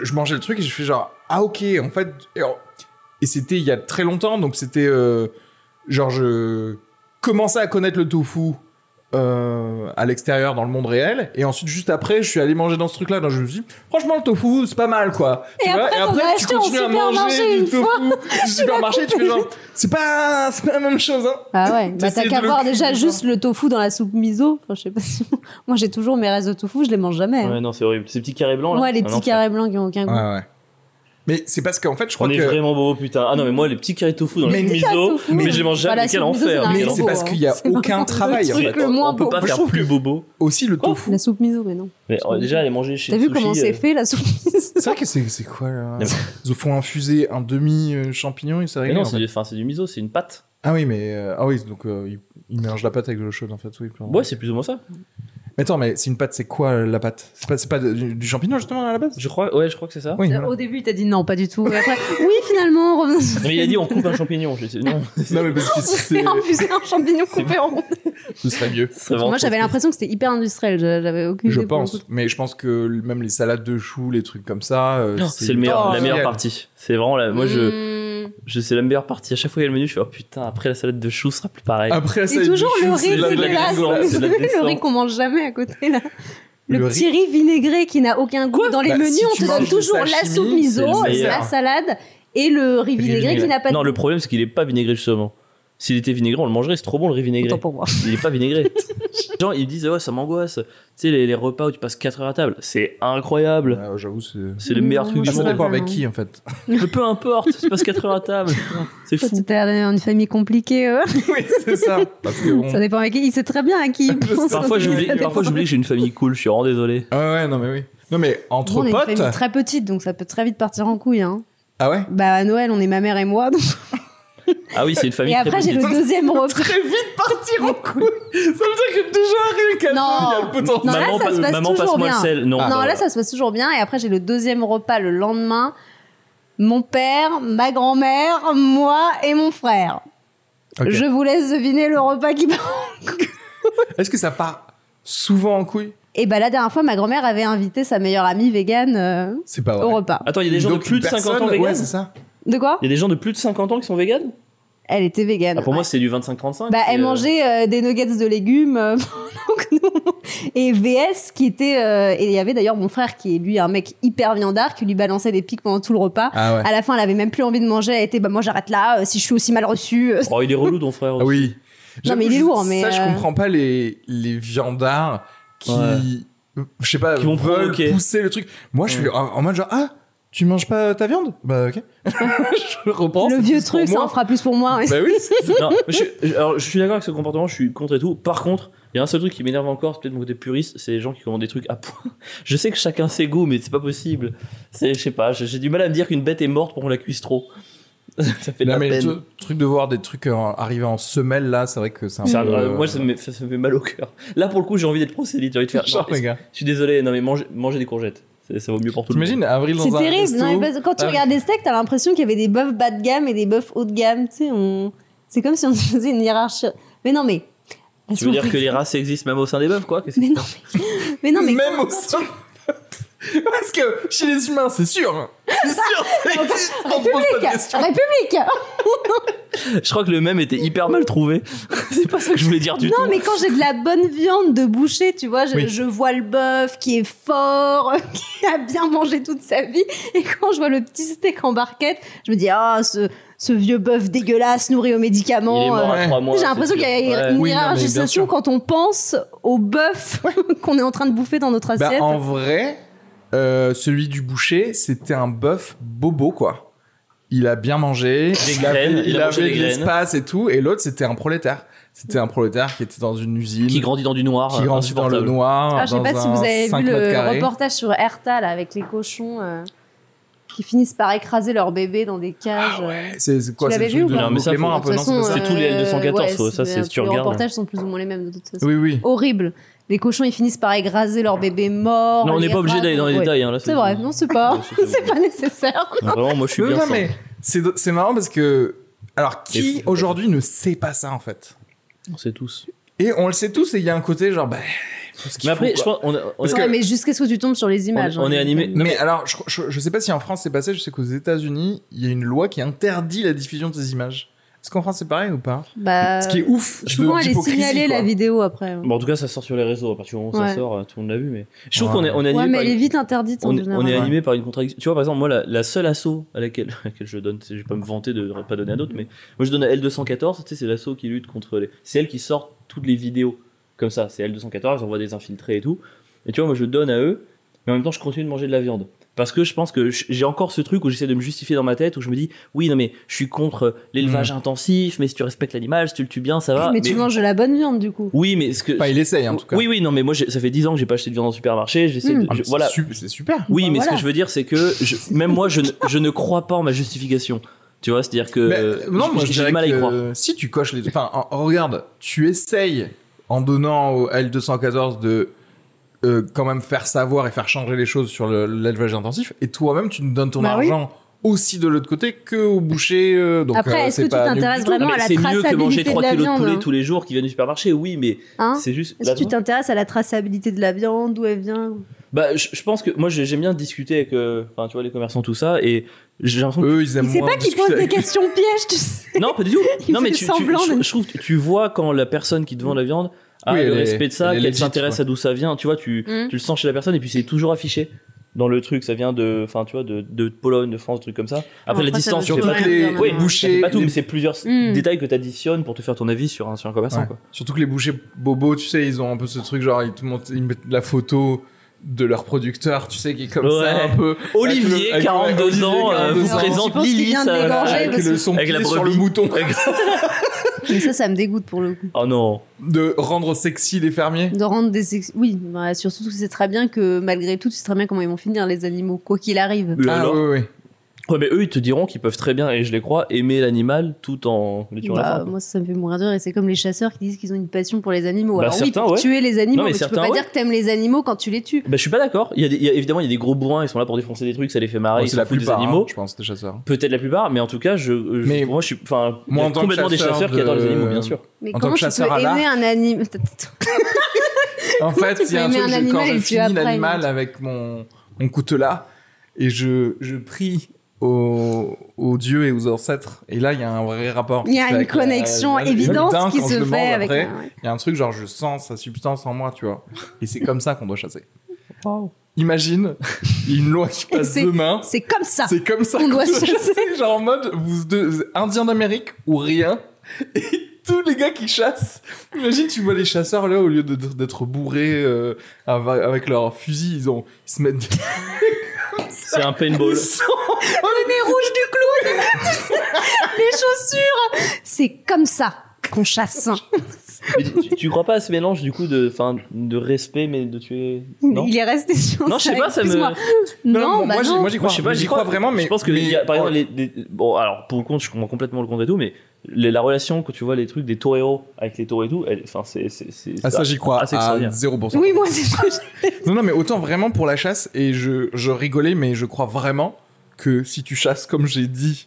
[SPEAKER 4] je- je mangeais le truc et je fais genre, ah ok, en fait. Et, en- et c'était il y a très longtemps, donc c'était. euh, genre, je commençais à connaître le tofu euh, à l'extérieur, dans le monde réel, et ensuite, juste après, je suis allé manger dans ce truc-là, donc je me suis dit, franchement, le tofu, c'est pas mal, quoi.
[SPEAKER 5] Et après, t'en as acheté en supermarché une
[SPEAKER 4] du tofu du supermarché, tu fais genre, c'est pas, c'est pas la même chose, hein.
[SPEAKER 5] Ah ouais, bah t'as
[SPEAKER 4] T'essayes
[SPEAKER 5] qu'à
[SPEAKER 4] de le
[SPEAKER 5] voir déjà
[SPEAKER 4] cuire.
[SPEAKER 5] juste le tofu dans la soupe miso. Enfin, je sais pas si... Moi, j'ai toujours mes restes de tofu, je les mange jamais.
[SPEAKER 6] Ouais, non, c'est horrible. Ces petits carrés blancs là.
[SPEAKER 5] Ouais, les
[SPEAKER 6] Ah, non,
[SPEAKER 5] petits carrés blancs qui ont aucun goût.
[SPEAKER 4] Ouais, ouais. Mais c'est parce qu'en fait, je crois
[SPEAKER 6] On
[SPEAKER 4] que.
[SPEAKER 6] est vraiment beau, putain. Ah non, mais moi, les petits carrés tofu dans les
[SPEAKER 4] Mais-
[SPEAKER 6] miso,
[SPEAKER 5] tofu,
[SPEAKER 6] mais
[SPEAKER 5] ouais.
[SPEAKER 6] je les mange
[SPEAKER 5] Bah,
[SPEAKER 6] jamais.
[SPEAKER 5] la
[SPEAKER 6] quel
[SPEAKER 5] soupe miso,
[SPEAKER 6] enfer.
[SPEAKER 5] n'a
[SPEAKER 4] Mais
[SPEAKER 6] quel
[SPEAKER 5] rien
[SPEAKER 6] enfer.
[SPEAKER 4] c'est
[SPEAKER 5] beau,
[SPEAKER 4] parce
[SPEAKER 5] hein.
[SPEAKER 4] qu'il y a
[SPEAKER 5] C'est
[SPEAKER 4] aucun
[SPEAKER 5] vraiment
[SPEAKER 4] travail,
[SPEAKER 5] le
[SPEAKER 4] en fait.
[SPEAKER 5] truc le moins
[SPEAKER 6] on peut
[SPEAKER 5] beau.
[SPEAKER 6] pas
[SPEAKER 4] Je
[SPEAKER 6] faire
[SPEAKER 4] trouve
[SPEAKER 6] plus
[SPEAKER 4] que-
[SPEAKER 6] bobo.
[SPEAKER 4] Aussi le tofu.
[SPEAKER 5] La soupe miso, mais non.
[SPEAKER 6] Mais euh, déjà, aller manger chez
[SPEAKER 5] T'as vu
[SPEAKER 6] Tsushi,
[SPEAKER 5] comment c'est
[SPEAKER 6] euh,
[SPEAKER 5] fait la soupe miso
[SPEAKER 4] C'est vrai que c'est c'est quoi là
[SPEAKER 6] Mais-
[SPEAKER 4] Ils font infuser un demi euh, champignon et c'est
[SPEAKER 6] mais
[SPEAKER 4] réglé.
[SPEAKER 6] non,
[SPEAKER 4] en
[SPEAKER 6] c'est
[SPEAKER 4] fait.
[SPEAKER 6] du, enfin, c'est du miso, c'est une pâte.
[SPEAKER 4] Ah oui, mais euh, ah oui, donc euh, ils, ils mélangent la pâte avec de l'eau chaude en fait. Oui, pardon.
[SPEAKER 6] Ouais, c'est plus ou moins ça.
[SPEAKER 4] Mais attends, mais c'est une pâte, c'est quoi euh, la pâte C'est pas, c'est pas de- du, du champignon justement à la base
[SPEAKER 6] Je crois, ouais, je crois que c'est ça.
[SPEAKER 4] Oui. voilà.
[SPEAKER 5] Au début, t'as dit non, pas du tout. Et après, oui, finalement, revenons sur
[SPEAKER 6] Mais il a dit on coupe un champignon. Je sais- non,
[SPEAKER 4] Non mais parce que si c'est,
[SPEAKER 5] C'est infusé un champignon coupé en rond.
[SPEAKER 4] ce serait mieux.
[SPEAKER 6] c'est vraiment
[SPEAKER 5] Moi,
[SPEAKER 6] trop-
[SPEAKER 5] j'avais l'impression que c'était hyper industriel. je- J'avais aucune
[SPEAKER 4] Je
[SPEAKER 5] idée pour le
[SPEAKER 4] pense,
[SPEAKER 5] coup.
[SPEAKER 4] mais je pense que même les salades de choux, les trucs comme ça, euh,
[SPEAKER 6] Oh, C'est le meilleur, la meilleure
[SPEAKER 4] industriel.
[SPEAKER 6] partie. C'est vraiment la. Moi, je,
[SPEAKER 5] Hmm.
[SPEAKER 6] je c'est la meilleure partie. À chaque fois qu'il y a le menu, je suis oh putain. Après la salade de choux, ce sera plus pareil.
[SPEAKER 4] Après la
[SPEAKER 5] C'est
[SPEAKER 4] salade
[SPEAKER 5] toujours
[SPEAKER 4] de
[SPEAKER 5] le
[SPEAKER 4] choux,
[SPEAKER 5] riz
[SPEAKER 4] c'est la-
[SPEAKER 6] de la
[SPEAKER 5] dégueulasse.
[SPEAKER 6] descente, c'est de la
[SPEAKER 5] Le riz
[SPEAKER 6] descente.
[SPEAKER 5] qu'on mange jamais à côté, là. Le,
[SPEAKER 4] Le
[SPEAKER 5] petit riz vinaigré qui n'a aucun goût.
[SPEAKER 6] Quoi
[SPEAKER 5] Dans les
[SPEAKER 4] Bah,
[SPEAKER 5] menus,
[SPEAKER 4] si
[SPEAKER 5] on
[SPEAKER 4] tu
[SPEAKER 5] te donne
[SPEAKER 4] manges du
[SPEAKER 5] toujours la
[SPEAKER 4] sashimi,
[SPEAKER 5] soupe
[SPEAKER 6] c'est
[SPEAKER 5] miso,
[SPEAKER 6] le
[SPEAKER 5] la
[SPEAKER 6] meilleur.
[SPEAKER 5] salade et le riz vinaigré qui n'a pas de
[SPEAKER 6] non,
[SPEAKER 5] goût.
[SPEAKER 6] le problème c'est qu'il est pas vinaigré justement. S'il était vinaigré, on le mangerait. C'est trop bon le riz vinaigré.
[SPEAKER 5] Autant pour moi.
[SPEAKER 6] Il est pas vinaigré. Les gens, ils disent ouais, ça m'angoisse. Tu sais les, les repas où tu passes 4 heures à table, c'est incroyable.
[SPEAKER 4] Ouais, Ah, J'avoue, c'est.
[SPEAKER 6] C'est le meilleur truc
[SPEAKER 5] Ah,
[SPEAKER 6] du
[SPEAKER 4] Ah, ça
[SPEAKER 5] Vraiment.
[SPEAKER 6] monde.
[SPEAKER 4] dépend avec qui en fait.
[SPEAKER 6] Peu, peu importe, tu passes 4 heures à table. C'est
[SPEAKER 5] Toi,
[SPEAKER 6] fou.
[SPEAKER 5] T'étais dans une famille compliquée. euh.
[SPEAKER 4] oui, c'est ça. Parce que bon.
[SPEAKER 5] Ça dépend avec qui. Il sait très bien à qui il pense.
[SPEAKER 6] Parfois
[SPEAKER 5] Ça
[SPEAKER 6] j'oublie,
[SPEAKER 5] dépend.
[SPEAKER 6] parfois j'oublie que j'ai une famille cool. Je suis vraiment désolé.
[SPEAKER 4] Ah ouais, non mais oui. Non mais entre
[SPEAKER 5] Nous, on est une famille
[SPEAKER 4] potes.
[SPEAKER 5] très petite, donc ça peut très vite partir en couille. Hein.
[SPEAKER 4] Ah ouais.
[SPEAKER 5] Bah, à Noël, on est ma mère et moi. donc-
[SPEAKER 6] Ah oui, c'est une famille.
[SPEAKER 5] Et
[SPEAKER 6] très
[SPEAKER 5] après, j'ai le
[SPEAKER 6] petite.
[SPEAKER 5] deuxième repas.
[SPEAKER 4] très vite partir en couille. Ça veut dire que déjà rien qu'à
[SPEAKER 5] Non.
[SPEAKER 4] deux, il y a le potentiel.
[SPEAKER 5] Non, là,
[SPEAKER 6] maman,
[SPEAKER 5] ça se passe
[SPEAKER 6] maman
[SPEAKER 5] toujours
[SPEAKER 6] passe-moi
[SPEAKER 5] bien.
[SPEAKER 6] le sel. Non,
[SPEAKER 5] non,
[SPEAKER 6] Ah, bah,
[SPEAKER 5] là, ça se passe toujours bien. Et après, j'ai le deuxième repas le lendemain. Mon père, ma grand-mère, moi et mon frère.
[SPEAKER 4] Ok.
[SPEAKER 5] Je vous laisse deviner le repas qui part.
[SPEAKER 4] Est-ce que ça part souvent en couille
[SPEAKER 5] Et bah, la dernière fois, ma grand-mère avait invité sa meilleure amie végane euh,
[SPEAKER 4] C'est pas
[SPEAKER 5] au
[SPEAKER 4] vrai.
[SPEAKER 5] repas.
[SPEAKER 6] Attends, il y a des gens
[SPEAKER 4] Donc,
[SPEAKER 6] de plus de
[SPEAKER 4] personne-
[SPEAKER 6] 50 ans
[SPEAKER 4] Ouais,
[SPEAKER 6] véganes.
[SPEAKER 4] c'est ça.
[SPEAKER 5] De quoi
[SPEAKER 6] Il y a des gens de plus de 50 ans qui sont véganes
[SPEAKER 5] Elle était végane.
[SPEAKER 6] Ah, Pour
[SPEAKER 5] ouais.
[SPEAKER 6] moi, c'est du 25-35.
[SPEAKER 5] Bah,
[SPEAKER 6] c'est,
[SPEAKER 5] elle
[SPEAKER 6] euh,
[SPEAKER 5] mangeait euh, des nuggets de légumes. euh, donc nous- et VS qui était. euh, et il y avait d'ailleurs mon frère qui est lui un mec hyper viandard qui lui balançait des pics pendant tout le repas.
[SPEAKER 4] Ah ouais.
[SPEAKER 5] À la fin, elle avait même plus envie de manger. Elle était bah moi j'arrête là. euh, si je suis aussi mal reçue. euh,
[SPEAKER 6] Oh, il est relou ton frère.
[SPEAKER 4] Ah oui.
[SPEAKER 5] Non, mais
[SPEAKER 4] J'avoue,
[SPEAKER 5] il est
[SPEAKER 4] je-
[SPEAKER 5] lourd, mais,
[SPEAKER 4] Ça, je
[SPEAKER 5] euh,
[SPEAKER 4] comprends pas les, les viandards qui
[SPEAKER 6] Ouais.
[SPEAKER 4] je sais pas,
[SPEAKER 6] Qui vont
[SPEAKER 4] veulent
[SPEAKER 6] provoquer.
[SPEAKER 4] pousser le truc. Moi, je suis en, en mode genre, ah, tu manges pas ta viande Bah, ok. je repense.
[SPEAKER 5] Le
[SPEAKER 4] Oh, c'est
[SPEAKER 5] vieux
[SPEAKER 4] plus pour
[SPEAKER 5] truc, ça
[SPEAKER 4] moi.
[SPEAKER 5] en fera plus pour moi. ouais.
[SPEAKER 4] Bah oui.
[SPEAKER 6] Non, mais je, suis- je- alors, je suis d'accord avec ce comportement, je suis contre et tout. Par contre, il y a un seul truc qui m'énerve encore, c'est peut-être mon côté puriste, c'est les gens qui commandent des trucs à point. Je sais que chacun ses goûts, mais c'est pas possible. C'est, je sais pas, j'ai j'ai du mal à me dire qu'une bête est morte pour qu'on la cuise trop. ça fait de
[SPEAKER 4] Non,
[SPEAKER 6] la
[SPEAKER 4] mais le
[SPEAKER 6] peine.
[SPEAKER 4] tru- truc de voir des trucs euh, arriver en semelle là, c'est vrai que c'est un
[SPEAKER 6] Ça,
[SPEAKER 4] peu.
[SPEAKER 6] euh, moi, ça me, ça- ça me fait mal au cœur. Là, pour le coup, j'ai envie d'être prosélyte. J'ai envie de faire.
[SPEAKER 4] Genre,
[SPEAKER 6] non,
[SPEAKER 4] les gars.
[SPEAKER 6] je suis désolé, non, mais mangez, mangez des courgettes. C'est- Ça vaut mieux pour tout le monde.
[SPEAKER 4] T'imagines, Avril dans
[SPEAKER 5] C'est
[SPEAKER 4] un
[SPEAKER 5] terrible.
[SPEAKER 4] resto,
[SPEAKER 5] Non, mais parce que quand tu
[SPEAKER 4] Ah.
[SPEAKER 5] regardes les steaks, t'as l'impression qu'il y avait des bœufs bas de gamme et des bœufs haut de gamme. Tu sais, on... c'est comme si on faisait une hiérarchie. Mais non, mais.
[SPEAKER 6] Tu veux dire que les races existent même au sein des bœufs, quoi Qu'est-ce que-
[SPEAKER 5] Mais non, mais. Mais non, mais.
[SPEAKER 4] Même au sein. Parce que chez les humains, c'est sûr. hein. C'est sûr. ça existe, on se pose pas de
[SPEAKER 5] République
[SPEAKER 4] questions.
[SPEAKER 5] République
[SPEAKER 6] Je crois que le même était hyper mal trouvé. c'est pas ça que je voulais dire du
[SPEAKER 5] Non,
[SPEAKER 6] tout.
[SPEAKER 5] mais quand j'ai de la bonne viande de boucher, tu vois, je,
[SPEAKER 4] Oui.
[SPEAKER 5] je vois le bœuf qui est fort, qui a bien mangé toute sa vie. Et quand je vois le petit steak en barquette, je me dis, ah, ce, ce vieux bœuf dégueulasse nourri aux
[SPEAKER 6] Il est
[SPEAKER 5] médicaments. euh.
[SPEAKER 6] mort
[SPEAKER 4] Ouais.
[SPEAKER 6] à trois mois.
[SPEAKER 5] J'ai
[SPEAKER 6] c'est
[SPEAKER 5] l'impression
[SPEAKER 6] sûr.
[SPEAKER 5] qu'il y a
[SPEAKER 6] Ouais.
[SPEAKER 5] une
[SPEAKER 4] Oui, non, mais bien
[SPEAKER 5] hiérarchisation
[SPEAKER 4] sûr.
[SPEAKER 5] quand on pense au bœuf qu'on est en train de bouffer dans notre
[SPEAKER 4] Bah,
[SPEAKER 5] assiette.
[SPEAKER 4] en vrai, euh, celui du boucher, c'était un bœuf bobo, quoi. Il a bien mangé,
[SPEAKER 6] Des
[SPEAKER 4] il avait,
[SPEAKER 6] graines, il
[SPEAKER 4] il
[SPEAKER 6] a mangé
[SPEAKER 4] avait
[SPEAKER 6] des
[SPEAKER 4] de
[SPEAKER 6] graines.
[SPEAKER 4] l'espace et tout, et l'autre, c'était un prolétaire. C'était un prolétaire qui était dans une usine,
[SPEAKER 6] qui grandit dans du noir.
[SPEAKER 4] qui grandit dans le
[SPEAKER 6] insupportable.
[SPEAKER 4] noir.
[SPEAKER 5] Ah, je sais
[SPEAKER 4] dans
[SPEAKER 5] pas si vous
[SPEAKER 4] un
[SPEAKER 5] avez
[SPEAKER 4] 5
[SPEAKER 5] vu
[SPEAKER 4] mètres
[SPEAKER 5] le
[SPEAKER 4] carrés.
[SPEAKER 5] reportage sur Erta là, avec les cochons euh, qui finissent par écraser leur bébé dans des cages.
[SPEAKER 4] Ah
[SPEAKER 5] euh.
[SPEAKER 4] ouais, c'est c'est quoi
[SPEAKER 5] Tu
[SPEAKER 4] C'est
[SPEAKER 5] l'avais
[SPEAKER 4] le
[SPEAKER 5] vu
[SPEAKER 4] truc
[SPEAKER 5] ou
[SPEAKER 4] de
[SPEAKER 5] pas
[SPEAKER 4] Jean-Luc
[SPEAKER 6] Non, mais ça,
[SPEAKER 4] Clément, un peu,
[SPEAKER 5] De
[SPEAKER 4] non
[SPEAKER 5] toute façon, euh,
[SPEAKER 4] c'est pas
[SPEAKER 6] c'est tous les L214,
[SPEAKER 5] ouais,
[SPEAKER 6] ça, c'est- si tu
[SPEAKER 5] Les
[SPEAKER 6] regardes.
[SPEAKER 5] reportages sont plus ou moins les mêmes de toute façon.
[SPEAKER 4] Oui, oui.
[SPEAKER 5] Horrible. Les cochons, ils finissent par égraser leur bébé mort.
[SPEAKER 6] Non, on
[SPEAKER 5] les
[SPEAKER 6] n'est pas obligé
[SPEAKER 5] rats,
[SPEAKER 6] d'aller dans les
[SPEAKER 5] ouais.
[SPEAKER 6] détails. hein, là,
[SPEAKER 5] C'est vrai, non, c'est pas, c'est pas nécessaire.
[SPEAKER 6] Vraiment, moi, je suis
[SPEAKER 4] Mais
[SPEAKER 6] bien.
[SPEAKER 4] non,
[SPEAKER 6] sans.
[SPEAKER 4] mais c'est c'est marrant parce que. Alors, qui
[SPEAKER 6] fou.
[SPEAKER 4] aujourd'hui ne sait pas ça en fait
[SPEAKER 6] On sait tous.
[SPEAKER 4] Et on le sait tous, et il y a un côté genre, bah. faut ce qu'il
[SPEAKER 6] Mais après,
[SPEAKER 4] faut,
[SPEAKER 6] je
[SPEAKER 4] quoi.
[SPEAKER 6] pense, on, a- on
[SPEAKER 4] Parce
[SPEAKER 6] a-
[SPEAKER 4] que-
[SPEAKER 5] Ouais, mais jusqu'à ce que tu tombes sur les images.
[SPEAKER 6] On- on
[SPEAKER 5] hein.
[SPEAKER 6] est animé. Non,
[SPEAKER 4] Mais, alors, je, je, je sais pas si en France c'est passé, je sais qu'aux États-Unis, il y a une loi qui interdit la diffusion de ces images. Est-ce qu'en France c'est pareil ou pas
[SPEAKER 5] Bah,
[SPEAKER 4] Ce qui est ouf, de-
[SPEAKER 5] souvent, elle est
[SPEAKER 4] d'hypocrisie,
[SPEAKER 5] signalée
[SPEAKER 4] quoi.
[SPEAKER 5] la vidéo après.
[SPEAKER 6] Bon, en tout cas, ça sort sur les réseaux. À partir du moment où
[SPEAKER 5] Ouais.
[SPEAKER 6] ça sort, euh, tout le monde l'a vu. Mais je trouve
[SPEAKER 4] Ouais.
[SPEAKER 6] qu'on est, on est animé
[SPEAKER 5] Ouais, mais
[SPEAKER 6] par
[SPEAKER 5] elle
[SPEAKER 6] une-
[SPEAKER 5] est vite interdite en
[SPEAKER 6] on, est- on est
[SPEAKER 5] général.
[SPEAKER 6] animé par une contradiction. Tu vois, par exemple, moi, la, la seule assaut à laquelle, à laquelle je donne, c'est- je vais pas me vanter de ne pas donner à d'autres, mais moi, je donne à L214, tu sais, c'est l'assaut qui lutte contre les. C'est elle qui sort toutes les vidéos comme ça. C'est L214, ils envoient des infiltrés et tout. Et tu vois, moi, je donne à eux, mais en même temps, je continue de manger de la viande. Parce que je pense que je- j'ai encore ce truc où j'essaie de me justifier dans ma tête, où je me dis, oui, non, mais je suis contre l'élevage
[SPEAKER 4] Mm.
[SPEAKER 6] intensif, mais si tu respectes l'animal, si tu le tues bien, ça va.
[SPEAKER 5] Mais tu manges de la bonne viande du coup.
[SPEAKER 6] Oui, mais ce que.
[SPEAKER 4] Enfin, il essaye en tout cas.
[SPEAKER 6] Euh, Oui, oui, non, mais moi, j'ai- ça fait 10 ans que j'ai pas acheté de viande en supermarché, j'essaie
[SPEAKER 5] Mm.
[SPEAKER 4] Ah,
[SPEAKER 6] de.
[SPEAKER 4] mais
[SPEAKER 6] je-
[SPEAKER 4] c'est
[SPEAKER 6] voilà,
[SPEAKER 4] su- C'est super.
[SPEAKER 6] oui,
[SPEAKER 5] Bah,
[SPEAKER 6] mais ce
[SPEAKER 5] voilà.
[SPEAKER 6] que je veux dire, c'est que je- même moi, je ne, je ne crois pas en ma justification. Tu vois, c'est-à-dire que
[SPEAKER 4] Mais,
[SPEAKER 6] euh,
[SPEAKER 4] non,
[SPEAKER 6] j-
[SPEAKER 4] moi je
[SPEAKER 6] j'ai
[SPEAKER 4] dirais
[SPEAKER 6] du mal à y
[SPEAKER 4] que,
[SPEAKER 6] croire.
[SPEAKER 4] euh, si tu coches les. Enfin, en- en- regarde, tu essayes en donnant au L214 de euh, quand même faire savoir et faire changer les choses sur le- l'élevage intensif, et toi-même tu nous donnes ton
[SPEAKER 5] Bah oui.
[SPEAKER 4] argent aussi de l'autre côté que au boucher. euh, donc,
[SPEAKER 5] Après,
[SPEAKER 4] euh,
[SPEAKER 5] est-ce
[SPEAKER 4] c'est
[SPEAKER 5] que tu
[SPEAKER 4] pas nul du
[SPEAKER 5] t'intéresses
[SPEAKER 4] tout.
[SPEAKER 5] vraiment à
[SPEAKER 6] Mais
[SPEAKER 5] la
[SPEAKER 6] c'est mieux que manger
[SPEAKER 5] traçabilité
[SPEAKER 6] 3
[SPEAKER 5] de la
[SPEAKER 6] kilos de
[SPEAKER 5] viande
[SPEAKER 6] poulet
[SPEAKER 5] hein
[SPEAKER 6] tous les jours qui viennent du supermarché. Oui, mais
[SPEAKER 5] Hein
[SPEAKER 6] c'est juste.
[SPEAKER 5] Est-ce
[SPEAKER 6] là-
[SPEAKER 5] que tu t'intéresses à la traçabilité de la viande, d'où elle vient
[SPEAKER 6] bah, je, je pense que moi, j'ai- j'aime bien discuter avec, euh, enfin, tu vois, les commerçants tout ça, et j'ai l'impression. que-
[SPEAKER 4] Eux, ils aiment
[SPEAKER 5] Il sait
[SPEAKER 4] moins
[SPEAKER 5] pas qu'il
[SPEAKER 4] discuter
[SPEAKER 5] pose
[SPEAKER 4] avec
[SPEAKER 5] des
[SPEAKER 4] les-
[SPEAKER 5] questions pièges, tu sais.
[SPEAKER 4] Euh.
[SPEAKER 6] Non, pas du tout.
[SPEAKER 5] Il
[SPEAKER 6] non, mais
[SPEAKER 5] fait
[SPEAKER 6] tu, tu-
[SPEAKER 5] semblant
[SPEAKER 6] je,
[SPEAKER 5] de-
[SPEAKER 6] je trouve, que tu vois quand la personne qui te vend la viande a
[SPEAKER 4] Oui,
[SPEAKER 6] le
[SPEAKER 4] elle est-
[SPEAKER 6] respect de ça,
[SPEAKER 4] elle est
[SPEAKER 6] qu'elle
[SPEAKER 4] legit,
[SPEAKER 6] s'intéresse
[SPEAKER 4] ouais.
[SPEAKER 6] à d'où ça vient. Tu vois, tu,
[SPEAKER 5] Mm.
[SPEAKER 6] tu le sens chez la personne, et puis c'est toujours affiché. Dans le truc, ça vient de, enfin, tu vois, de, de Pologne, de France, trucs comme ça. Après, la
[SPEAKER 5] Après, ça
[SPEAKER 6] distance,
[SPEAKER 5] veut
[SPEAKER 6] je
[SPEAKER 4] Surtout
[SPEAKER 6] sais pas hein.
[SPEAKER 5] Ouais,
[SPEAKER 4] que les
[SPEAKER 5] non, non, non.
[SPEAKER 6] Ça fait
[SPEAKER 4] bouchers.
[SPEAKER 6] pas tout,
[SPEAKER 4] les-
[SPEAKER 6] mais c'est plusieurs
[SPEAKER 5] Mm.
[SPEAKER 6] détails que tu additionnes pour te faire ton avis sur un, sur un commerçant.
[SPEAKER 4] Ouais.
[SPEAKER 6] Quoi.
[SPEAKER 4] Surtout que les bouchers bobos, tu sais, ils ont un peu ce truc, genre, ils te montrent, ils mettent la photo de leur producteur, tu sais, qui est comme ça,
[SPEAKER 6] Ouais.
[SPEAKER 4] un peu.
[SPEAKER 6] Olivier,
[SPEAKER 4] Avec le-
[SPEAKER 6] 42
[SPEAKER 4] avec- ouais,
[SPEAKER 6] ans, euh,
[SPEAKER 4] 42
[SPEAKER 6] vous
[SPEAKER 4] ans.
[SPEAKER 5] Je
[SPEAKER 6] présente
[SPEAKER 5] pense qu'il
[SPEAKER 6] Lily.
[SPEAKER 5] vient de
[SPEAKER 6] ça-
[SPEAKER 5] dégorger,
[SPEAKER 4] euh,
[SPEAKER 6] avec-
[SPEAKER 4] Avec
[SPEAKER 5] parce que-
[SPEAKER 4] le son
[SPEAKER 6] avec la
[SPEAKER 4] pied sur le
[SPEAKER 6] brebis.
[SPEAKER 4] bouton.
[SPEAKER 5] Mais ça, ça me dégoûte pour le coup.
[SPEAKER 6] Oh non.
[SPEAKER 4] De rendre sexy les fermiers.
[SPEAKER 5] De rendre des. ex- Oui, bah, surtout que c'est très bien que malgré tout, tu sais très bien comment ils vont finir les animaux, quoi qu'il arrive.
[SPEAKER 6] Le-
[SPEAKER 4] Ah,
[SPEAKER 6] leur-
[SPEAKER 4] oui, oui.
[SPEAKER 6] Ouais, mais eux, ils te diront qu'ils peuvent très bien, et je les crois, aimer l'animal tout en le tuant à la
[SPEAKER 5] Bah,
[SPEAKER 6] fin.
[SPEAKER 5] moi, ça me fait mourir de rire. Et c'est comme les chasseurs qui disent qu'ils ont une passion pour les animaux.
[SPEAKER 6] Bah,
[SPEAKER 5] Alors, oui,
[SPEAKER 6] certains,
[SPEAKER 5] pour
[SPEAKER 6] ouais.
[SPEAKER 5] tuer les animaux,
[SPEAKER 6] Non, mais
[SPEAKER 5] mais, tu peux
[SPEAKER 6] certains,
[SPEAKER 5] pas
[SPEAKER 6] ouais.
[SPEAKER 5] dire que t'aimes les animaux quand tu les tues.
[SPEAKER 6] Bah, je suis pas d'accord. Il y a des- il y a- évidemment, il y a des gros bourrins, ils sont là pour défoncer des trucs, ça les fait marrer,
[SPEAKER 4] Bon,
[SPEAKER 6] ils
[SPEAKER 4] c'est
[SPEAKER 6] s'en
[SPEAKER 4] la
[SPEAKER 6] foutent des
[SPEAKER 4] plupart,
[SPEAKER 6] animaux.
[SPEAKER 4] hein, je pense, des chasseurs.
[SPEAKER 6] Peut-être la plupart, mais en tout cas, je, je-
[SPEAKER 4] Mais
[SPEAKER 6] moi, je suis, enfin, il y
[SPEAKER 4] moi,
[SPEAKER 6] a
[SPEAKER 4] en tant que
[SPEAKER 6] complètement des
[SPEAKER 4] chasseur
[SPEAKER 6] chasseurs qui adorent les
[SPEAKER 4] de-
[SPEAKER 6] animaux, bien sûr.
[SPEAKER 5] Mais
[SPEAKER 4] En tant
[SPEAKER 5] comment
[SPEAKER 4] que
[SPEAKER 5] tu peux
[SPEAKER 4] chasseur à
[SPEAKER 5] aimer un animal
[SPEAKER 4] En fait,
[SPEAKER 5] tu
[SPEAKER 4] il y a un
[SPEAKER 5] peux aimer
[SPEAKER 4] truc,
[SPEAKER 5] un
[SPEAKER 4] je-
[SPEAKER 5] animal
[SPEAKER 4] quand
[SPEAKER 5] et
[SPEAKER 4] je
[SPEAKER 5] le tuer
[SPEAKER 4] finis
[SPEAKER 5] après,
[SPEAKER 4] l'animal avec mon, mon coutelas, et je, je prie aux, aux dieux et aux ancêtres, et là, il y a un vrai rapport.
[SPEAKER 5] Il y a une
[SPEAKER 6] euh,
[SPEAKER 5] connexion évidente qui se fait avec.
[SPEAKER 4] Il
[SPEAKER 5] Ouais.
[SPEAKER 4] y a un truc genre, je sens sa substance en moi, tu vois. Et c'est comme ça qu'on doit chasser. Imagine, il y a une loi qui passe
[SPEAKER 5] c'est-
[SPEAKER 4] demain.
[SPEAKER 5] C'est comme ça.
[SPEAKER 4] C'est comme ça
[SPEAKER 5] Ah, On
[SPEAKER 4] qu'on
[SPEAKER 5] doit
[SPEAKER 4] doit
[SPEAKER 5] chasser.
[SPEAKER 4] chasser. Genre en mode, vous deux, Indiens d'Amérique ou rien. Et tous les gars qui chassent. Imagine, tu vois les chasseurs là, au lieu de- de- d'être bourrés euh, av- avec leurs fusils, ils, ont, ils se mettent des
[SPEAKER 6] C'est un paintball.
[SPEAKER 4] ils sont-
[SPEAKER 5] Le nez rouge du clown Les chaussures C'est comme ça qu'on chasse.
[SPEAKER 6] Mais tu, tu crois pas à ce mélange du coup de, enfin, de respect mais de tuer Non.
[SPEAKER 5] Il est resté sur
[SPEAKER 6] Non, je sais pas, ça me-
[SPEAKER 5] excuse-moi.
[SPEAKER 4] Non, bon,
[SPEAKER 5] Non, bah
[SPEAKER 4] moi, j'y-
[SPEAKER 5] non.
[SPEAKER 4] moi, j'y crois,
[SPEAKER 6] Je sais pas,
[SPEAKER 4] j'y crois, vraiment, mais
[SPEAKER 6] je pense que
[SPEAKER 4] mais-
[SPEAKER 6] il y a, par exemple, les, les- bon, alors pour le compte, je comprends complètement le compte et tout, mais les- la relation quand tu vois les trucs des toreros avec les taureaux et tout, elle- enfin c'est c'est c'est
[SPEAKER 4] Ah, ça, j'y crois
[SPEAKER 6] Ah, c'est
[SPEAKER 4] à
[SPEAKER 6] extraordinaire.
[SPEAKER 4] 0%.
[SPEAKER 5] Oui, moi, c'est
[SPEAKER 4] Non, non, mais autant vraiment pour la chasse, et je, je rigolais, mais je crois vraiment que si tu chasses comme j'ai dit,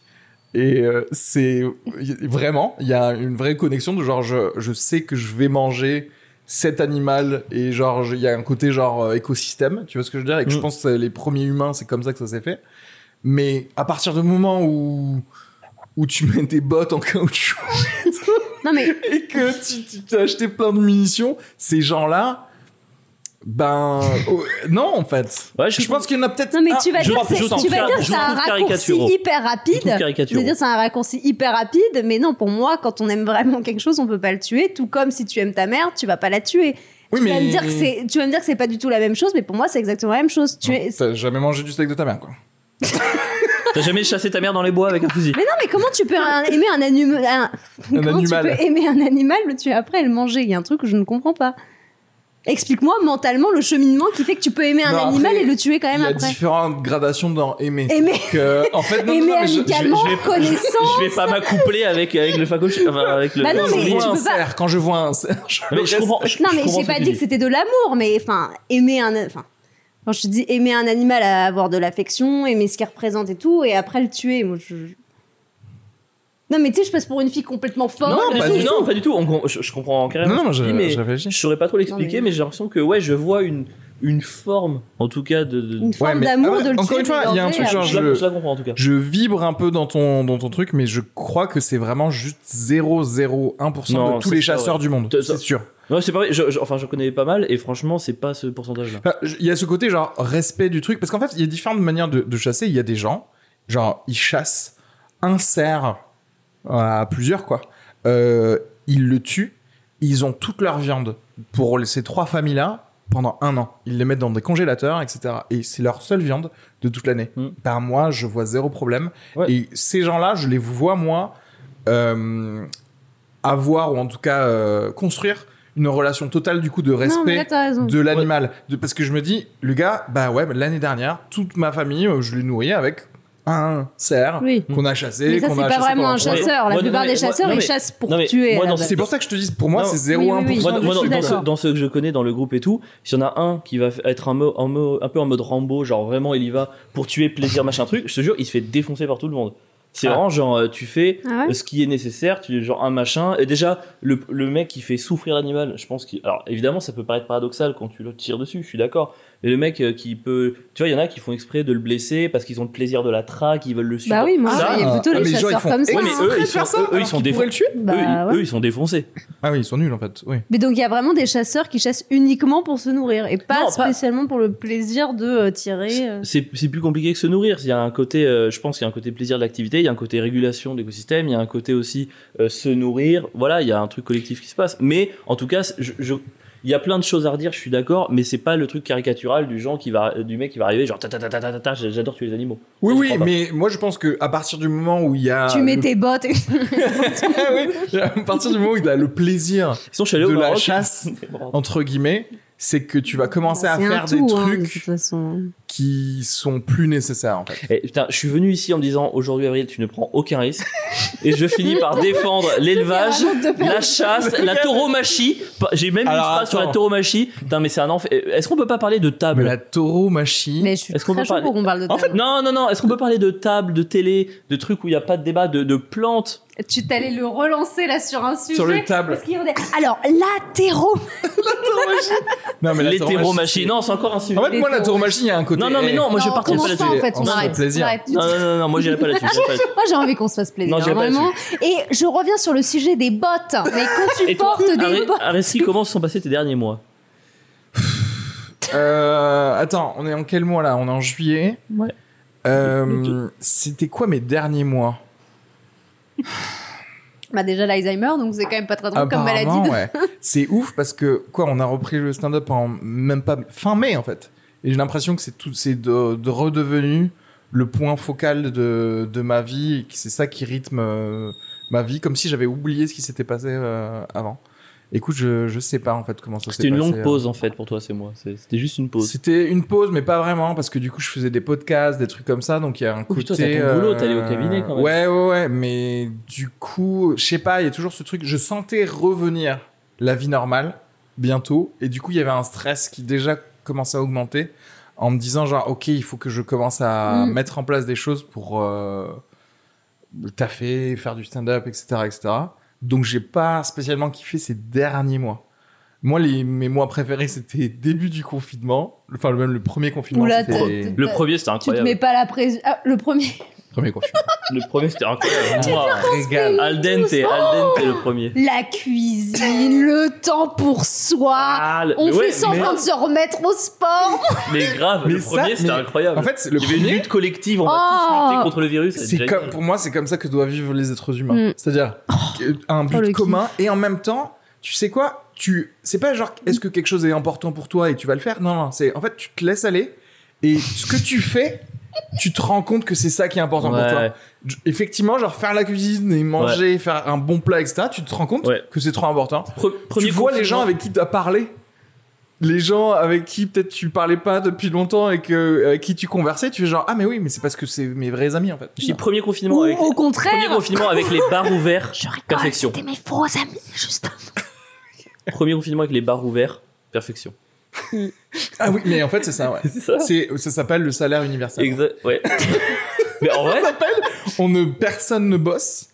[SPEAKER 4] et euh, c'est y- vraiment, il y a une vraie connexion de genre, je, je sais que je vais manger cet animal, et genre, je- il y a un côté genre euh, écosystème, tu vois ce que je veux dire, et que je
[SPEAKER 6] Mm.
[SPEAKER 4] pense que les premiers humains, c'est comme ça que ça s'est fait. Mais à partir du moment où, où tu mets des bottes en caoutchouc,
[SPEAKER 5] Non, mais
[SPEAKER 4] et que tu, tu t'as acheté plein de munitions, ces gens-là, ben oh, non en fait.
[SPEAKER 6] Ouais,
[SPEAKER 4] je,
[SPEAKER 6] Ah, je-
[SPEAKER 4] pense qu'il y en a peut-être.
[SPEAKER 5] Non mais
[SPEAKER 4] un-
[SPEAKER 5] tu vas
[SPEAKER 6] je
[SPEAKER 5] dire,
[SPEAKER 6] trouve-
[SPEAKER 5] c'est-
[SPEAKER 6] je
[SPEAKER 5] tu
[SPEAKER 6] trouve
[SPEAKER 5] vas
[SPEAKER 6] car-
[SPEAKER 5] dire
[SPEAKER 6] je
[SPEAKER 5] c'est un
[SPEAKER 6] trouve
[SPEAKER 5] raccourci
[SPEAKER 6] caricaturaux.
[SPEAKER 5] hyper
[SPEAKER 6] Je trouve
[SPEAKER 5] rapide.
[SPEAKER 6] caricaturaux.
[SPEAKER 5] dire c'est un raccourci hyper rapide, mais non pour moi quand on aime vraiment quelque chose, on peut pas le tuer. Tout comme si tu aimes ta mère, tu vas pas la tuer.
[SPEAKER 4] Oui,
[SPEAKER 5] tu vas
[SPEAKER 4] mais-
[SPEAKER 5] me dire que c'est, tu vas me dire que c'est pas du tout la même chose, mais pour moi c'est exactement la même chose. Tu es-
[SPEAKER 4] T'as jamais mangé du steak de ta mère quoi.
[SPEAKER 6] T'as jamais chassé ta mère dans les bois avec un fusil
[SPEAKER 5] Mais non mais comment tu peux un- aimer un, anim- un- comment tu
[SPEAKER 4] animal.
[SPEAKER 5] peux aimer un animal le tuer après et le manger Il y a un truc que je ne comprends pas. Explique-moi mentalement le cheminement qui fait que tu peux aimer un
[SPEAKER 4] Non, après,
[SPEAKER 5] animal et le tuer quand
[SPEAKER 4] Il
[SPEAKER 5] même
[SPEAKER 4] y a
[SPEAKER 5] après.
[SPEAKER 4] différentes gradations dans aimer.
[SPEAKER 5] Aimer.
[SPEAKER 4] Donc, euh, en fait, non, non,
[SPEAKER 5] Aimer
[SPEAKER 4] non, mais je- je vais-
[SPEAKER 5] amicalement,
[SPEAKER 6] je vais-
[SPEAKER 5] connaissance.
[SPEAKER 6] Je vais pas m'accoupler avec avec le facoche, enfin, avec le.
[SPEAKER 5] Bah non,
[SPEAKER 4] quand
[SPEAKER 6] le
[SPEAKER 5] mais
[SPEAKER 4] je
[SPEAKER 6] sanglier.
[SPEAKER 4] vois
[SPEAKER 5] tu
[SPEAKER 4] un
[SPEAKER 5] peux pas-
[SPEAKER 4] cerf, quand je vois un cerf, je
[SPEAKER 6] Non, mais je
[SPEAKER 4] reste-
[SPEAKER 6] comprends. je-
[SPEAKER 5] non,
[SPEAKER 6] je
[SPEAKER 5] mais
[SPEAKER 6] comprends
[SPEAKER 5] j'ai
[SPEAKER 6] ce que
[SPEAKER 5] pas
[SPEAKER 6] tu
[SPEAKER 5] dit
[SPEAKER 6] dis.
[SPEAKER 5] que c'était de l'amour, mais enfin, aimer un. Enfin, quand je te dis aimer un animal, à avoir de l'affection, aimer ce qu'il représente et tout, et après le tuer. Moi, je. Non, mais tu sais, je passe pour une fille complètement folle.
[SPEAKER 6] Non,
[SPEAKER 4] pas
[SPEAKER 6] pas
[SPEAKER 4] du
[SPEAKER 6] du, non, pas du tout. On com- je, je comprends carrément.
[SPEAKER 4] Non, non,
[SPEAKER 6] ce que
[SPEAKER 4] je-
[SPEAKER 6] tu dis, mais
[SPEAKER 4] je réfléchis.
[SPEAKER 6] saurais pas trop l'expliquer,
[SPEAKER 5] Non,
[SPEAKER 6] mais, j'ai l'impression que ouais, je vois une une forme, en tout cas de. de-
[SPEAKER 5] Une
[SPEAKER 4] Ouais,
[SPEAKER 5] forme
[SPEAKER 4] mais-
[SPEAKER 5] d'amour
[SPEAKER 4] ah ouais,
[SPEAKER 5] de le
[SPEAKER 4] encore
[SPEAKER 5] tuer.
[SPEAKER 4] une fois, il y a un
[SPEAKER 5] d'égorger,
[SPEAKER 4] truc genre,
[SPEAKER 5] après.
[SPEAKER 6] je, la,
[SPEAKER 4] je-
[SPEAKER 6] je la comprends en tout cas.
[SPEAKER 4] Je vibre un peu dans ton, dans ton truc, mais je crois que c'est vraiment juste 0,01% de
[SPEAKER 6] Non,
[SPEAKER 4] tous
[SPEAKER 6] c'est
[SPEAKER 4] les
[SPEAKER 6] ça,
[SPEAKER 4] chasseurs
[SPEAKER 6] ouais.
[SPEAKER 4] du monde.
[SPEAKER 6] T'as-
[SPEAKER 4] C'est sûr.
[SPEAKER 6] Non, c'est pas vrai. je- je- enfin, j'en connais pas mal, et franchement, c'est pas ce pourcentage-là.
[SPEAKER 4] Enfin, je- Il y a ce côté genre respect du truc parce qu'en fait il y a différentes manières de, de chasser. Il y a des gens genre ils chassent un cerf à plusieurs quoi. Euh, ils le tuent. Ils ont toute leur viande pour ces trois familles là pendant un an. Ils les mettent dans des congélateurs etc. Et c'est leur seule viande de toute l'année.
[SPEAKER 6] Mm.
[SPEAKER 4] Par mois je vois zéro problème.
[SPEAKER 6] Ouais.
[SPEAKER 4] Et ces gens là je les vois moi euh, avoir ou en tout cas euh, construire une relation totale du coup de respect
[SPEAKER 5] Non, mais là, t'as raison.
[SPEAKER 4] de l'animal. De- Parce que je me dis, le gars, bah ouais, mais l'année dernière, toute ma famille, euh, je l'ai nourri avec un cerf
[SPEAKER 5] Oui.
[SPEAKER 4] qu'on a chassé.
[SPEAKER 5] Mais ça,
[SPEAKER 4] qu'on
[SPEAKER 5] c'est
[SPEAKER 4] a
[SPEAKER 5] pas
[SPEAKER 4] chassé
[SPEAKER 5] vraiment
[SPEAKER 4] pendant
[SPEAKER 5] un
[SPEAKER 4] trois ans.
[SPEAKER 5] chasseur. La
[SPEAKER 6] Moi, non,
[SPEAKER 5] plupart
[SPEAKER 6] mais-
[SPEAKER 5] des
[SPEAKER 6] moi-
[SPEAKER 5] chasseurs,
[SPEAKER 6] non,
[SPEAKER 5] ils
[SPEAKER 6] mais-
[SPEAKER 5] chassent pour
[SPEAKER 6] non, mais-
[SPEAKER 5] tuer.
[SPEAKER 6] moi,
[SPEAKER 5] à la
[SPEAKER 6] dans
[SPEAKER 5] base.
[SPEAKER 4] C'est pour ça que je te dis, pour moi,
[SPEAKER 6] Non.
[SPEAKER 4] c'est
[SPEAKER 5] Oui, oui,
[SPEAKER 4] 0,1%.
[SPEAKER 5] oui.
[SPEAKER 6] Moi, dans-
[SPEAKER 4] du
[SPEAKER 6] moi, dans,
[SPEAKER 4] truc,
[SPEAKER 6] dans
[SPEAKER 4] quoi.
[SPEAKER 6] ceux, dans ceux que je connais dans le groupe et tout, s'il y en a un qui va f- être un, mo- un mo- un peu en mode Rambo, genre vraiment il y va pour tuer plaisir machin truc, je te jure, il se fait défoncer par tout le monde. C'est
[SPEAKER 4] Ah.
[SPEAKER 6] vraiment genre euh, tu fais
[SPEAKER 5] Ah ouais
[SPEAKER 6] euh, ce qui est nécessaire, tu genre un machin. Et déjà le, le mec qui fait souffrir l'animal, je pense qu'il. Alors évidemment ça peut paraître paradoxal quand tu le tires dessus, je suis d'accord. Mais le mec euh, qui peut, tu vois, il y en a qui font exprès de le blesser parce qu'ils ont le plaisir de la traque, ils veulent le suivre.
[SPEAKER 5] Bah oui, moi,
[SPEAKER 6] Ça,
[SPEAKER 5] il y a plutôt
[SPEAKER 4] Ah,
[SPEAKER 5] les
[SPEAKER 4] mais genre, ils
[SPEAKER 5] chasseurs
[SPEAKER 4] font
[SPEAKER 5] comme ça.
[SPEAKER 6] Ouais, mais
[SPEAKER 5] hein.
[SPEAKER 6] eux, ils
[SPEAKER 4] Faire
[SPEAKER 6] sont,
[SPEAKER 4] ça,
[SPEAKER 6] eux, eux,
[SPEAKER 4] alors
[SPEAKER 6] ils sont
[SPEAKER 4] qu'ils pourraient le
[SPEAKER 6] défoncés.
[SPEAKER 4] tuer
[SPEAKER 6] Euh, Eux,
[SPEAKER 5] Bah
[SPEAKER 6] ils-
[SPEAKER 5] ouais.
[SPEAKER 6] eux, ils sont défoncés.
[SPEAKER 4] Ah oui, ils sont nuls en fait. Oui.
[SPEAKER 5] Mais donc il y a vraiment des chasseurs qui chassent uniquement pour se nourrir et pas
[SPEAKER 6] Non, pas-
[SPEAKER 5] spécialement pour le plaisir de euh, tirer. euh.
[SPEAKER 6] C'est c'est plus compliqué que se nourrir. Il y a un côté, euh, je pense qu'il y a un côté plaisir de l'activité, il y a un côté régulation de l'écosystème, il y a un côté aussi euh, se nourrir. Voilà, il y a un truc collectif qui se passe. Mais en tout cas, c'est- je- je- il y a plein de choses à redire, je suis d'accord, mais c'est pas le truc caricatural du gens qui va, du mec qui va arriver genre ta ta ta ta ta ta, ta, j'adore tuer les animaux.
[SPEAKER 4] Oui,
[SPEAKER 6] Je
[SPEAKER 4] oui,
[SPEAKER 6] comprends pas.
[SPEAKER 4] mais moi je pense que à partir du moment où il y a.
[SPEAKER 5] tu mets
[SPEAKER 4] le-
[SPEAKER 5] tes bottes. et-
[SPEAKER 4] Ah oui, à partir du moment où il a le plaisir
[SPEAKER 6] Sinon, je suis allé
[SPEAKER 4] de
[SPEAKER 6] au
[SPEAKER 4] la
[SPEAKER 6] Maroc.
[SPEAKER 4] chasse, entre guillemets, c'est que tu vas commencer à
[SPEAKER 5] C'est un
[SPEAKER 4] faire
[SPEAKER 5] tout,
[SPEAKER 4] des
[SPEAKER 5] hein, de
[SPEAKER 4] trucs
[SPEAKER 5] toute façon.
[SPEAKER 4] qui sont plus nécessaires en fait.
[SPEAKER 6] Eh, putain, je suis venu ici en me disant aujourd'hui avril, tu ne prends aucun risque, et je finis par défendre l'élevage. La chasse, la tauromachie. Pas- J'ai même
[SPEAKER 4] Alors,
[SPEAKER 6] une phrase sur la
[SPEAKER 4] attends.
[SPEAKER 6] tauromachie. Putain, mais c'est un enfer. Euh, Est-ce qu'on peut pas parler de
[SPEAKER 4] Mais
[SPEAKER 6] table
[SPEAKER 4] la tauromachie.
[SPEAKER 5] Mais je suis
[SPEAKER 6] Est-ce qu'on
[SPEAKER 5] très
[SPEAKER 6] peut
[SPEAKER 5] chaud
[SPEAKER 6] parler-
[SPEAKER 5] pour qu'on parle de
[SPEAKER 4] En
[SPEAKER 5] en
[SPEAKER 4] fait,
[SPEAKER 6] Non, non, non. Est-ce qu'on peut parler de table, de télé, de trucs où il n'y a pas de débat, de, de plantes
[SPEAKER 5] Tu t'allais le relancer là sur un sujet.
[SPEAKER 4] Sur le table.
[SPEAKER 5] Parce qu'il y en a- Alors, la terreau.
[SPEAKER 6] Ah,
[SPEAKER 4] Non, mais la
[SPEAKER 6] L'hétéromachie. Non, c'est encore un sujet.
[SPEAKER 4] En fait, moi, la tauromachie, il y a un côté.
[SPEAKER 6] Non, non, mais non, moi je
[SPEAKER 5] Non,
[SPEAKER 6] partirai pas
[SPEAKER 5] commence
[SPEAKER 6] là-dessus.
[SPEAKER 5] en fait, on
[SPEAKER 4] Non,
[SPEAKER 5] arrête.
[SPEAKER 4] c'est plaisir.
[SPEAKER 5] On arrête.
[SPEAKER 6] Non, non, non, non, moi j'irai pas là-dessus. j'irai pas là-dessus.
[SPEAKER 5] Moi j'ai envie qu'on se fasse plaisir,
[SPEAKER 6] Non, j'ai pas
[SPEAKER 5] vraiment. Et je reviens sur le sujet des bottes. Mais quand tu
[SPEAKER 6] Et toi,
[SPEAKER 5] portes des bottes.
[SPEAKER 6] Arési, comment se sont passés tes derniers mois
[SPEAKER 4] Euh, attends, on est en quel mois là On est en juillet.
[SPEAKER 6] Ouais.
[SPEAKER 4] Euh, C'était quoi mes derniers mois
[SPEAKER 5] Bah déjà l'Alzheimer, donc c'est quand même pas très drôle Oh, comme
[SPEAKER 4] Apparemment,
[SPEAKER 5] maladie.
[SPEAKER 4] Ah, bah, ouais. C'est ouf parce que quoi, on a repris le stand-up en même pas fin mai en fait. Et j'ai l'impression que c'est tout, c'est de, de redevenu le point focal de, de ma vie et que c'est ça qui rythme euh, ma vie, comme si j'avais oublié ce qui s'était passé euh, avant. Écoute, je, je sais pas en fait comment ça s'est passé.
[SPEAKER 6] C'était une longue
[SPEAKER 4] euh.
[SPEAKER 6] pause en fait pour toi, c'est moi. C'est- C'était juste une pause.
[SPEAKER 4] C'était une pause, mais pas vraiment, parce que du coup, je faisais des podcasts, des trucs comme ça, donc il y a un
[SPEAKER 6] Oui,
[SPEAKER 4] côté. euh,
[SPEAKER 6] toi, t'as ton boulot, t'allais au cabinet, quand même.
[SPEAKER 4] Ouais, ouais, ouais, mais du coup, je sais pas, il y a toujours ce truc. Je sentais revenir la vie normale bientôt, et du coup, il y avait un stress qui déjà commençait à augmenter en me disant, genre, ok, il faut que je commence à
[SPEAKER 5] Mm.
[SPEAKER 4] mettre en place des choses pour euh, taffer, faire du stand-up, etc., etc. Donc, j'ai pas spécialement kiffé ces derniers mois. Moi, les, mes mois préférés, c'était début du confinement. Enfin, même le premier confinement.
[SPEAKER 5] Oula,
[SPEAKER 4] c'était...
[SPEAKER 5] t'as-
[SPEAKER 6] Le premier, c'était
[SPEAKER 5] Euh, Tu te
[SPEAKER 6] incroyable.
[SPEAKER 5] mets pas la pression. Ah, le premier.
[SPEAKER 4] Premier confinement.
[SPEAKER 6] Le premier, c'était incroyable. Moi,
[SPEAKER 4] Régal.
[SPEAKER 6] Al dente, al dente, le premier.
[SPEAKER 5] La cuisine, le temps pour soi.
[SPEAKER 6] Ah, le-
[SPEAKER 5] On
[SPEAKER 6] mais
[SPEAKER 5] fait
[SPEAKER 6] ouais,
[SPEAKER 5] semblant de se remettre au sport.
[SPEAKER 6] mais, mais grave,
[SPEAKER 4] Mais
[SPEAKER 6] le
[SPEAKER 4] ça,
[SPEAKER 6] premier, c'était
[SPEAKER 4] mais-
[SPEAKER 6] incroyable.
[SPEAKER 4] En fait, c'est le
[SPEAKER 6] il y avait une
[SPEAKER 4] premier-
[SPEAKER 6] lutte collective, on va
[SPEAKER 5] Oh.
[SPEAKER 6] tous lutter contre le virus.
[SPEAKER 4] C'est
[SPEAKER 6] Jack-
[SPEAKER 4] comme, pour moi, c'est comme ça que doivent vivre les êtres humains.
[SPEAKER 5] Mm.
[SPEAKER 4] C'est-à-dire que- un but
[SPEAKER 5] Oh, le
[SPEAKER 4] commun et en même temps, tu sais quoi Tu, c'est pas genre est-ce que quelque chose est important pour toi et tu vas le faire. Non, non. C'est en fait tu te laisses aller et ce que tu fais, tu te rends compte que c'est ça qui est important pour toi.
[SPEAKER 6] Ouais.
[SPEAKER 4] J- Effectivement, genre faire la cuisine et manger, faire un bon plat, etc. Tu te rends compte
[SPEAKER 6] Ouais.
[SPEAKER 4] que c'est trop important.
[SPEAKER 6] Pre-
[SPEAKER 4] tu
[SPEAKER 6] premier
[SPEAKER 4] vois les gens
[SPEAKER 6] confinement.
[SPEAKER 4] avec qui tu as parlé. Les gens avec qui peut-être tu parlais pas depuis longtemps et que, avec qui tu conversais, tu fais genre Ah, mais oui, mais c'est parce que c'est mes vrais amis en fait.
[SPEAKER 6] Je dis premier confinement
[SPEAKER 5] Ou
[SPEAKER 6] avec.
[SPEAKER 5] au contraire.
[SPEAKER 6] Premier confinement avec les bars ouverts.
[SPEAKER 5] Je rigole,
[SPEAKER 6] Perfection.
[SPEAKER 5] C'était mes faux amis, juste.
[SPEAKER 6] Premier confinement avec les bars ouverts. Perfection.
[SPEAKER 4] Ah oui, mais en fait, c'est ça, ouais.
[SPEAKER 6] C'est ça
[SPEAKER 4] C'est, ça s'appelle le salaire universel.
[SPEAKER 6] Exact. Ouais. Mais en vrai,
[SPEAKER 4] Ça s'appelle on ne, personne ne bosse,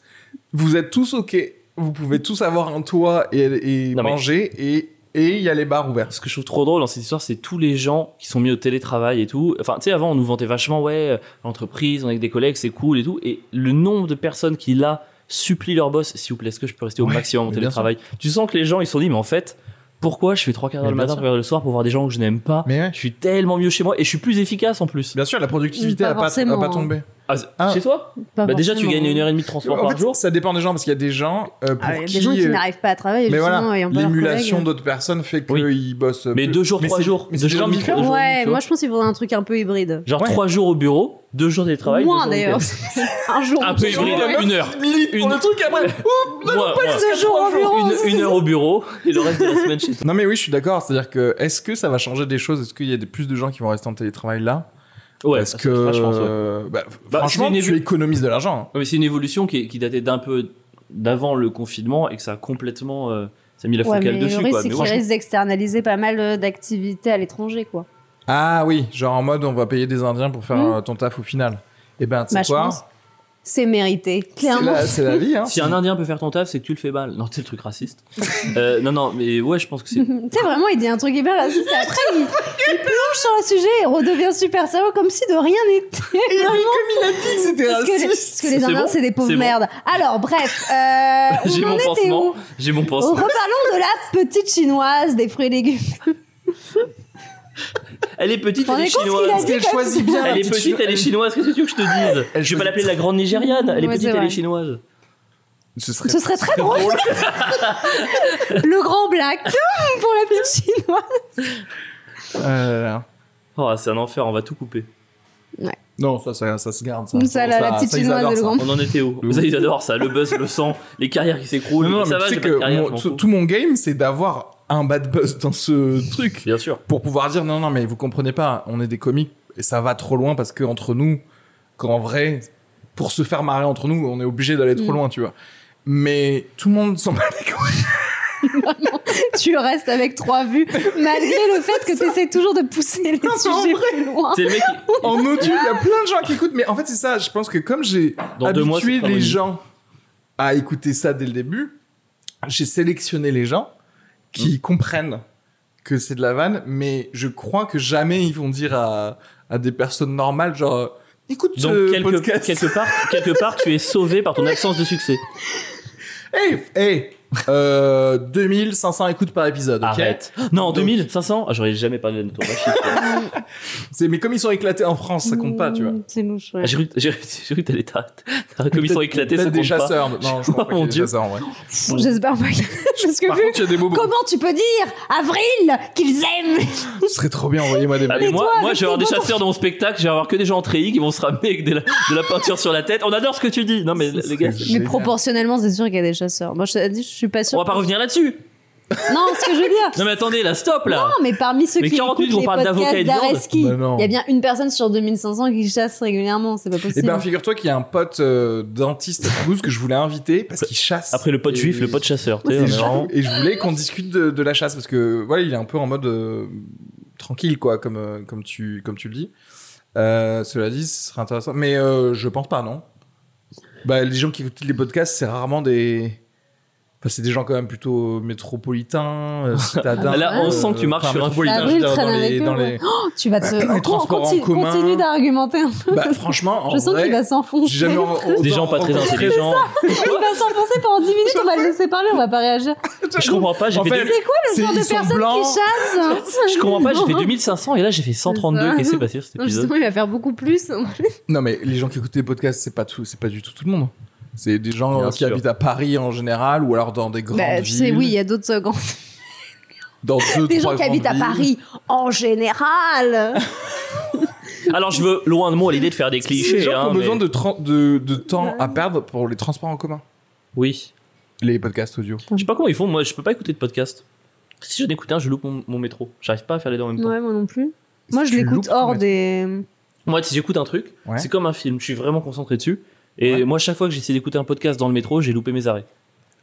[SPEAKER 4] vous êtes tous OK, vous pouvez tous avoir un toit et, et
[SPEAKER 6] Non, mais-
[SPEAKER 4] manger, et et il y a les bars ouverts.
[SPEAKER 6] ce que je trouve trop drôle dans cette histoire, c'est tous les gens qui sont mis au télétravail et tout. Enfin, tu sais, avant, on nous vantait vachement, ouais, euh, l'entreprise, on est avec des collègues, c'est cool et tout. Et le nombre de personnes qui, là, supplient leur boss, s'il vous plaît, est-ce que je peux rester au
[SPEAKER 4] Ouais,
[SPEAKER 6] maximum en
[SPEAKER 4] mais bien
[SPEAKER 6] télétravail Tu sens que les gens, ils se sont dit, mais en fait, pourquoi je fais trois quarts d'heure
[SPEAKER 4] Mais
[SPEAKER 6] le
[SPEAKER 4] bien
[SPEAKER 6] matin,
[SPEAKER 4] sûr.
[SPEAKER 6] trois quarts d'heure le soir pour voir des gens que je n'aime pas
[SPEAKER 4] Mais ouais.
[SPEAKER 6] Je suis tellement mieux chez moi et je suis plus efficace en plus.
[SPEAKER 4] Bien sûr, la productivité
[SPEAKER 5] Pas
[SPEAKER 4] a, pas, a
[SPEAKER 5] forcément. hein.
[SPEAKER 4] pas tombé.
[SPEAKER 6] Ah, c'est-
[SPEAKER 4] Bah, Ah.
[SPEAKER 6] Chez toi Bah déjà, tu gagnes une heure et demie de transport
[SPEAKER 4] En
[SPEAKER 6] par
[SPEAKER 4] fait,
[SPEAKER 6] jour.
[SPEAKER 4] ça dépend des gens, parce qu'il y a des gens euh, pour
[SPEAKER 5] Ah, il y a
[SPEAKER 4] qui.
[SPEAKER 5] des gens qui
[SPEAKER 4] euh,
[SPEAKER 5] n'arrivent pas à travailler.
[SPEAKER 4] mais
[SPEAKER 5] justement,
[SPEAKER 4] voilà,
[SPEAKER 5] ayant pas leurs
[SPEAKER 4] l'émulation
[SPEAKER 5] collègues.
[SPEAKER 4] d'autres personnes fait qu'ils
[SPEAKER 6] Oui.
[SPEAKER 4] bossent.
[SPEAKER 6] Mais
[SPEAKER 4] plus.
[SPEAKER 6] deux jours,
[SPEAKER 4] Mais
[SPEAKER 6] trois
[SPEAKER 4] c'est-
[SPEAKER 6] jours.
[SPEAKER 4] Mais c'est
[SPEAKER 6] deux
[SPEAKER 4] des
[SPEAKER 6] jours
[SPEAKER 4] gens
[SPEAKER 6] de
[SPEAKER 4] différents.
[SPEAKER 6] micro, deux jours de
[SPEAKER 5] Ouais,
[SPEAKER 6] micro.
[SPEAKER 5] moi je pense qu'il faudrait un truc un peu hybride.
[SPEAKER 6] Genre
[SPEAKER 4] Ouais.
[SPEAKER 6] trois jours au bureau, deux jours de télétravail.
[SPEAKER 5] Moins
[SPEAKER 6] deux jours au
[SPEAKER 5] d'ailleurs.
[SPEAKER 6] week-end.
[SPEAKER 5] un jour.
[SPEAKER 4] Ah,
[SPEAKER 6] Un peu
[SPEAKER 5] au bureau.
[SPEAKER 6] hybride, une heure.
[SPEAKER 4] Limite pour
[SPEAKER 6] Une-
[SPEAKER 4] le truc après.
[SPEAKER 5] Bah,
[SPEAKER 6] Moi, moi,
[SPEAKER 5] Ce jour au bureau.
[SPEAKER 6] une, une heure au bureau et le reste de la semaine chez toi.
[SPEAKER 4] Non mais oui, je suis d'accord. C'est-à-dire que est-ce que ça va changer des choses Est-ce qu'il y a des- plus de gens qui vont rester en télétravail là
[SPEAKER 6] Ouais,
[SPEAKER 4] Parce
[SPEAKER 6] ça,
[SPEAKER 4] que
[SPEAKER 6] ça, je pense, ouais.
[SPEAKER 4] bah,
[SPEAKER 6] Bah,
[SPEAKER 4] franchement,
[SPEAKER 6] c'est une
[SPEAKER 4] tu
[SPEAKER 6] évo-
[SPEAKER 4] économises de l'argent. hein.
[SPEAKER 6] Ouais, mais c'est une évolution qui, qui datait d'un peu d'avant le confinement et que ça a complètement. euh, ça a mis la
[SPEAKER 5] Ouais,
[SPEAKER 6] focale
[SPEAKER 5] mais
[SPEAKER 6] dessus.
[SPEAKER 5] le risque,
[SPEAKER 6] quoi.
[SPEAKER 5] c'est
[SPEAKER 6] Mais
[SPEAKER 5] qu'ils
[SPEAKER 6] moi, je-
[SPEAKER 5] risquent d'externaliser pas mal euh, d'activités à l'étranger, quoi.
[SPEAKER 4] Ah oui, genre en mode on va payer des Indiens pour faire
[SPEAKER 5] Mm.
[SPEAKER 4] euh, ton taf au final. Et ben tu
[SPEAKER 5] Bah,
[SPEAKER 4] sais
[SPEAKER 5] je
[SPEAKER 4] quoi
[SPEAKER 5] pense. C'est mérité,
[SPEAKER 4] C'est
[SPEAKER 5] clairement.
[SPEAKER 4] la, c'est la vie. Hein.
[SPEAKER 6] Si un Indien peut faire ton taf, c'est que tu le fais mal. Non, c'est le truc raciste. Euh, non, non, mais ouais, je pense que c'est.
[SPEAKER 5] Tu sais, vraiment, il dit un truc hyper raciste et après, il, il plonge sur le sujet et redevient super sérieux comme si de rien n'était.
[SPEAKER 4] Et lui, comme il a dit que c'était
[SPEAKER 5] Parce que, les,
[SPEAKER 4] raciste.
[SPEAKER 5] parce que les
[SPEAKER 6] C'est
[SPEAKER 5] Indiens,
[SPEAKER 6] bon
[SPEAKER 5] c'est des pauvres
[SPEAKER 6] C'est bon
[SPEAKER 5] merdes. Alors, bref, euh,
[SPEAKER 6] J'ai
[SPEAKER 5] on en
[SPEAKER 6] mon
[SPEAKER 5] était où
[SPEAKER 6] pansement. J'ai mon pansement.
[SPEAKER 5] Reparlons de la petite chinoise des fruits et légumes.
[SPEAKER 6] Elle est petite,
[SPEAKER 5] Vous
[SPEAKER 6] elle est
[SPEAKER 5] rendez compte ce qu'il a
[SPEAKER 4] Parce
[SPEAKER 6] chinoise.
[SPEAKER 4] qu'elle choisit bien. la
[SPEAKER 6] Elle est
[SPEAKER 4] petite
[SPEAKER 6] petite, elle est chinoise. Qu'est-ce que tu veux que je te dise
[SPEAKER 4] Elle
[SPEAKER 6] Je vais
[SPEAKER 4] choisit-
[SPEAKER 6] pas l'appeler la grande Nigériane. Elle est
[SPEAKER 5] Ouais,
[SPEAKER 6] petite,
[SPEAKER 5] c'est
[SPEAKER 6] elle
[SPEAKER 5] vrai.
[SPEAKER 6] est chinoise.
[SPEAKER 4] Ce serait,
[SPEAKER 5] Ce serait très drôle. le grand black pour la petite chinoise.
[SPEAKER 4] Euh,
[SPEAKER 6] Oh, c'est un enfer, on va tout couper.
[SPEAKER 4] non, ça, ça, ça se garde. Ça,
[SPEAKER 5] Ça, la- la petite
[SPEAKER 4] ils
[SPEAKER 5] chinoise
[SPEAKER 4] adorent
[SPEAKER 5] et le
[SPEAKER 4] ça.
[SPEAKER 5] grand
[SPEAKER 6] On en était où
[SPEAKER 4] Le-
[SPEAKER 6] Ça, ils adorent ça. Le buzz, le sang, les carrières qui s'écroulent.
[SPEAKER 4] Non, non,
[SPEAKER 6] ça
[SPEAKER 4] mais
[SPEAKER 6] va,
[SPEAKER 4] tu sais
[SPEAKER 6] j'ai pas de
[SPEAKER 4] que
[SPEAKER 6] carrière.
[SPEAKER 4] mon-
[SPEAKER 6] je m'en
[SPEAKER 4] tout-
[SPEAKER 6] fous.
[SPEAKER 4] tout mon game, c'est d'avoir un bad buzz dans ce truc.
[SPEAKER 6] Bien sûr.
[SPEAKER 4] pour pouvoir dire non, non, mais vous comprenez pas, on est des comiques et ça va trop loin parce que entre nous, qu'en vrai, pour se faire marrer entre nous, on est obligé d'aller trop
[SPEAKER 5] Mm.
[SPEAKER 4] loin, tu vois. Mais tout le monde s'en bat les couilles.
[SPEAKER 5] tu restes avec trois vues, malgré le fait que tu essaies toujours de pousser les
[SPEAKER 4] Non, c'est en
[SPEAKER 5] sujets plus loin.
[SPEAKER 6] C'est le mec qui-
[SPEAKER 4] En audio, il y a plein de gens qui écoutent, mais en fait, c'est ça. Je pense que comme j'ai
[SPEAKER 6] Dans deux
[SPEAKER 4] habitué
[SPEAKER 6] mois, c'est
[SPEAKER 4] les
[SPEAKER 6] terminé.
[SPEAKER 4] gens à écouter ça dès le début, j'ai sélectionné les gens qui comprennent que c'est de la vanne, mais je crois que jamais ils vont dire à, à des personnes normales, genre, écoute
[SPEAKER 6] Donc
[SPEAKER 4] ce
[SPEAKER 6] quelque,
[SPEAKER 4] podcast.
[SPEAKER 6] quelque part, quelque part, tu es sauvé par ton absence de succès.
[SPEAKER 4] Hey, hey, euh, 2500 écoutes par épisode, ok
[SPEAKER 6] Arrête. Non, en
[SPEAKER 4] Donc-
[SPEAKER 6] 2500 ah, J'aurais jamais parlé de ton machin.
[SPEAKER 4] C'est- Mais comme ils sont éclatés en France, ça compte pas, tu vois.
[SPEAKER 6] Ah,
[SPEAKER 5] Mmh, C'est louche, ouais.
[SPEAKER 6] J'ai cru, j'ai- j'ai cru que t'allais t'arrêter. Comme ils sont éclatés, ça
[SPEAKER 4] Peut-être
[SPEAKER 6] compte
[SPEAKER 4] des
[SPEAKER 6] pas.
[SPEAKER 4] chasseurs. Non, je pense pas
[SPEAKER 6] Oh,
[SPEAKER 4] qu'il y
[SPEAKER 6] mon
[SPEAKER 4] ait des
[SPEAKER 6] Dieu.
[SPEAKER 4] chasseurs, en vrai.
[SPEAKER 5] J'espère pas que. Parce que
[SPEAKER 4] Par
[SPEAKER 5] vu.
[SPEAKER 4] contre, il y a des bobos.
[SPEAKER 5] Comment tu peux dire, Avril, qu'ils aiment
[SPEAKER 4] Ce serait trop bien, envoyez-moi des
[SPEAKER 6] Ah,
[SPEAKER 4] mails.
[SPEAKER 6] mais
[SPEAKER 5] Et
[SPEAKER 6] moi,
[SPEAKER 5] toi,
[SPEAKER 6] moi
[SPEAKER 5] avec
[SPEAKER 6] je vais avoir des
[SPEAKER 5] tes
[SPEAKER 6] chasseurs dans mon spectacle, je vais avoir que des gens en treillis qui vont se ramener avec de la, de la peinture sur la tête. On adore ce que tu dis. Non, mais les gars,
[SPEAKER 4] serait
[SPEAKER 6] c'est-
[SPEAKER 4] génial.
[SPEAKER 5] Mais proportionnellement, c'est sûr qu'il y a des chasseurs. Moi, je te dis, je suis pas
[SPEAKER 6] on
[SPEAKER 5] sûre.
[SPEAKER 6] va pas revenir là-dessus.
[SPEAKER 5] Non, ce que je veux dire.
[SPEAKER 6] Non, mais attendez, là, stop là.
[SPEAKER 5] Non, mais parmi ceux
[SPEAKER 6] Mais
[SPEAKER 5] qui
[SPEAKER 6] 40
[SPEAKER 5] écoutent
[SPEAKER 6] 000, on
[SPEAKER 5] les
[SPEAKER 6] parle d'avocats et
[SPEAKER 5] podcasts
[SPEAKER 6] de viande.
[SPEAKER 5] d'Areski,
[SPEAKER 4] Bah non.
[SPEAKER 5] il y a bien une personne sur 2500 qui chasse régulièrement, c'est pas
[SPEAKER 4] Eh
[SPEAKER 5] possible.
[SPEAKER 4] ben, figure-toi qu'il y a un pote euh, dentiste à Toulouse que je voulais inviter parce qu'il chasse.
[SPEAKER 6] Après le pote
[SPEAKER 4] Et-
[SPEAKER 6] juif, le pote chasseur. tu sais, on
[SPEAKER 4] Et
[SPEAKER 6] est
[SPEAKER 4] je,
[SPEAKER 6] vraiment-
[SPEAKER 4] et je voulais qu'on discute de, de la chasse parce que voilà, il est un peu en mode euh, tranquille quoi, comme euh, comme tu comme tu le dis. Euh, cela dit, ce serait intéressant, mais euh, je pense pas non. Bah, les gens qui écoutent les podcasts, c'est rarement des. Enfin, c'est des gens quand même plutôt métropolitains, euh, citadins. euh,
[SPEAKER 6] Là, on sent que tu marches sur un
[SPEAKER 4] métropolitains,
[SPEAKER 5] fil. Avril
[SPEAKER 4] je veux dire,
[SPEAKER 5] traîne
[SPEAKER 4] dans les-
[SPEAKER 5] avec eux,
[SPEAKER 4] dans
[SPEAKER 5] ouais.
[SPEAKER 4] les-
[SPEAKER 5] Oh, tu vas te.
[SPEAKER 4] bah, Les transports en
[SPEAKER 5] continue,
[SPEAKER 4] commun.
[SPEAKER 5] continue d'argumenter. un peu.
[SPEAKER 4] Bah, franchement, en
[SPEAKER 5] je sens
[SPEAKER 4] vrai,
[SPEAKER 5] qu'il va s'enfoncer.
[SPEAKER 4] j'ai jamais
[SPEAKER 5] Il
[SPEAKER 4] en-
[SPEAKER 6] Des gens pas très
[SPEAKER 4] autant-
[SPEAKER 6] intelligents.
[SPEAKER 5] va s'enfoncer pendant 10 minutes, on va le laisser parler, on va pas réagir.
[SPEAKER 6] Je comprends pas, j'ai
[SPEAKER 4] En
[SPEAKER 6] fait,
[SPEAKER 4] fait,
[SPEAKER 6] deux-
[SPEAKER 5] C'est quoi le
[SPEAKER 4] C'est-
[SPEAKER 5] genre de
[SPEAKER 4] ils sont
[SPEAKER 5] personne
[SPEAKER 4] blancs.
[SPEAKER 5] qui chasse
[SPEAKER 6] je comprends pas, j'ai fait 2500 et là j'ai fait 132.
[SPEAKER 5] ça.
[SPEAKER 6] Qu'est-ce qui s'est passé sur cet
[SPEAKER 5] Non,
[SPEAKER 6] épisode
[SPEAKER 5] Justement, il va faire beaucoup plus.
[SPEAKER 4] Non, mais les gens qui écoutent les podcasts, c'est pas tout, c'est pas du tout tout le monde. hein. C'est des gens
[SPEAKER 6] Bien
[SPEAKER 4] euh, qui
[SPEAKER 6] sûr.
[SPEAKER 4] habitent à Paris en général, ou alors dans des grandes
[SPEAKER 5] Bah, tu sais,
[SPEAKER 4] villes.
[SPEAKER 5] oui, il y a d'autres euh, grands-
[SPEAKER 4] Dans deux,
[SPEAKER 5] Des
[SPEAKER 4] trois
[SPEAKER 5] gens qui
[SPEAKER 4] grandes
[SPEAKER 5] habitent à
[SPEAKER 4] villes.
[SPEAKER 5] Paris en général.
[SPEAKER 6] Alors je veux loin de moi l'idée de faire des
[SPEAKER 4] C'est des
[SPEAKER 6] clichés.
[SPEAKER 4] gens qui
[SPEAKER 6] hein,
[SPEAKER 4] ont
[SPEAKER 6] mais-
[SPEAKER 4] besoin de, tran- de, de temps à perdre pour les transports en commun.
[SPEAKER 6] Oui.
[SPEAKER 4] Les podcasts audio.
[SPEAKER 6] Je sais pas comment ils font, moi je peux pas écouter de podcast. Si j'en écoute un, je loupe mon, mon métro. J'arrive pas à faire les deux en même temps.
[SPEAKER 5] Ouais, moi non plus. Moi, je
[SPEAKER 4] Tu
[SPEAKER 5] l'écoute
[SPEAKER 4] loupes ton
[SPEAKER 5] hors
[SPEAKER 4] métro.
[SPEAKER 5] des. euh,
[SPEAKER 6] Moi, si j'écoute un truc,
[SPEAKER 4] Ouais.
[SPEAKER 6] c'est comme un film, je suis vraiment concentré dessus. Et
[SPEAKER 4] Ouais.
[SPEAKER 6] moi, chaque fois que j'essaie d'écouter un podcast dans le métro, j'ai loupé mes arrêts.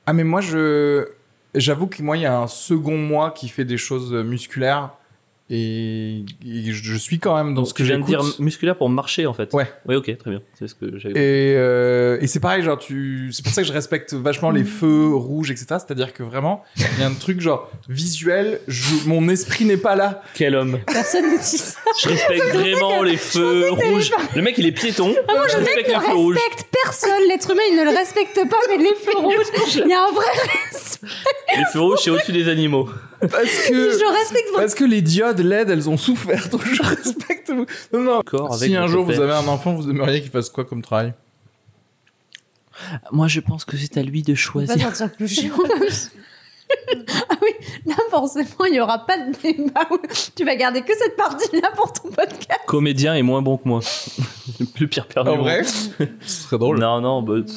[SPEAKER 4] Ah, mais moi, je. J'avoue que moi, il y a un second moi qui fait des choses musculaires. Et, et je je suis quand même dans ce que
[SPEAKER 6] tu viens de
[SPEAKER 4] j'écoute.
[SPEAKER 6] dire musculaire pour marcher en fait.
[SPEAKER 4] Ouais.
[SPEAKER 6] Oui, ok, très bien. C'est ce que j'avais.
[SPEAKER 4] Et, euh, et c'est pareil, genre, tu... c'est pour ça que je respecte vachement les feux rouges, etc. C'est-à-dire que vraiment, il y a un truc, genre, visuel, je... mon esprit n'est pas là.
[SPEAKER 6] Quel homme
[SPEAKER 5] Personne ne dit ça.
[SPEAKER 6] Je respecte vraiment les feux rouges. Le mec, il est piéton. Ah, moi, je respecte les feux
[SPEAKER 5] ne
[SPEAKER 6] rouges.
[SPEAKER 5] respecte personne. L'être humain, il ne le respecte pas, mais les feux rouges, il y a un vrai respect.
[SPEAKER 6] Les feux rouges, c'est au-dessus des animaux.
[SPEAKER 4] Parce que,
[SPEAKER 5] Je respecte vraiment.
[SPEAKER 4] parce que les diodes LED, elles ont souffert, donc je respecte. vous. Non, non.
[SPEAKER 6] Corps avec
[SPEAKER 4] si un
[SPEAKER 6] votre
[SPEAKER 4] jour vous
[SPEAKER 6] père.
[SPEAKER 4] avez un enfant, vous aimeriez qu'il fasse quoi comme travail
[SPEAKER 6] Moi, je pense que c'est à lui de
[SPEAKER 5] Pas
[SPEAKER 6] choisir.
[SPEAKER 5] sortir plus chiant. Ah oui, là forcément il n'y aura pas de débat. Tu vas garder que cette partie-là pour ton podcast.
[SPEAKER 6] Comédien est moins bon que moi. le pire père du
[SPEAKER 4] En
[SPEAKER 6] monde.
[SPEAKER 4] vrai, ce serait drôle.
[SPEAKER 6] Ah Non, non, bah, pff,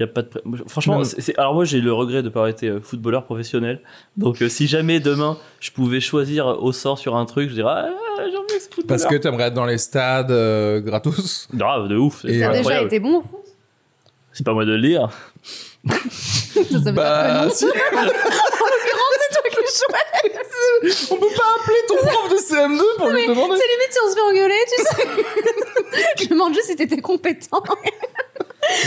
[SPEAKER 6] y a pas de. pré- Moi, je- Franchement,
[SPEAKER 4] Non.
[SPEAKER 6] c'est- c'est- alors moi j'ai le regret de pas arrêter euh, footballeur professionnel. Donc euh, si jamais demain je pouvais choisir euh, au sort sur un truc, je dirais ah, j'ai envie que ce footballeur.
[SPEAKER 4] Parce que t'aimerais être dans les stades euh, gratos.
[SPEAKER 6] Grave, de ouf.
[SPEAKER 4] Et euh,
[SPEAKER 6] C'est
[SPEAKER 5] Ça a déjà
[SPEAKER 6] incroyable.
[SPEAKER 5] été bon. hein.
[SPEAKER 6] C'est pas moi de le lire.
[SPEAKER 5] Ça, ça veut dire que non.
[SPEAKER 4] Bah, si.
[SPEAKER 5] C'est toi qui le
[SPEAKER 4] on peut pas appeler ton prof de CM2 pour lui
[SPEAKER 5] choisis.
[SPEAKER 4] demander.
[SPEAKER 5] C'est limite si on se fait engueuler, tu sais. Je demande juste si t'étais compétent.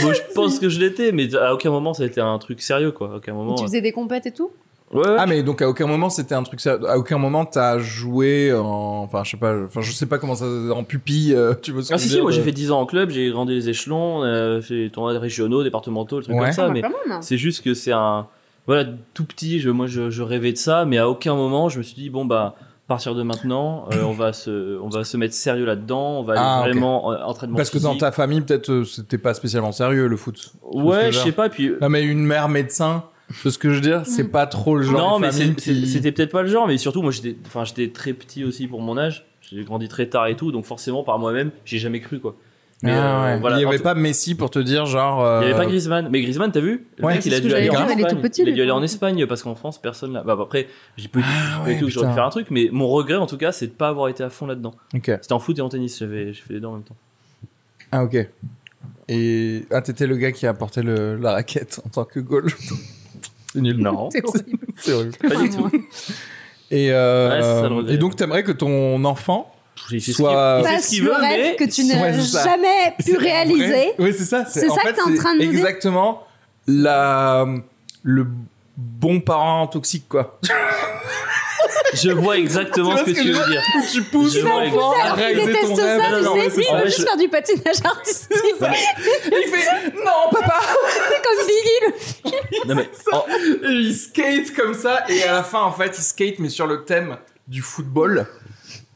[SPEAKER 6] Bon, je pense que je l'étais, mais à aucun moment ça a été un truc sérieux quoi. À aucun moment.
[SPEAKER 5] Tu
[SPEAKER 6] euh.
[SPEAKER 5] faisais des compètes et tout
[SPEAKER 6] Ouais, ouais.
[SPEAKER 4] Ah mais donc à aucun moment c'était un truc sérieux. à aucun moment t'as joué en enfin je sais pas enfin je sais pas comment ça en pupille euh, tu veux ce que
[SPEAKER 6] Ah,
[SPEAKER 4] je
[SPEAKER 6] si,
[SPEAKER 4] veux
[SPEAKER 6] si,
[SPEAKER 4] dire,
[SPEAKER 6] moi
[SPEAKER 4] de-
[SPEAKER 6] j'ai fait 10 ans en club, j'ai grandi les échelons, euh, fait des tournois régionaux, départementaux, le truc
[SPEAKER 4] Ouais.
[SPEAKER 6] comme ça.
[SPEAKER 5] Ah, bah,
[SPEAKER 6] mais
[SPEAKER 5] quand même.
[SPEAKER 6] C'est juste que c'est un. Voilà, tout petit, je, moi je, je rêvais de ça, mais à aucun moment je me suis dit, bon bah, à partir de maintenant, euh, on, va se, on va se mettre sérieux là-dedans, on va aller
[SPEAKER 4] Ah, ok.
[SPEAKER 6] vraiment en entraînement.
[SPEAKER 4] parce que dans
[SPEAKER 6] physique.
[SPEAKER 4] ta famille peut-être euh, c'était pas spécialement sérieux le foot.
[SPEAKER 6] Ouais,
[SPEAKER 4] Parce que
[SPEAKER 6] je
[SPEAKER 4] là-
[SPEAKER 6] sais pas, puis.
[SPEAKER 4] Non mais une mère médecin, tu vois ce que je veux dire, c'est
[SPEAKER 5] Mm.
[SPEAKER 4] pas trop le genre
[SPEAKER 6] non,
[SPEAKER 4] de
[SPEAKER 6] mais
[SPEAKER 4] famille
[SPEAKER 6] c'est- c'est-
[SPEAKER 4] qui-
[SPEAKER 6] c'était peut-être pas le genre, mais surtout, moi j'étais enfin, j'étais très petit aussi pour mon âge, j'ai grandi très tard et tout, donc forcément par moi-même, j'ai jamais cru quoi. Mais
[SPEAKER 4] Ah,
[SPEAKER 6] euh,
[SPEAKER 4] ouais.
[SPEAKER 6] voilà,
[SPEAKER 4] il y
[SPEAKER 6] en
[SPEAKER 4] avait
[SPEAKER 6] tout-
[SPEAKER 4] pas Messi pour te dire genre euh,
[SPEAKER 6] Il n'y avait pas Griezmann. Mais Griezmann, t'as vu Le
[SPEAKER 4] Ouais,
[SPEAKER 6] mec,
[SPEAKER 4] c'est
[SPEAKER 6] il a
[SPEAKER 4] ce que
[SPEAKER 6] dû
[SPEAKER 4] j'allais
[SPEAKER 6] aller en
[SPEAKER 4] dire,
[SPEAKER 5] il était
[SPEAKER 6] Espagne.
[SPEAKER 5] tout petit,
[SPEAKER 6] Il a dû
[SPEAKER 5] lui.
[SPEAKER 6] aller en Espagne parce qu'en France, personne là. Bah, bah, après, j'ai pas du
[SPEAKER 4] Ah
[SPEAKER 6] tout
[SPEAKER 4] ouais,
[SPEAKER 6] que j'aurais
[SPEAKER 4] putain.
[SPEAKER 6] pu faire un truc, mais mon regret en tout cas, c'est de pas avoir été à fond là-dedans.
[SPEAKER 4] OK.
[SPEAKER 6] C'était en foot et en tennis, j'avais- j'ai fait les deux en même temps.
[SPEAKER 4] Ah OK. Et ah t'étais le gars qui a apporté le- la raquette en tant que goal. c'est nul.
[SPEAKER 6] Non.
[SPEAKER 5] C'est horrible.
[SPEAKER 4] C'est horrible.
[SPEAKER 6] Pas du tout.
[SPEAKER 4] Et euh,
[SPEAKER 6] Ouais, c'est ça le regret.
[SPEAKER 4] et donc t'aimerais que ton enfant
[SPEAKER 6] J'ai fait ce
[SPEAKER 4] Soit-
[SPEAKER 6] qu'il- il fait
[SPEAKER 5] Passe
[SPEAKER 6] ce qu'il
[SPEAKER 5] le
[SPEAKER 6] veut,
[SPEAKER 5] rêve
[SPEAKER 6] mais
[SPEAKER 5] que tu
[SPEAKER 4] Ouais,
[SPEAKER 5] n'as
[SPEAKER 4] c'est ça.
[SPEAKER 5] jamais pu réaliser.
[SPEAKER 4] Oui, c'est ça.
[SPEAKER 5] C'est
[SPEAKER 4] en
[SPEAKER 5] ça
[SPEAKER 4] fait,
[SPEAKER 5] que t'es en
[SPEAKER 4] c'est
[SPEAKER 5] train de nous dire
[SPEAKER 4] Exactement. La, le bon parent toxique, quoi.
[SPEAKER 6] je vois exactement
[SPEAKER 4] Tu
[SPEAKER 6] ce
[SPEAKER 4] vois
[SPEAKER 6] que
[SPEAKER 4] ce que
[SPEAKER 6] tu
[SPEAKER 4] je
[SPEAKER 6] veux
[SPEAKER 4] veux
[SPEAKER 6] dire.
[SPEAKER 4] tu pousses
[SPEAKER 6] Je vois
[SPEAKER 4] l'enfant
[SPEAKER 6] exactement.
[SPEAKER 4] à
[SPEAKER 5] Alors qu'il
[SPEAKER 4] réaliser
[SPEAKER 5] déteste
[SPEAKER 4] ton rêve.
[SPEAKER 5] ça,
[SPEAKER 6] non,
[SPEAKER 5] tu
[SPEAKER 6] mais
[SPEAKER 5] sais,
[SPEAKER 6] c'est
[SPEAKER 5] il
[SPEAKER 6] ça.
[SPEAKER 5] veut juste faire du patinage artistique.
[SPEAKER 4] Il fait non, papa.
[SPEAKER 5] C'est comme Biggie, le
[SPEAKER 6] Non, mais en-
[SPEAKER 4] Et il skate comme ça et à la fin, en fait, il skate mais sur le thème du football.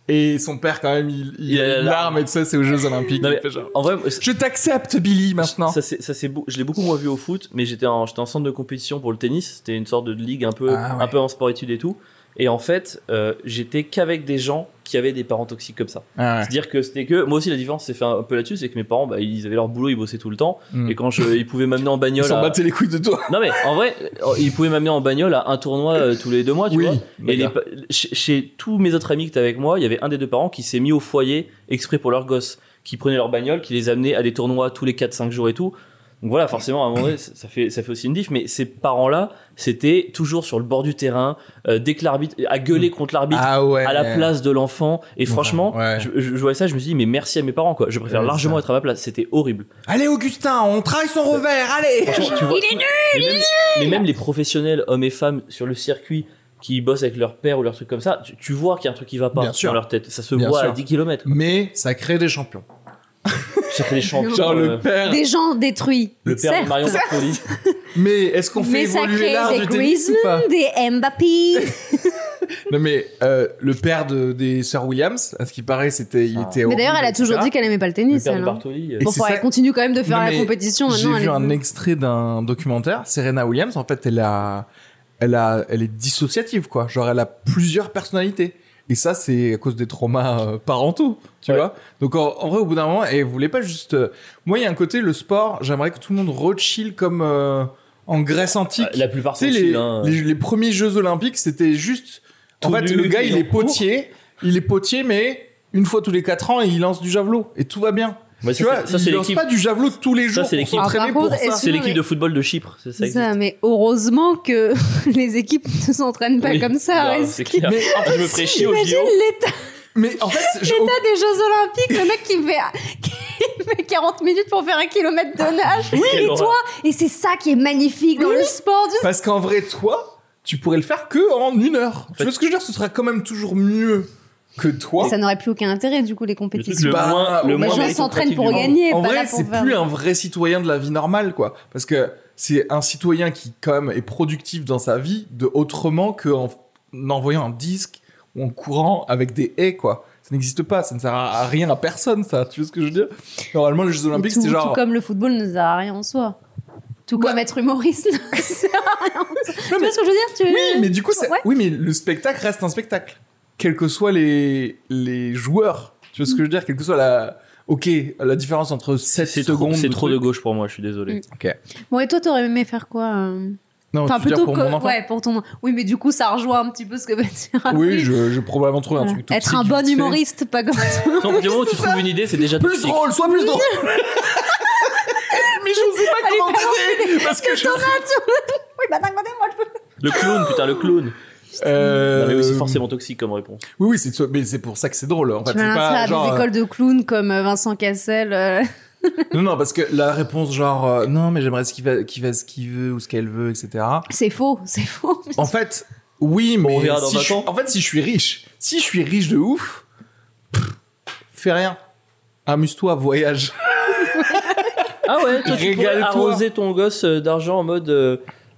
[SPEAKER 4] Et son père, quand même, il, il,
[SPEAKER 6] Il a
[SPEAKER 4] a
[SPEAKER 6] la
[SPEAKER 4] une larme et tout ça, c'est aux Jeux Olympiques.
[SPEAKER 6] Non,
[SPEAKER 4] Il
[SPEAKER 6] mais-
[SPEAKER 4] fait genre,
[SPEAKER 6] En vrai, moi,
[SPEAKER 4] Je t'accepte, Billy, maintenant.
[SPEAKER 6] Ça, c'est, ça, c'est beau- je l'ai beaucoup moins vu au foot, mais j'étais en, j'étais en centre de compétition pour le tennis. C'était une sorte de ligue un peu,
[SPEAKER 4] Ah ouais.
[SPEAKER 6] un peu en sport études et tout. Et en fait, euh, j'étais qu'avec des gens qui avaient des parents toxiques comme ça.
[SPEAKER 4] Ah ouais.
[SPEAKER 6] C'est-à-dire que c'était que moi aussi la différence s'est fait un peu là-dessus, c'est que mes parents, bah, ils avaient leur boulot, ils bossaient tout le temps,
[SPEAKER 4] Mm.
[SPEAKER 6] et quand je, ils pouvaient m'amener en
[SPEAKER 4] Ils
[SPEAKER 6] bagnole.
[SPEAKER 4] s'en
[SPEAKER 6] à-
[SPEAKER 4] battaient les couilles de toi.
[SPEAKER 6] Non mais en vrai, euh, ils pouvaient m'amener en bagnole à un tournoi euh, tous les deux mois, tu
[SPEAKER 4] Oui,
[SPEAKER 6] vois. Et les
[SPEAKER 4] d'accord.
[SPEAKER 6] pa- chez, chez tous mes autres amis qui étaient avec moi, il y avait un des deux parents qui s'est mis au foyer exprès pour leurs gosses, qui prenait leur bagnole, qui les amenait à des tournois tous les 4-5 jours et tout. Donc voilà, forcément, à un moment donné, ça fait, ça fait aussi une diff, mais ces parents-là, c'était toujours sur le bord du terrain, euh, dès que l'arbitre, à gueuler contre l'arbitre,
[SPEAKER 4] Ah ouais.
[SPEAKER 6] à la place de l'enfant. Et franchement,
[SPEAKER 4] ouais.
[SPEAKER 6] je, je voyais ça, je me suis dit, mais merci à mes parents, quoi. Je préfère
[SPEAKER 4] Ouais,
[SPEAKER 6] largement
[SPEAKER 4] ça.
[SPEAKER 6] être à ma place. C'était horrible.
[SPEAKER 4] Allez, Augustin, on travaille son revers, allez
[SPEAKER 6] Franchement, tu vois- mais même, mais même les professionnels, hommes et femmes, sur le circuit, qui bossent avec leur père ou leur truc comme ça, tu, tu vois qu'il y a un truc qui va pas
[SPEAKER 4] Bien
[SPEAKER 6] dans
[SPEAKER 4] sûr.
[SPEAKER 6] leur tête. Ça se
[SPEAKER 4] Bien
[SPEAKER 6] voit à
[SPEAKER 4] sûr.
[SPEAKER 6] 10 km.
[SPEAKER 4] Mais ça crée des champions.
[SPEAKER 6] Ça fait des champions.
[SPEAKER 4] Genre
[SPEAKER 6] euh,
[SPEAKER 4] le père.
[SPEAKER 5] Des gens détruits.
[SPEAKER 6] le père de
[SPEAKER 5] certes.
[SPEAKER 6] Marion Bartoli.
[SPEAKER 4] Mais est-ce qu'on fait
[SPEAKER 5] Mais ça
[SPEAKER 4] évoluer l'art
[SPEAKER 5] crée des
[SPEAKER 4] du tennis ou pas
[SPEAKER 5] Griezmann, des Mbappé.
[SPEAKER 4] Non mais euh, le père de, des sœurs Williams, à ce qui paraît, c'était, il
[SPEAKER 6] Ah.
[SPEAKER 4] était.
[SPEAKER 5] Mais d'ailleurs,
[SPEAKER 4] horrible,
[SPEAKER 5] elle a toujours
[SPEAKER 4] etc.
[SPEAKER 5] dit qu'elle aimait pas le
[SPEAKER 6] Le
[SPEAKER 5] tennis.
[SPEAKER 6] père
[SPEAKER 5] elle,
[SPEAKER 6] de
[SPEAKER 5] hein.
[SPEAKER 6] Bartoli. euh,
[SPEAKER 4] Et
[SPEAKER 5] Bon,
[SPEAKER 4] c'est
[SPEAKER 5] enfin,
[SPEAKER 4] ça-
[SPEAKER 5] elle continue quand même de faire
[SPEAKER 4] Non,
[SPEAKER 5] la
[SPEAKER 4] mais
[SPEAKER 5] compétition.
[SPEAKER 4] J'ai
[SPEAKER 5] Maintenant, elle
[SPEAKER 4] vu
[SPEAKER 5] est
[SPEAKER 4] un
[SPEAKER 5] plus-
[SPEAKER 4] extrait d'un documentaire. Serena Williams, en fait, elle a, elle a, elle est dissociative quoi. Genre, elle a plusieurs personnalités. Et ça, c'est à cause des traumas euh, parentaux, tu
[SPEAKER 6] Ouais.
[SPEAKER 4] vois. Donc, en, en vrai, au bout d'un moment, et vous voulez pas juste. euh, Moi, il y a un côté, le sport, j'aimerais que tout le monde rechill comme euh, en Grèce antique.
[SPEAKER 6] la plupart
[SPEAKER 4] Tu
[SPEAKER 6] sont
[SPEAKER 4] sais,
[SPEAKER 6] chill,
[SPEAKER 4] les,
[SPEAKER 6] hein.
[SPEAKER 4] les, les premiers Jeux Olympiques, c'était juste. En
[SPEAKER 6] Tout
[SPEAKER 4] fait,
[SPEAKER 6] nu,
[SPEAKER 4] le gars, il
[SPEAKER 6] il
[SPEAKER 4] est
[SPEAKER 6] en court.
[SPEAKER 4] potier, il est potier, mais une fois tous les 4 ans, il lance du javelot et tout va bien.
[SPEAKER 6] Mais
[SPEAKER 4] tu
[SPEAKER 6] ça,
[SPEAKER 4] vois,
[SPEAKER 6] c'est- ça, c'est
[SPEAKER 4] il lance
[SPEAKER 6] l'équipe.
[SPEAKER 4] pas du javelot tous les
[SPEAKER 6] Ça,
[SPEAKER 4] jours
[SPEAKER 6] c'est
[SPEAKER 4] pour
[SPEAKER 6] l'équipe.
[SPEAKER 4] s'entraîner
[SPEAKER 5] Ah, par
[SPEAKER 4] pour
[SPEAKER 5] contre,
[SPEAKER 4] ça.
[SPEAKER 5] est-ce-
[SPEAKER 6] C'est l'équipe
[SPEAKER 5] mais-
[SPEAKER 6] de football de Chypre. C'est ça.
[SPEAKER 5] C'est ça,
[SPEAKER 6] existe.
[SPEAKER 5] mais heureusement que les équipes ne s'entraînent pas
[SPEAKER 6] Oui.
[SPEAKER 5] comme ça.
[SPEAKER 6] Non,
[SPEAKER 5] ouais.
[SPEAKER 6] c'est clair.
[SPEAKER 4] Mais en fait,
[SPEAKER 6] Je me ferais chier au
[SPEAKER 5] Imagine
[SPEAKER 6] JO.
[SPEAKER 5] l'état
[SPEAKER 4] mais en fait, je-
[SPEAKER 5] l'état des Jeux Olympiques, le mec qui fait, qui fait 40 minutes pour faire un kilomètre de nage. et
[SPEAKER 6] Quelle horreur.
[SPEAKER 5] toi, et c'est ça qui est magnifique dans le sport. du-
[SPEAKER 4] parce qu'en vrai, toi, tu pourrais le faire que en une heure. tu
[SPEAKER 6] fait-
[SPEAKER 4] vois ce que je veux dire Ce sera quand même toujours mieux que toi.
[SPEAKER 5] Ça n'aurait plus aucun intérêt, du coup, les compétitions.
[SPEAKER 6] Le
[SPEAKER 4] Bah,
[SPEAKER 6] moins, le
[SPEAKER 4] les gens
[SPEAKER 6] moins méritocratique
[SPEAKER 5] s'entraînent
[SPEAKER 6] du
[SPEAKER 5] pour
[SPEAKER 6] monde.
[SPEAKER 5] gagner.
[SPEAKER 4] en
[SPEAKER 5] pas
[SPEAKER 4] vrai,
[SPEAKER 5] là pour
[SPEAKER 4] c'est
[SPEAKER 5] faire-
[SPEAKER 4] plus un vrai citoyen de la vie normale, quoi. Parce que c'est un citoyen qui, quand même, est productif dans sa vie de autrement qu'en envoyant un disque ou en courant avec des haies, quoi. Ça n'existe pas, ça ne sert à à rien à personne, ça. Tu vois ce que je veux dire Normalement, les Jeux Olympiques,
[SPEAKER 5] tout,
[SPEAKER 4] c'est genre.
[SPEAKER 5] tout comme le football ne sert à rien en soi. Tout comme être humoriste ne sert à rien en soi. Tu vois ce que je veux dire tu...
[SPEAKER 4] Oui, mais du coup, c'est-
[SPEAKER 5] Ouais.
[SPEAKER 4] oui, mais le spectacle reste un spectacle, quels que soient les les joueurs. Tu vois ce que je veux dire Quelle que soit la. Ok, la différence entre 7
[SPEAKER 6] C'est
[SPEAKER 4] secondes.
[SPEAKER 6] trop, c'est
[SPEAKER 4] de
[SPEAKER 6] trop de
[SPEAKER 4] truc-
[SPEAKER 6] gauche pour moi, je suis désolé.
[SPEAKER 4] Ok.
[SPEAKER 5] Bon, et toi, t'aurais aimé faire quoi euh
[SPEAKER 4] Non,
[SPEAKER 5] Enfin,
[SPEAKER 4] tu veux dire
[SPEAKER 5] plutôt
[SPEAKER 4] pour
[SPEAKER 5] que.
[SPEAKER 4] mon enfant.
[SPEAKER 5] Ouais, pour ton. Oui, mais du coup, ça rejoint un petit peu ce que va dire.
[SPEAKER 4] Oui,
[SPEAKER 5] Harry.
[SPEAKER 4] je, je probablement trouvé un
[SPEAKER 5] Ah Voilà.
[SPEAKER 4] truc tout
[SPEAKER 5] Être
[SPEAKER 4] petit
[SPEAKER 5] un
[SPEAKER 4] qui
[SPEAKER 5] bon
[SPEAKER 4] fait-
[SPEAKER 5] humoriste, pas comme toi.
[SPEAKER 6] Tant du moment où tu trouves une idée, c'est déjà
[SPEAKER 4] Plus
[SPEAKER 6] toxique.
[SPEAKER 4] drôle, sois plus drôle Mais je ne sais pas comment t'aider Parce que je.
[SPEAKER 5] Oui, bah d'un côté, moi, je peux.
[SPEAKER 6] Le clown, putain, le clown.
[SPEAKER 4] Euh,
[SPEAKER 6] Non, mais oui, c'est forcément toxique comme réponse.
[SPEAKER 4] Oui, oui, c'est, mais c'est pour ça que c'est drôle. En fait,
[SPEAKER 5] tu
[SPEAKER 4] c'est
[SPEAKER 5] vas
[SPEAKER 4] pas
[SPEAKER 5] à
[SPEAKER 4] genre,
[SPEAKER 5] des écoles de clowns comme euh, Vincent Cassel. euh,
[SPEAKER 4] Non, non, parce que la réponse, genre, euh, non, mais j'aimerais ce qu'il, va, qu'il fasse ce qu'il veut ou ce qu'elle veut, etc.
[SPEAKER 5] C'est faux, c'est faux.
[SPEAKER 4] En fait, oui, mais.
[SPEAKER 6] on verra dans
[SPEAKER 4] si
[SPEAKER 6] vingt
[SPEAKER 4] je suis-
[SPEAKER 6] ans.
[SPEAKER 4] En fait, si je suis riche, si je suis riche de ouf, pff, fais rien. Amuse-toi, voyage.
[SPEAKER 6] Ah ouais, toi, tu pourrais
[SPEAKER 4] Régale-toi.
[SPEAKER 6] arroser ton gosse euh, d'argent en mode. euh,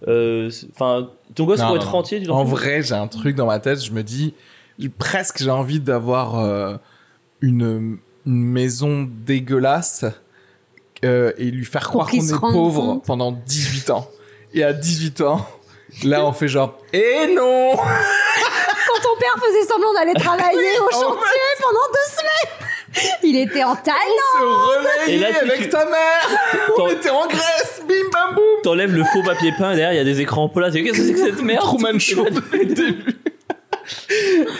[SPEAKER 6] euh, c'est- Enfin, ton gosse
[SPEAKER 4] Non,
[SPEAKER 6] pour
[SPEAKER 4] non,
[SPEAKER 6] être
[SPEAKER 4] non.
[SPEAKER 6] rentier, tu l'en
[SPEAKER 4] En
[SPEAKER 6] fous
[SPEAKER 4] vrai, j'ai un truc dans ma tête, je me dis, j'ai- presque j'ai envie d'avoir euh, une, une maison dégueulasse euh, et lui faire croire qu'on
[SPEAKER 5] qu'il se
[SPEAKER 4] est
[SPEAKER 5] rende
[SPEAKER 4] pauvre
[SPEAKER 5] compte.
[SPEAKER 4] pendant 18 ans. Et à 18 ans, là, on fait genre, eh non
[SPEAKER 5] Quand ton père faisait semblant d'aller travailler au
[SPEAKER 4] en
[SPEAKER 5] chantier pendant deux semaines, il était en hein. Thaïlande.
[SPEAKER 4] Se relayer
[SPEAKER 6] Et là, tu-
[SPEAKER 4] avec
[SPEAKER 6] tu-
[SPEAKER 4] ta mère On
[SPEAKER 6] T'en-
[SPEAKER 4] était en Grèce Bim bam boum
[SPEAKER 6] T'enlèves le faux papier peint, derrière, il y a des écrans plats. C'est- Qu'est-ce que c'est que cette merde
[SPEAKER 4] Truman Show dès le début.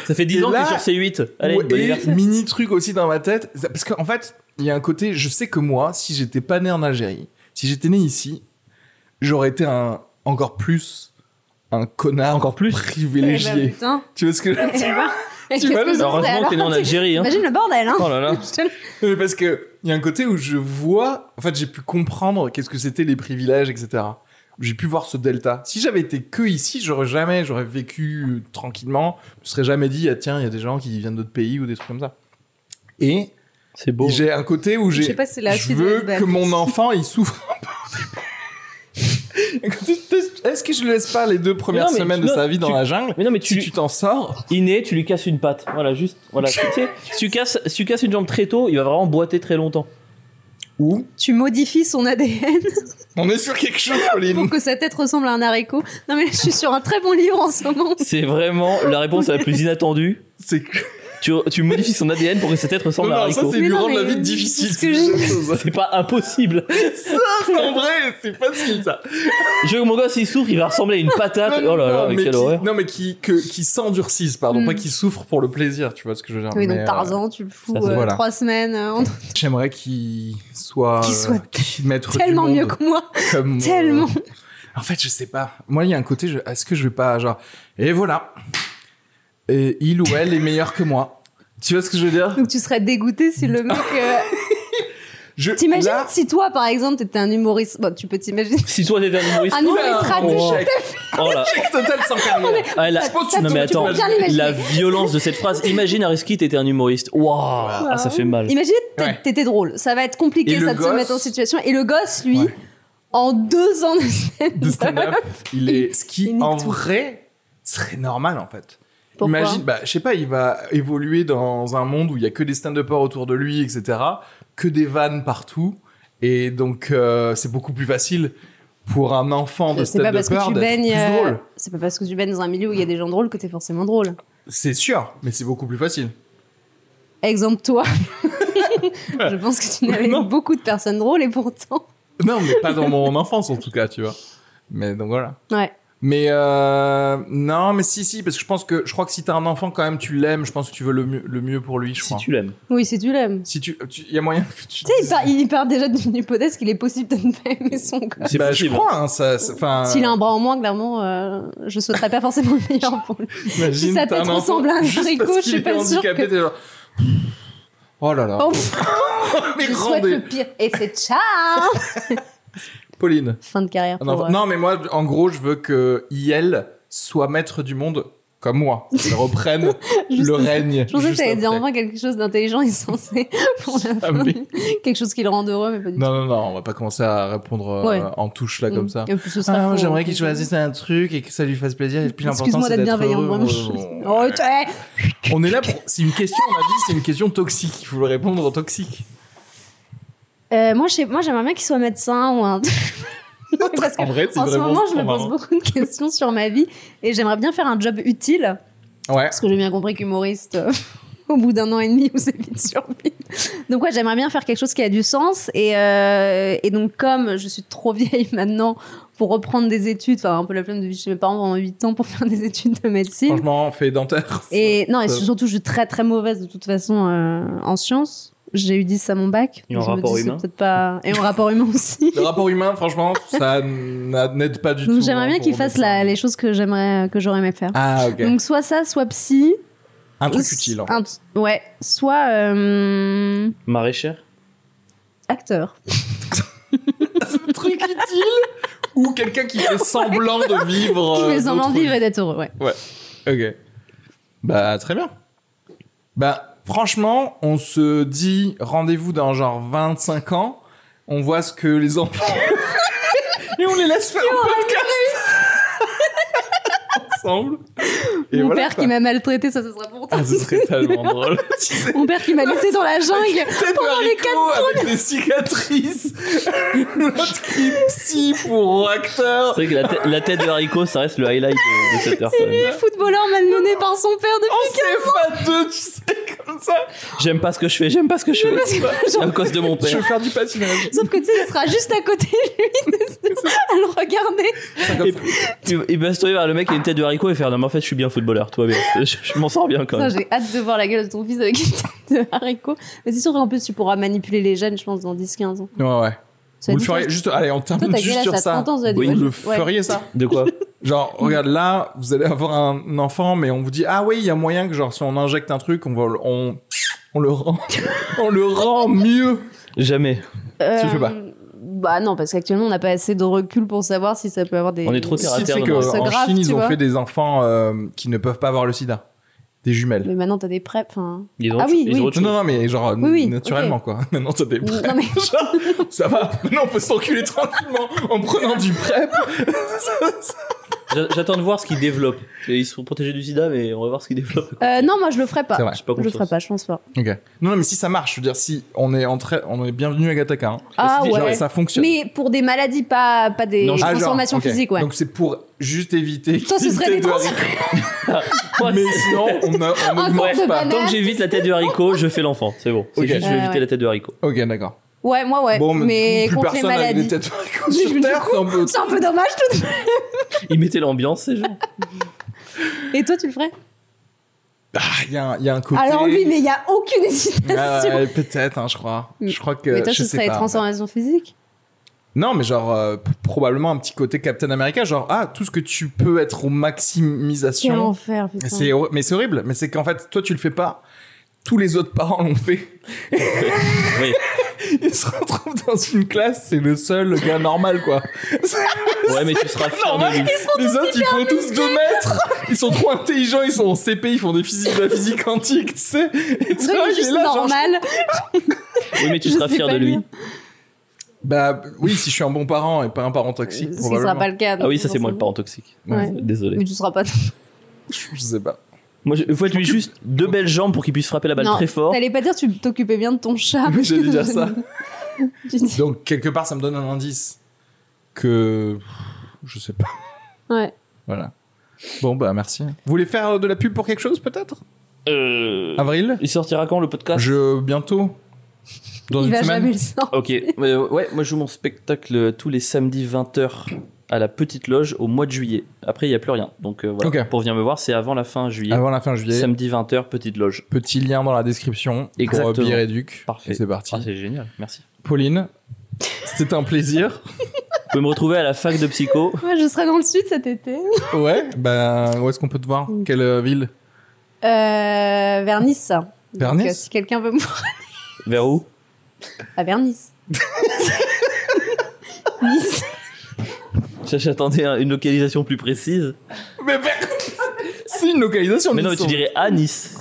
[SPEAKER 6] Ça fait 10
[SPEAKER 4] Et
[SPEAKER 6] ans que
[SPEAKER 4] là-
[SPEAKER 6] t'es sur C8. Allez,
[SPEAKER 4] Ouais,
[SPEAKER 6] bon
[SPEAKER 4] et
[SPEAKER 6] anniversaire.
[SPEAKER 4] mini truc aussi dans ma tête, ça- parce qu'en fait, il y a un côté, je sais que moi, si j'étais pas né en Algérie, si j'étais né ici, j'aurais été un encore plus un connard, encore plus
[SPEAKER 5] Eh ben,
[SPEAKER 4] privilégié.
[SPEAKER 5] putain.
[SPEAKER 4] Tu vois ce que je veux
[SPEAKER 5] Eh
[SPEAKER 4] dire
[SPEAKER 5] ben, et qu'est-ce
[SPEAKER 4] vois,
[SPEAKER 5] que ce
[SPEAKER 6] heureusement
[SPEAKER 5] serait,
[SPEAKER 6] que t'es né
[SPEAKER 5] alors,
[SPEAKER 6] en
[SPEAKER 5] tu-
[SPEAKER 6] Algérie, hein.
[SPEAKER 5] Imagine le bordel, hein.
[SPEAKER 6] Oh là là.
[SPEAKER 5] Je te le-
[SPEAKER 4] Mais parce que il y a un côté où je vois, en fait, j'ai pu comprendre qu'est-ce que c'était les privilèges, etc. J'ai pu voir ce delta. Si j'avais été que ici, j'aurais jamais, j'aurais vécu euh, tranquillement. Je me serais jamais dit, ah tiens, il y a des gens qui viennent d'autres pays ou des trucs comme ça. Et
[SPEAKER 6] C'est beau.
[SPEAKER 4] j'ai un côté où j'ai.
[SPEAKER 5] Je sais pas si c'est la
[SPEAKER 4] je
[SPEAKER 5] suite de
[SPEAKER 4] veux
[SPEAKER 5] Hannibal.
[SPEAKER 4] que mon enfant, il souffre un peu au début. Un côté- Est-ce que je le laisse pas les deux premières
[SPEAKER 6] non, mais
[SPEAKER 4] semaines
[SPEAKER 6] tu-
[SPEAKER 4] de sa
[SPEAKER 6] non,
[SPEAKER 4] vie dans
[SPEAKER 6] tu-
[SPEAKER 4] la jungle
[SPEAKER 6] Mais non, mais tu
[SPEAKER 4] Si
[SPEAKER 6] lui-
[SPEAKER 4] tu t'en sors,
[SPEAKER 6] Inné, tu lui casses une patte. Voilà, juste. Voilà. tu sais, si tu, casses, si tu casses une jambe très tôt, il va vraiment boiter très longtemps.
[SPEAKER 4] ou
[SPEAKER 5] Tu modifies son ADN
[SPEAKER 4] on est sur quelque chose, Pauline.
[SPEAKER 5] pour que sa tête ressemble à un haricot. Non, mais là, je suis sur un très bon livre en ce moment.
[SPEAKER 6] C'est vraiment la réponse la plus inattendue.
[SPEAKER 4] C'est que
[SPEAKER 6] Tu, tu modifies son ADN pour que sa tête ressemble
[SPEAKER 4] non,
[SPEAKER 6] à un
[SPEAKER 4] non, ça
[SPEAKER 6] haricot.
[SPEAKER 4] c'est
[SPEAKER 5] Mais
[SPEAKER 4] lui
[SPEAKER 5] non,
[SPEAKER 4] rendre la
[SPEAKER 5] mais
[SPEAKER 4] vie difficile.
[SPEAKER 5] c'est ce que
[SPEAKER 4] c'est
[SPEAKER 5] j'ai
[SPEAKER 4] autre chose.
[SPEAKER 6] C'est pas impossible.
[SPEAKER 4] Ça, c'est en vrai, c'est facile ça.
[SPEAKER 6] Je, mon gosse, il souffre, il va ressembler à une patate.
[SPEAKER 4] Non,
[SPEAKER 6] Oh là là,
[SPEAKER 4] non,
[SPEAKER 6] mais
[SPEAKER 4] mais
[SPEAKER 6] quelle
[SPEAKER 4] qui-
[SPEAKER 6] horreur.
[SPEAKER 4] Non, mais qui, que, qui s'endurcissent, pardon,
[SPEAKER 5] Mm.
[SPEAKER 4] pas qui souffrent pour le plaisir, tu vois ce que je veux dire.
[SPEAKER 5] Oui,
[SPEAKER 4] mais,
[SPEAKER 5] donc
[SPEAKER 4] euh,
[SPEAKER 5] Tarzan, tu le fous
[SPEAKER 6] ça, c'est-
[SPEAKER 5] euh,
[SPEAKER 4] voilà.
[SPEAKER 5] trois semaines. euh, en-
[SPEAKER 4] Ah, J'aimerais qu'il soit,
[SPEAKER 5] Qu'il soit
[SPEAKER 4] euh, qu'il maître du
[SPEAKER 5] tellement
[SPEAKER 4] monde,
[SPEAKER 5] mieux que moi.
[SPEAKER 4] comme, euh,
[SPEAKER 5] Tellement.
[SPEAKER 4] En fait, je sais pas. Moi, il y a un côté, je- est-ce que je vais pas, genre, et voilà. Et il ou elle est meilleur que moi. Tu vois ce que je veux dire
[SPEAKER 5] Donc tu serais dégoûté si le mec. euh,
[SPEAKER 4] Je-
[SPEAKER 5] T'imagines
[SPEAKER 4] là-
[SPEAKER 5] si toi, par exemple, t'étais un humoriste. Bon, tu peux t'imaginer.
[SPEAKER 6] Si toi t'étais un humoriste.
[SPEAKER 5] Un humoriste
[SPEAKER 4] Là,
[SPEAKER 5] radio.
[SPEAKER 4] un échec
[SPEAKER 6] Oh là.
[SPEAKER 4] total sans carrière.
[SPEAKER 6] Ah, la-
[SPEAKER 4] Je pense que tu-
[SPEAKER 6] non mais
[SPEAKER 5] tu peux
[SPEAKER 6] attends,
[SPEAKER 5] bien l'imaginer.
[SPEAKER 6] la violence de cette phrase. Imagine Ariski, t'étais un humoriste. Waouh, ah, ça fait mal.
[SPEAKER 5] Imagine, t'es-
[SPEAKER 4] Ouais.
[SPEAKER 5] t'étais drôle. Ça va être compliqué,
[SPEAKER 4] Et le
[SPEAKER 5] ça de se
[SPEAKER 4] gosse-
[SPEAKER 5] mettre en situation. Et le gosse, lui,
[SPEAKER 4] Ouais.
[SPEAKER 5] en deux ans de stand-up,
[SPEAKER 4] de stand-up, il est ce qui
[SPEAKER 5] Il nique
[SPEAKER 4] en
[SPEAKER 5] tout.
[SPEAKER 4] vrai serait normal en fait.
[SPEAKER 5] Pourquoi
[SPEAKER 4] Imagine, bah, je sais pas, il va évoluer dans un monde où il y a que des stand-uppers autour de lui, etc., que des vannes partout, et donc euh, c'est beaucoup plus facile pour un enfant de
[SPEAKER 5] C'est pas
[SPEAKER 4] stand-upper
[SPEAKER 5] parce que tu
[SPEAKER 4] d'être
[SPEAKER 5] baignes.
[SPEAKER 4] plus
[SPEAKER 5] euh,
[SPEAKER 4] drôle.
[SPEAKER 5] C'est pas parce que tu baignes dans un milieu où il y a des gens drôles que t'es forcément drôle.
[SPEAKER 4] C'est sûr, mais c'est beaucoup plus facile.
[SPEAKER 5] Exemple toi. Je pense que tu n'avais
[SPEAKER 4] Non.
[SPEAKER 5] beaucoup de personnes drôles et pourtant.
[SPEAKER 4] Non, mais pas dans mon enfance en tout cas, tu vois. Mais donc voilà.
[SPEAKER 5] Ouais.
[SPEAKER 4] Mais euh, non, mais si, si, parce que je pense que je crois que si t'as un enfant quand même, tu l'aimes. Je pense que tu veux le mieux, le mieux pour lui, je
[SPEAKER 6] Si
[SPEAKER 4] crois.
[SPEAKER 6] tu l'aimes.
[SPEAKER 5] Oui, si tu l'aimes.
[SPEAKER 4] Si tu, il y a moyen que tu.
[SPEAKER 5] Tu sais, bah, il part, il part déjà d'une hypothèse qu'il est possible de ne pas aimer son gosse.
[SPEAKER 6] C'est
[SPEAKER 4] Bah, je
[SPEAKER 6] possible.
[SPEAKER 4] crois, hein, ça, ça- enfin.
[SPEAKER 5] S'il a un bras en moins, clairement, euh, je souhaiterais pas forcément le meilleur pour lui.
[SPEAKER 4] imagine,
[SPEAKER 5] si sa
[SPEAKER 4] t'as
[SPEAKER 5] tête
[SPEAKER 4] un enfant,
[SPEAKER 5] ressemble à un
[SPEAKER 4] juste
[SPEAKER 5] haricot,
[SPEAKER 4] parce
[SPEAKER 5] je
[SPEAKER 4] qu'il
[SPEAKER 5] suis
[SPEAKER 4] était
[SPEAKER 5] pas sûre
[SPEAKER 4] handicapé,
[SPEAKER 5] que-
[SPEAKER 4] t'es genre, Oh là là.
[SPEAKER 5] Oh,
[SPEAKER 4] mais
[SPEAKER 5] je souhaite
[SPEAKER 4] rendez.
[SPEAKER 5] le pire. Et c'est ciao
[SPEAKER 4] Pauline.
[SPEAKER 5] Fin de carrière
[SPEAKER 4] un
[SPEAKER 5] pour,
[SPEAKER 4] enfant-
[SPEAKER 5] euh,
[SPEAKER 4] Non, mais moi, en gros, je veux que IL soit maître du monde comme moi. Qu'elle reprenne
[SPEAKER 5] Juste-
[SPEAKER 4] le règne.
[SPEAKER 5] Je pensais que
[SPEAKER 4] juste
[SPEAKER 5] t'allais dire
[SPEAKER 4] après. Ah,
[SPEAKER 5] enfin quelque chose d'intelligent et sensé pour la fin.
[SPEAKER 4] mais-
[SPEAKER 5] du- Quelque chose qui le rende heureux, mais pas du
[SPEAKER 4] Non, non, non, on va pas commencer à répondre euh,
[SPEAKER 5] Ouais.
[SPEAKER 4] en touche là
[SPEAKER 5] tout.
[SPEAKER 4] comme ça.
[SPEAKER 5] Et puis ce sera
[SPEAKER 4] Ah,
[SPEAKER 5] faux.
[SPEAKER 4] j'aimerais qu'il choisisse un truc et que ça lui fasse plaisir. Et puis l'important,
[SPEAKER 5] Excuse-moi
[SPEAKER 4] c'est
[SPEAKER 5] d'être bienveillant.
[SPEAKER 4] heureux.
[SPEAKER 5] moi. Oh, t'es-
[SPEAKER 4] On est là pour. C'est une question, on a dit, c'est une question toxique. Il faut le répondre au toxique.
[SPEAKER 5] Euh, moi, je sais- moi, j'aimerais bien qu'il soit médecin ou un. Parce que
[SPEAKER 4] En vrai, c'est
[SPEAKER 5] en ce
[SPEAKER 4] vraiment
[SPEAKER 5] moment, je
[SPEAKER 4] trop
[SPEAKER 5] me pose
[SPEAKER 4] marrant.
[SPEAKER 5] beaucoup de questions sur ma vie et j'aimerais bien faire un job utile.
[SPEAKER 4] Ouais.
[SPEAKER 5] Parce que j'ai bien compris qu'humoriste, euh, au bout d'un an et demi, vous avez vite survie. Donc, ouais, j'aimerais bien faire quelque chose qui a du sens. Et, euh, et donc, comme je suis trop vieille maintenant pour reprendre des études, enfin, un peu la flemme de vivre chez mes parents pendant 8 ans pour faire des études de médecine.
[SPEAKER 4] Franchement, fait dentaire.
[SPEAKER 5] Et non, et
[SPEAKER 4] ça-
[SPEAKER 5] surtout, je suis très très mauvaise de toute façon euh, en sciences. J'ai eu 10 à mon bac.
[SPEAKER 6] Et en
[SPEAKER 5] Donc, je me
[SPEAKER 6] rapport
[SPEAKER 5] dis, c'est
[SPEAKER 6] humain.
[SPEAKER 5] peut-être pas... Et en rapport humain aussi.
[SPEAKER 4] Le rapport humain, franchement, ça n'a- n'aide pas du tout.
[SPEAKER 5] Donc j'aimerais bien
[SPEAKER 4] hein,
[SPEAKER 5] qu'il
[SPEAKER 4] pour
[SPEAKER 5] fasse
[SPEAKER 4] mettre
[SPEAKER 5] la-
[SPEAKER 4] ça.
[SPEAKER 5] les choses que j'aimerais, que j'aurais aimé faire.
[SPEAKER 4] Ah, ok.
[SPEAKER 5] Donc soit ça, soit psy.
[SPEAKER 4] un truc utile. hein. en fait.
[SPEAKER 5] Un t- ouais, soit euh,
[SPEAKER 6] Maraîchère.
[SPEAKER 5] acteur.
[SPEAKER 4] Un truc utile Ou quelqu'un qui fait semblant de vivre.
[SPEAKER 5] Qui
[SPEAKER 4] euh,
[SPEAKER 5] fait semblant de
[SPEAKER 4] d'autres
[SPEAKER 5] vivre et d'être heureux, ouais.
[SPEAKER 4] Ok. Bah, très bien. Bah, franchement, on se dit rendez-vous dans genre 25 ans. On voit ce que les enfants. Et on les laisse faire un podcast. Ensemble. Et
[SPEAKER 5] Mon
[SPEAKER 4] voilà,
[SPEAKER 5] père
[SPEAKER 4] quoi.
[SPEAKER 5] qui m'a maltraité, ça, ce sera pour toi.
[SPEAKER 4] Ah, ce serait tellement drôle. Tu sais,
[SPEAKER 5] Mon père qui m'a laissé dans la jungle.
[SPEAKER 4] tête de haricot avec des cicatrices. L'autre qui est psy pour acteur.
[SPEAKER 6] C'est vrai que la, tête- la tête de haricot, ça reste le highlight de, de cette personne.
[SPEAKER 5] Footballeur malmené par son père depuis
[SPEAKER 4] On sait pas deux, tu sais, comme ça.
[SPEAKER 6] J'aime pas ce que je fais, j'aime pas ce que je fais. C'est à cause de mon
[SPEAKER 4] Je
[SPEAKER 6] père.
[SPEAKER 4] vais faire du patinage.
[SPEAKER 5] Sauf que tu sais, il sera juste à côté de lui, à le regarder.
[SPEAKER 6] Il il va se tourner vers le mec qui a une tête de haricot et faire Non, mais en fait, je suis bien footballeur, toi, bien. Je, je m'en sors bien quand
[SPEAKER 5] Ça,
[SPEAKER 6] même.
[SPEAKER 5] j'ai hâte de voir la gueule de ton fils avec une tête de haricot. Mais c'est sûr qu'en plus, tu pourras manipuler les jeunes, je pense, dans 10-15 ans.
[SPEAKER 4] Ouais, ouais.
[SPEAKER 5] Ça
[SPEAKER 4] Vous
[SPEAKER 5] dit,
[SPEAKER 4] le feriez
[SPEAKER 5] toi,
[SPEAKER 4] juste, allez, on
[SPEAKER 5] Toi,
[SPEAKER 4] termine
[SPEAKER 5] t'as quel
[SPEAKER 4] juste
[SPEAKER 5] âge
[SPEAKER 4] sur
[SPEAKER 5] T'as
[SPEAKER 4] ça.
[SPEAKER 5] 30 ans, ça
[SPEAKER 4] Vous
[SPEAKER 6] Oui,
[SPEAKER 4] le
[SPEAKER 5] Ouais.
[SPEAKER 4] feriez ça
[SPEAKER 6] De quoi
[SPEAKER 4] Genre, regarde là, vous allez avoir un enfant, mais on vous dit ah oui, il y a moyen que genre si on injecte un truc, on va, le- on, on le rend, on le rend mieux.
[SPEAKER 6] Jamais.
[SPEAKER 5] Euh,
[SPEAKER 4] Tu le fais pas.
[SPEAKER 5] Bah non, parce qu'actuellement, on n'a pas assez de recul pour savoir si ça peut avoir des.
[SPEAKER 6] On est trop
[SPEAKER 4] Si
[SPEAKER 6] terre à
[SPEAKER 4] tu
[SPEAKER 6] terre
[SPEAKER 4] sais que
[SPEAKER 6] dans
[SPEAKER 5] ce
[SPEAKER 4] en
[SPEAKER 5] grave,
[SPEAKER 4] Chine,
[SPEAKER 5] tu
[SPEAKER 4] ils ont
[SPEAKER 5] vois.
[SPEAKER 4] fait des enfants euh, qui ne peuvent pas avoir le sida. Des jumelles.
[SPEAKER 5] Mais maintenant, t'as des prêts. Enfin...
[SPEAKER 6] Ils ont
[SPEAKER 5] Ah
[SPEAKER 6] autre-
[SPEAKER 5] oui,
[SPEAKER 6] ils ont
[SPEAKER 5] oui.
[SPEAKER 6] autre chose.
[SPEAKER 4] Non, non, non, mais genre,
[SPEAKER 5] Oui, oui,
[SPEAKER 4] naturellement,
[SPEAKER 5] ok.
[SPEAKER 4] quoi. Maintenant, t'as des prêts.
[SPEAKER 5] Non, mais
[SPEAKER 4] Genre, ça va. Maintenant, on peut s'enculer tranquillement en prenant du prep.
[SPEAKER 6] J'a- J'attends de voir ce qu'ils développent. Et Ils sont protégés du sida, mais on va voir ce qu'ils développent.
[SPEAKER 5] Euh, non, moi, je le ferai pas.
[SPEAKER 4] C'est vrai.
[SPEAKER 6] J'ai pas
[SPEAKER 5] Je le ferai
[SPEAKER 6] confiance.
[SPEAKER 5] pas, je pense pas.
[SPEAKER 4] Ok. Non, non, mais si ça marche, je veux dire, si on est en train, on est bienvenu à Gataka. hein.
[SPEAKER 5] Ah
[SPEAKER 6] Genre,
[SPEAKER 4] Genre,
[SPEAKER 5] ouais.
[SPEAKER 4] ça fonctionne.
[SPEAKER 5] Mais pour des maladies, pas, pas des
[SPEAKER 6] Non, je-
[SPEAKER 4] Ah, genre,
[SPEAKER 5] transformations
[SPEAKER 4] ok.
[SPEAKER 5] physiques, ouais.
[SPEAKER 4] Donc c'est pour juste éviter.
[SPEAKER 5] Ça, ce
[SPEAKER 4] qu'il
[SPEAKER 5] serait
[SPEAKER 4] y ait
[SPEAKER 5] des
[SPEAKER 4] de
[SPEAKER 5] trans-
[SPEAKER 4] haricots.
[SPEAKER 6] What
[SPEAKER 4] Mais sinon, on a- on
[SPEAKER 5] Un
[SPEAKER 4] n'augmente
[SPEAKER 5] corps
[SPEAKER 4] pas.
[SPEAKER 5] de banane.
[SPEAKER 6] Tant que j'évite la tête du haricot, je fais l'enfant. C'est bon. C'est
[SPEAKER 4] Ok.
[SPEAKER 6] juste, je vais
[SPEAKER 5] Ouais,
[SPEAKER 6] éviter
[SPEAKER 5] ouais.
[SPEAKER 6] la tête du haricot.
[SPEAKER 4] Ok, d'accord.
[SPEAKER 5] Ouais, moi, ouais.
[SPEAKER 4] Bon, mais,
[SPEAKER 5] mais
[SPEAKER 4] du coup, plus
[SPEAKER 5] contre les
[SPEAKER 4] personne a des
[SPEAKER 5] maladies.
[SPEAKER 4] têtes haricots
[SPEAKER 5] Mais
[SPEAKER 4] sur
[SPEAKER 5] du
[SPEAKER 4] Terre.
[SPEAKER 5] coup-
[SPEAKER 4] c'est un peu-
[SPEAKER 5] C'est un peu dommage, tout.
[SPEAKER 6] Ils mettaient l'ambiance, ces gens.
[SPEAKER 5] Et toi, tu le ferais
[SPEAKER 4] Ah, Il y, a un- il y a un côté.
[SPEAKER 5] Alors, lui, mais il y a aucune hésitation.
[SPEAKER 4] Ah ouais, peut-être, hein, je crois.
[SPEAKER 5] Mm.
[SPEAKER 4] Je crois que.
[SPEAKER 5] mais toi,
[SPEAKER 4] je
[SPEAKER 5] ce
[SPEAKER 4] sais
[SPEAKER 5] serait
[SPEAKER 4] pas.
[SPEAKER 5] transformation physique
[SPEAKER 4] Non, mais genre, euh, p- probablement un petit côté Captain America, genre, ah, tout ce que tu peux être aux
[SPEAKER 5] Quel
[SPEAKER 4] maximisations.
[SPEAKER 5] enfer, putain.
[SPEAKER 4] C'est hor- mais c'est horrible, mais c'est qu'en fait, toi, tu le fais pas. Tous les autres parents l'ont fait.
[SPEAKER 6] Oui.
[SPEAKER 4] Ils se retrouvent dans une classe, c'est le seul gars normal, quoi.
[SPEAKER 6] Ouais, mais tu seras fier de lui.
[SPEAKER 4] les autres, ils font tous 2 mètres. Ils sont trop intelligents, ils sont en CP, ils font des physiques de la physique quantique, tu sais. Et
[SPEAKER 5] Vraiment
[SPEAKER 4] toi, il est
[SPEAKER 5] juste
[SPEAKER 4] là, genre,
[SPEAKER 5] normal.
[SPEAKER 6] Oui, mais tu
[SPEAKER 5] Je
[SPEAKER 6] seras
[SPEAKER 5] sais
[SPEAKER 6] fier
[SPEAKER 5] pas
[SPEAKER 6] de lui.
[SPEAKER 5] lire.
[SPEAKER 4] Bah oui, si je suis un bon parent et pas un parent toxique,
[SPEAKER 5] Ce qui
[SPEAKER 4] probablement.
[SPEAKER 5] sera pas le cas.
[SPEAKER 6] Ah oui, ça c'est moi le parent
[SPEAKER 5] forcément.
[SPEAKER 6] toxique.
[SPEAKER 5] Ouais.
[SPEAKER 6] Désolé.
[SPEAKER 5] Mais tu seras pas.
[SPEAKER 4] Je sais pas.
[SPEAKER 6] Moi, je- faut lui juste deux belles jambes pour qu'il puisse frapper la balle
[SPEAKER 5] Non,
[SPEAKER 6] très fort.
[SPEAKER 5] T'allais pas dire tu t'occupais bien de ton chat.
[SPEAKER 4] Oui, j'allais dire ça.
[SPEAKER 5] Tu dis-
[SPEAKER 4] Donc quelque part, ça me donne un indice que je sais pas.
[SPEAKER 5] Ouais.
[SPEAKER 4] Voilà. Bon bah merci. Vous voulez faire de la pub pour quelque chose peut-être
[SPEAKER 6] Euh,
[SPEAKER 4] Avril
[SPEAKER 6] Il sortira quand le podcast
[SPEAKER 4] Je bientôt. Dans
[SPEAKER 5] Il
[SPEAKER 4] une
[SPEAKER 5] va jamais
[SPEAKER 4] semaine.
[SPEAKER 5] le sortir.
[SPEAKER 6] Ok. Mais, euh, ouais, moi je joue mon spectacle euh, tous les samedis 20h à la Petite Loge au mois de juillet. Après, il n'y a plus rien. Donc euh, voilà.
[SPEAKER 4] Ok. Ah
[SPEAKER 6] Pour venir me voir, c'est avant la fin juillet.
[SPEAKER 4] Avant la fin juillet.
[SPEAKER 6] Samedi 20h, Petite Loge.
[SPEAKER 4] Petit lien dans la description
[SPEAKER 6] Exactement.
[SPEAKER 4] pour euh, Bière et Duc.
[SPEAKER 6] Parfait.
[SPEAKER 4] Et c'est parti.
[SPEAKER 6] Ah, c'est génial, merci.
[SPEAKER 4] Pauline, c'était un plaisir.
[SPEAKER 6] Vous pouvez me retrouver à la fac de psycho.
[SPEAKER 5] Moi, je serai dans le sud cet été. Euh,
[SPEAKER 4] ouais. Ben où est-ce qu'on peut te voir Quelle euh, ville
[SPEAKER 5] vers Nice.
[SPEAKER 4] Vers
[SPEAKER 5] Euh, Donc,
[SPEAKER 4] Nice
[SPEAKER 5] euh, Si quelqu'un veut me voir
[SPEAKER 6] Vers où
[SPEAKER 5] à vers Nice. nice.
[SPEAKER 6] J'attendais un- une localisation plus précise.
[SPEAKER 4] Mais c'est une localisation.
[SPEAKER 6] Mais non, mais
[SPEAKER 4] Nice.
[SPEAKER 6] tu dirais à Nice.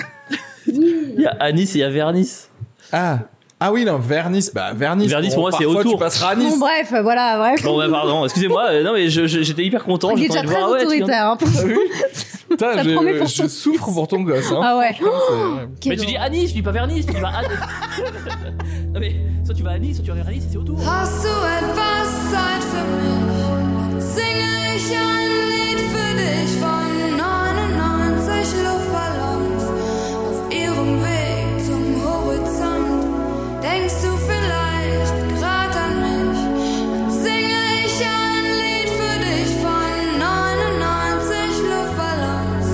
[SPEAKER 6] Il y a à Nice et il y a vers Nice.
[SPEAKER 4] Ah. Ah oui, non, Vernis. Bah, Vernis.
[SPEAKER 6] Vernis, pour moi, c'est
[SPEAKER 4] parfois,
[SPEAKER 6] autour.
[SPEAKER 4] Tu passeras à
[SPEAKER 5] Bon,
[SPEAKER 4] Nice.
[SPEAKER 5] bref, voilà, bref.
[SPEAKER 6] Bon, bah, pardon, excusez-moi, euh, non, mais je- je- j'étais hyper content.
[SPEAKER 5] Ah, Il est
[SPEAKER 6] j'étais
[SPEAKER 5] déjà
[SPEAKER 6] en train de
[SPEAKER 5] très
[SPEAKER 6] voir, Ah ouais, tu viens de-
[SPEAKER 5] autoritaire. hein, pour-
[SPEAKER 4] Putain,
[SPEAKER 5] Ça
[SPEAKER 4] je,
[SPEAKER 5] promet pour
[SPEAKER 4] je
[SPEAKER 5] son
[SPEAKER 4] souffre pour ton gosse. Hein.
[SPEAKER 5] Ah ouais.
[SPEAKER 4] Putain, c'est horrible.
[SPEAKER 6] Mais tu dis à Nice, tu dis pas vers Nice, tu vas à Nice. non, mais soit tu vas à Nice, soit tu vas vers Nice, et c'est autour.
[SPEAKER 7] Hast du etwas Zeit für mich? Dann singe ich ein Lied für dich von 99 Luftballons auf ihrem Weg zum Horizont. Denkst du vielleicht gerade an mich? Dann singe ich ein Lied für dich von 99 Luftballons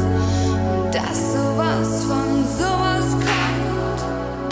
[SPEAKER 7] und dass sowas von sowas kommt.